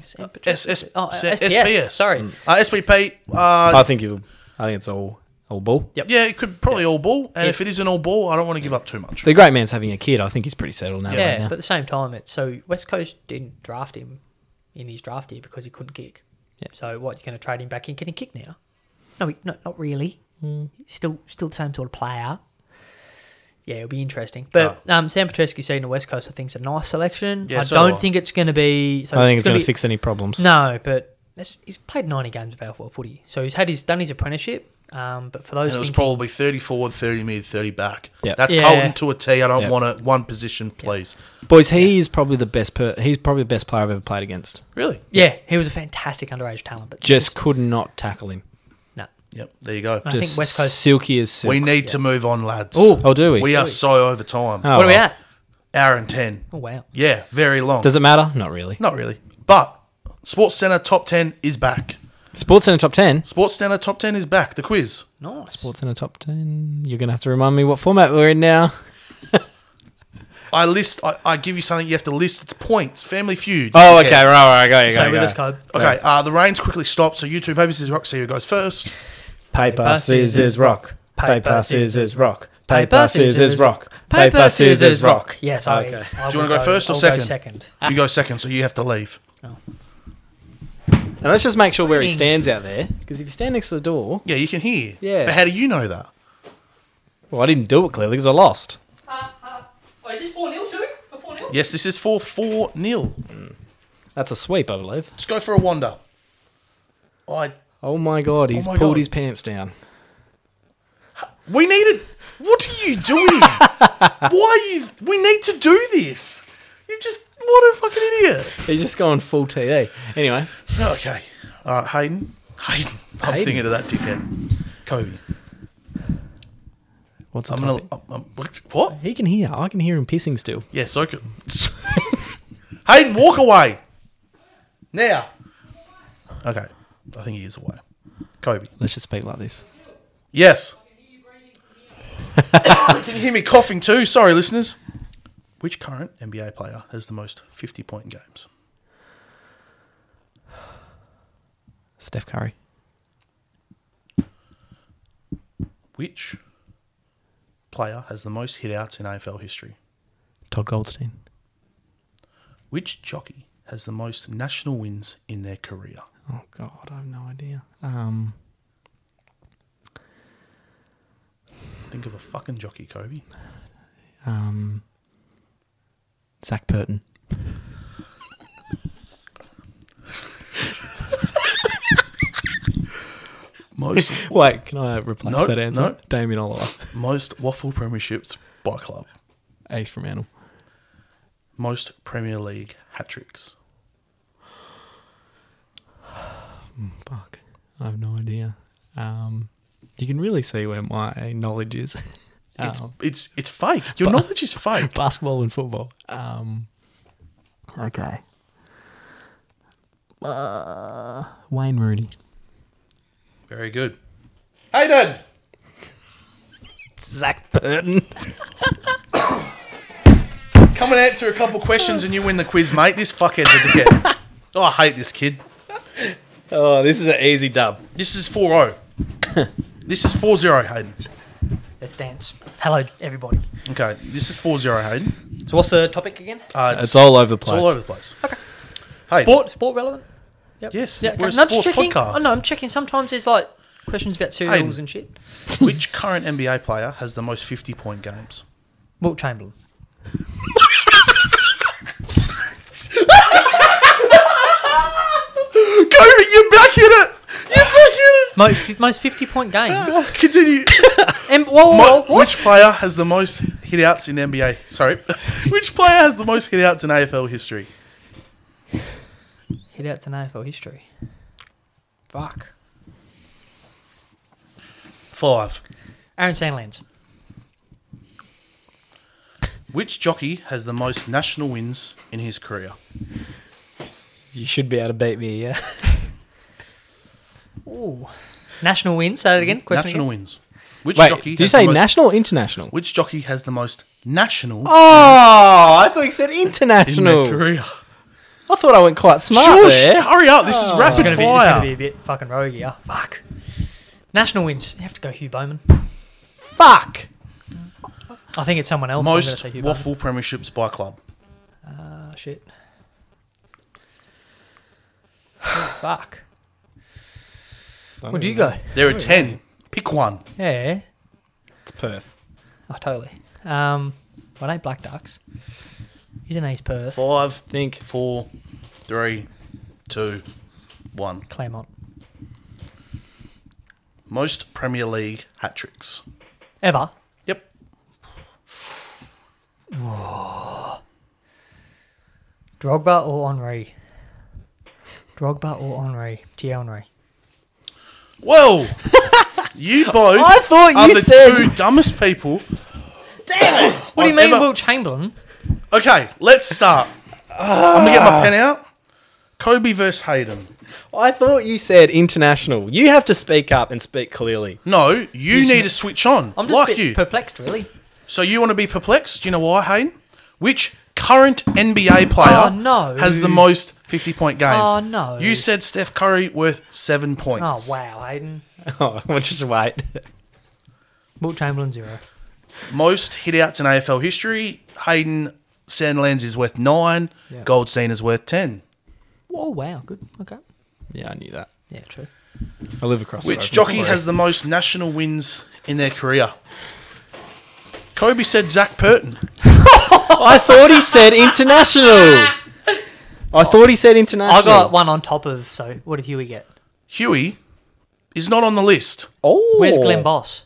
Speaker 4: S, S,
Speaker 3: Oh,
Speaker 4: S-
Speaker 3: SPS,
Speaker 4: SPS.
Speaker 3: sorry.
Speaker 5: Mm.
Speaker 4: uh, SPP. Uh,
Speaker 5: I think you. I think it's all all bull.
Speaker 3: Yep.
Speaker 4: yeah, it could probably all ball, and if it isn't all ball, I don't want to give up too much.
Speaker 5: The great man's having a kid. I think he's pretty settled now.
Speaker 3: yeah,
Speaker 5: right now.
Speaker 3: but at the same time, it's so West Coast didn't draft him in his draft year because he couldn't kick.
Speaker 5: Yeah.
Speaker 3: So what? You're going to trade him back in? Can he kick now? No, he, no not really.
Speaker 5: Hmm.
Speaker 3: Still, still the same sort of player. Yeah, it'll be interesting. But um, Sam Petrescu seeing the West Coast, I think, is a nice selection.
Speaker 4: Oh. Yeah,
Speaker 3: I
Speaker 4: so do
Speaker 3: don't
Speaker 4: I.
Speaker 3: think it's going to be. So
Speaker 5: I think it's
Speaker 3: gonna
Speaker 5: going
Speaker 3: be-
Speaker 5: to fix any problems.
Speaker 3: No, but that's, he's played 90 games of AFL footy, so he's had his done his apprenticeship. Um, but for those
Speaker 4: And it was
Speaker 3: thinking-
Speaker 4: probably 30 forward, 30 mid, 30 back.
Speaker 5: Yep.
Speaker 4: That's
Speaker 3: Yeah.
Speaker 4: Colton to a T. I don't
Speaker 5: Yep.
Speaker 4: want it one position, please.
Speaker 5: Boys, he is probably the best. Per- he's probably the best player I've ever played against.
Speaker 4: Really?
Speaker 3: yeah, he was a fantastic underage talent, but
Speaker 5: Just could not tackle him.
Speaker 3: no.
Speaker 4: Yep. There you go.
Speaker 3: I
Speaker 5: Just
Speaker 3: think West Coast.
Speaker 5: silky as silk.
Speaker 4: we need to move on, lads.
Speaker 5: Oh, oh, do we?
Speaker 4: we are so over time.
Speaker 5: Oh,
Speaker 3: what are we
Speaker 5: well.
Speaker 3: at?
Speaker 4: Hour and 10.
Speaker 3: Oh wow.
Speaker 4: Yeah, very long.
Speaker 5: Does it matter? Not really.
Speaker 4: Not really. But Sports Center top 10 is back.
Speaker 5: Sports Center top ten.
Speaker 4: Sports Center top 10 is back. The quiz.
Speaker 3: Nice.
Speaker 5: Sports Center top ten. You're going to have to remind me what format we're in now.
Speaker 4: I list, I, I give you something you have to list. It's points. Family feud.
Speaker 5: Oh,
Speaker 4: Yeah.
Speaker 5: okay. Right, right. I got you.
Speaker 3: so
Speaker 5: Got you.
Speaker 3: with
Speaker 5: Got
Speaker 3: this
Speaker 5: you.
Speaker 3: code,
Speaker 4: Okay, uh, the rains quickly stop. So you two, paper, scissors, rock, see who goes first.
Speaker 5: Paper, scissors, rock. Paper, scissors, rock.
Speaker 3: Paper,
Speaker 5: Paper, scissors,
Speaker 3: scissors,
Speaker 5: rock. Paper, scissors, rock.
Speaker 3: Yes, I.
Speaker 5: Okay.
Speaker 4: Do
Speaker 3: I
Speaker 4: you
Speaker 3: will
Speaker 4: want to go first or
Speaker 3: I'll
Speaker 4: second?
Speaker 3: Go second.
Speaker 4: You go second, so you have to leave.
Speaker 5: And let's just make sure where he
Speaker 3: Ring.
Speaker 5: stands out there, because if you stand next to the door,
Speaker 4: Yeah, you can hear.
Speaker 5: Yeah.
Speaker 4: But how do you know that?
Speaker 5: well, I didn't do it clearly because I lost.
Speaker 3: Oh, is this four 0 too? For four 0
Speaker 4: Yes, this is 4 4 nil.
Speaker 5: That's a sweep, I believe.
Speaker 4: Let's go for a wander. I.
Speaker 5: Oh my god, he's
Speaker 4: my
Speaker 5: pulled
Speaker 4: God.
Speaker 5: his pants down.
Speaker 4: We need it. What are you doing? Why are you. We need to do this. You just. What a fucking idiot.
Speaker 5: He's just gone full TA. Anyway,
Speaker 4: Okay. All right, Uh, Hayden. Hayden. I'm
Speaker 5: Hayden.
Speaker 4: thinking of that dickhead. Kobe.
Speaker 5: what's the
Speaker 4: I'm going
Speaker 5: topic?
Speaker 4: to. I'm, I'm- what?
Speaker 5: He can hear. I can hear him pissing still.
Speaker 4: Yeah, so could. Hayden, walk away. Now. Okay. I think he is away. Kobe.
Speaker 5: Let's just speak like this.
Speaker 4: Yes. Can you hear me coughing too? Sorry, listeners. Which current NBA player has the most 50 point games?
Speaker 5: Steph Curry.
Speaker 4: Which player has the most hitouts in AFL history?
Speaker 5: Todd Goldstein.
Speaker 4: Which jockey has the most national wins in their career?
Speaker 5: Oh god, I have no idea. Um,
Speaker 4: Think of a fucking jockey, Kobe.
Speaker 5: um, Zach Purton.
Speaker 4: Most
Speaker 5: Wait, can I replace
Speaker 4: Nope,
Speaker 5: that answer?
Speaker 4: nope.
Speaker 5: Damien Oliver.
Speaker 4: most waffle premierships by club.
Speaker 5: Ace from Annal.
Speaker 4: Most Premier League hat tricks.
Speaker 5: Fuck. I have no idea. Um, you can really see where my knowledge is.
Speaker 4: It's
Speaker 5: Um,
Speaker 4: it's it's fake. Your knowledge is fake.
Speaker 5: basketball and football. Um, okay. Uh, Wayne Rooney.
Speaker 4: Very good. Hayden.
Speaker 5: Zach Burton.
Speaker 4: Come and answer a couple questions and you win the quiz, mate. This fuckhead's a dickhead. Oh, I hate this kid.
Speaker 5: Oh, this is an easy dub.
Speaker 4: This is 4 0. This is 4 0, Hayden.
Speaker 3: Let's dance. Hello, everybody.
Speaker 4: Okay, this is 4 0, Hayden.
Speaker 3: So, what's the topic again?
Speaker 4: Uh,
Speaker 5: It's all over the
Speaker 4: it's
Speaker 5: place.
Speaker 4: all over the place. Okay. Hey,
Speaker 3: Sport, sport relevant. Yep.
Speaker 4: Yes,
Speaker 3: Yeah,
Speaker 4: we're a
Speaker 3: no, I'm just
Speaker 4: sports
Speaker 3: checking.
Speaker 4: podcast.
Speaker 3: I know. I'm checking. Sometimes there's like questions about cereals
Speaker 4: Hayden.
Speaker 3: and shit.
Speaker 4: which current NBA player has the most 50 point games?
Speaker 3: Wilt Chamberlain.
Speaker 4: Kobe, you're back in it! You're back in
Speaker 3: Most, fi- most 50 point games.
Speaker 4: it! Continue.
Speaker 3: And, whoa, whoa,
Speaker 4: My-
Speaker 3: whoa, what?
Speaker 4: which player has the most hit outs in NBA? Sorry. which player has the most hit outs in AFL history?
Speaker 3: Hit out to AFL history. Fuck.
Speaker 4: Five.
Speaker 3: Aaron Sandlands.
Speaker 4: Which jockey has the most national wins in his career?
Speaker 5: You should be able to beat me, yeah.
Speaker 3: Ooh. National win. Say that again. Question
Speaker 4: national
Speaker 3: again.
Speaker 4: wins. Which
Speaker 5: Wait,
Speaker 4: jockey
Speaker 5: did you
Speaker 4: has
Speaker 5: say
Speaker 4: the most,
Speaker 5: national or international?
Speaker 4: Which jockey has the most national
Speaker 5: Oh, I thought you said
Speaker 4: in their
Speaker 5: international.
Speaker 4: career?
Speaker 5: I thought I went quite smart
Speaker 4: Sure,
Speaker 5: there.
Speaker 4: sh- hurry up. This is
Speaker 3: Oh. It's
Speaker 4: rapid
Speaker 3: going to be, it's
Speaker 4: fire.
Speaker 3: gonna be a bit fucking rogue here. Fuck. National wins. You have to go Hugh Bowman.
Speaker 5: Fuck.
Speaker 3: I think it's someone else. but I'm gonna
Speaker 4: Most
Speaker 3: say Hugh Bowman.
Speaker 4: waffle premierships by club.
Speaker 3: Ah, shit. Oh, fuck. Where do you go?
Speaker 4: There are 10. Pick one.
Speaker 3: Yeah.
Speaker 5: It's Perth.
Speaker 3: Oh, totally. Um, well, ain't Black Ducks. He's an Ace Perth.
Speaker 4: Five,
Speaker 5: Think.
Speaker 4: four, three, two, one.
Speaker 3: Claremont.
Speaker 4: Most Premier League hat tricks.
Speaker 3: Ever.
Speaker 4: Yep.
Speaker 3: Drogba or Henri? Drogba or Henri? Thierry Henri.
Speaker 4: Whoa! you both
Speaker 5: I thought
Speaker 4: are
Speaker 5: you
Speaker 4: the
Speaker 5: said-
Speaker 4: two dumbest people.
Speaker 3: What do you
Speaker 4: I've
Speaker 3: mean,
Speaker 4: ever-
Speaker 3: Will Chamberlain?
Speaker 4: Okay, let's start. I'm gonna get my pen out. Kobe versus Hayden.
Speaker 5: I thought you said international. You have to speak up and speak clearly.
Speaker 4: No, you need to switch on,
Speaker 3: I'm just a
Speaker 4: like
Speaker 3: bit
Speaker 4: you.
Speaker 3: perplexed, really.
Speaker 4: so you want to be perplexed? You know why, Hayden? Which current NBA player
Speaker 3: Oh, no.
Speaker 4: has the most 50 point games?
Speaker 3: Oh, no.
Speaker 4: You said Steph Curry worth seven
Speaker 3: Oh,
Speaker 4: points.
Speaker 3: wow, Hayden.
Speaker 5: Oh, we'll just wait.
Speaker 3: Will Chamberlain, zero.
Speaker 4: Most hitouts in AFL history. Hayden Sandlands is worth nine. Goldstein is worth ten.
Speaker 3: Oh, wow, good. Okay.
Speaker 5: Yeah, I knew that.
Speaker 3: Yeah, true.
Speaker 5: I live across. the road
Speaker 4: Which
Speaker 5: from
Speaker 4: jockey
Speaker 5: Macquarie.
Speaker 4: has the most national wins in their career? Kobe said Zach Purton.
Speaker 5: I thought he said international. I thought he said international.
Speaker 3: I got one on top of, so what did Huey get?
Speaker 4: Huey is not on the list.
Speaker 5: Oh,
Speaker 3: Where's Glenn Boss?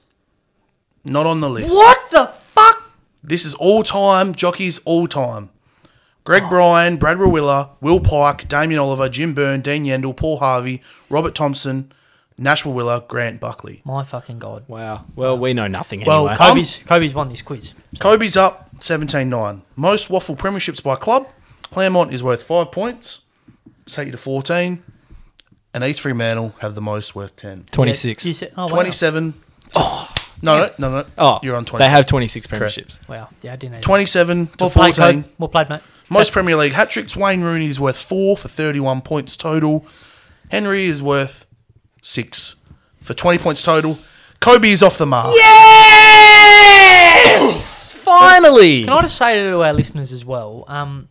Speaker 4: Not on the list.
Speaker 3: What the fuck?
Speaker 4: This is all time, jockeys all time. Greg Bryan, Brad Rewilla, Will Pike, Damien Oliver, Jim Byrne, Dean Yendall, Paul Harvey, Robert Thompson, Nash Rewilla, Grant Buckley.
Speaker 3: My fucking god.
Speaker 5: Wow. Well, we know nothing
Speaker 3: Well,
Speaker 5: anyway.
Speaker 3: Kobe's Kobe's won this quiz.
Speaker 4: Kobe's up 17 9. Most waffle premierships by club. Claremont is worth 5 points. Take you to 14. And East Fremantle have the most worth 10.
Speaker 3: You said, oh, wow. Oh.
Speaker 4: 27. No, no, no, no.
Speaker 5: Oh,
Speaker 4: you're on 20.
Speaker 5: They have 26 premierships.
Speaker 3: Wow. Yeah, I didn't know.
Speaker 4: 27 to
Speaker 3: Well played,
Speaker 4: 14.
Speaker 3: Kobe. Well played, mate.
Speaker 4: Most Premier League hat tricks. Wayne Rooney is worth four for 31 points total. Henry is worth six for 20 points total. Kobe is off the mark.
Speaker 5: Yes! Finally.
Speaker 3: Can I just say to our listeners as well, um,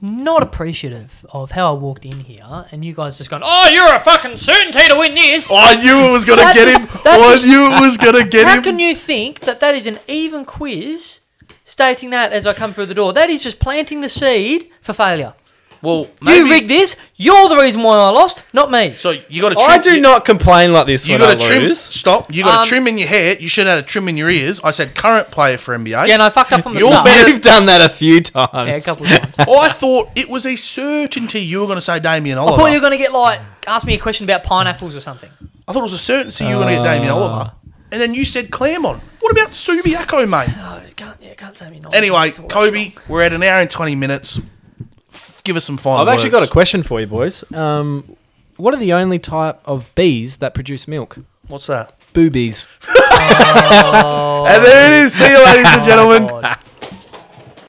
Speaker 3: not appreciative of how I walked in here and you guys just going, oh, you're a fucking certainty to win this.
Speaker 4: I knew it was going to
Speaker 3: That
Speaker 4: get
Speaker 3: is-
Speaker 4: him.
Speaker 3: that
Speaker 4: I
Speaker 3: is-
Speaker 4: knew it was going to get
Speaker 3: How
Speaker 4: him.
Speaker 3: can you think that that is an even quiz stating that as I come through the door? That is just planting the seed for failure.
Speaker 4: well,
Speaker 3: You rigged this. You're the reason why I lost, not me.
Speaker 4: So you got to trim.
Speaker 5: I do
Speaker 4: you,
Speaker 5: not complain like this
Speaker 4: You
Speaker 5: when
Speaker 4: got
Speaker 5: I
Speaker 4: to trim.
Speaker 5: lose.
Speaker 4: Stop. You got to
Speaker 3: Um,
Speaker 4: trim in your hair. You should have had a trim in your ears. I said current player for NBA.
Speaker 3: yeah, and I fucked up from the
Speaker 4: You're
Speaker 3: start.
Speaker 4: better-
Speaker 5: You've done that a few times.
Speaker 3: Yeah, a couple of times.
Speaker 4: I thought it was a certainty you were going to say Damien Oliver.
Speaker 3: I thought you were going to get like, ask me a question about pineapples or something.
Speaker 4: I thought it was a certainty you were going to get Damien
Speaker 5: Ah.
Speaker 4: Oliver. And then you said Claremont. What about Subiaco, mate?
Speaker 3: Oh, you can't, yeah, can't say me not.
Speaker 4: Anyway,
Speaker 3: It's all
Speaker 4: Kobe, we're at an hour and 20 minutes. F- Give us some final
Speaker 5: I've actually
Speaker 4: words.
Speaker 5: got a question for you, boys. Um, what are the only type of bees that produce milk?
Speaker 4: What's that?
Speaker 5: Boobies.
Speaker 4: And there it is. See you, ladies and gentlemen.
Speaker 3: God.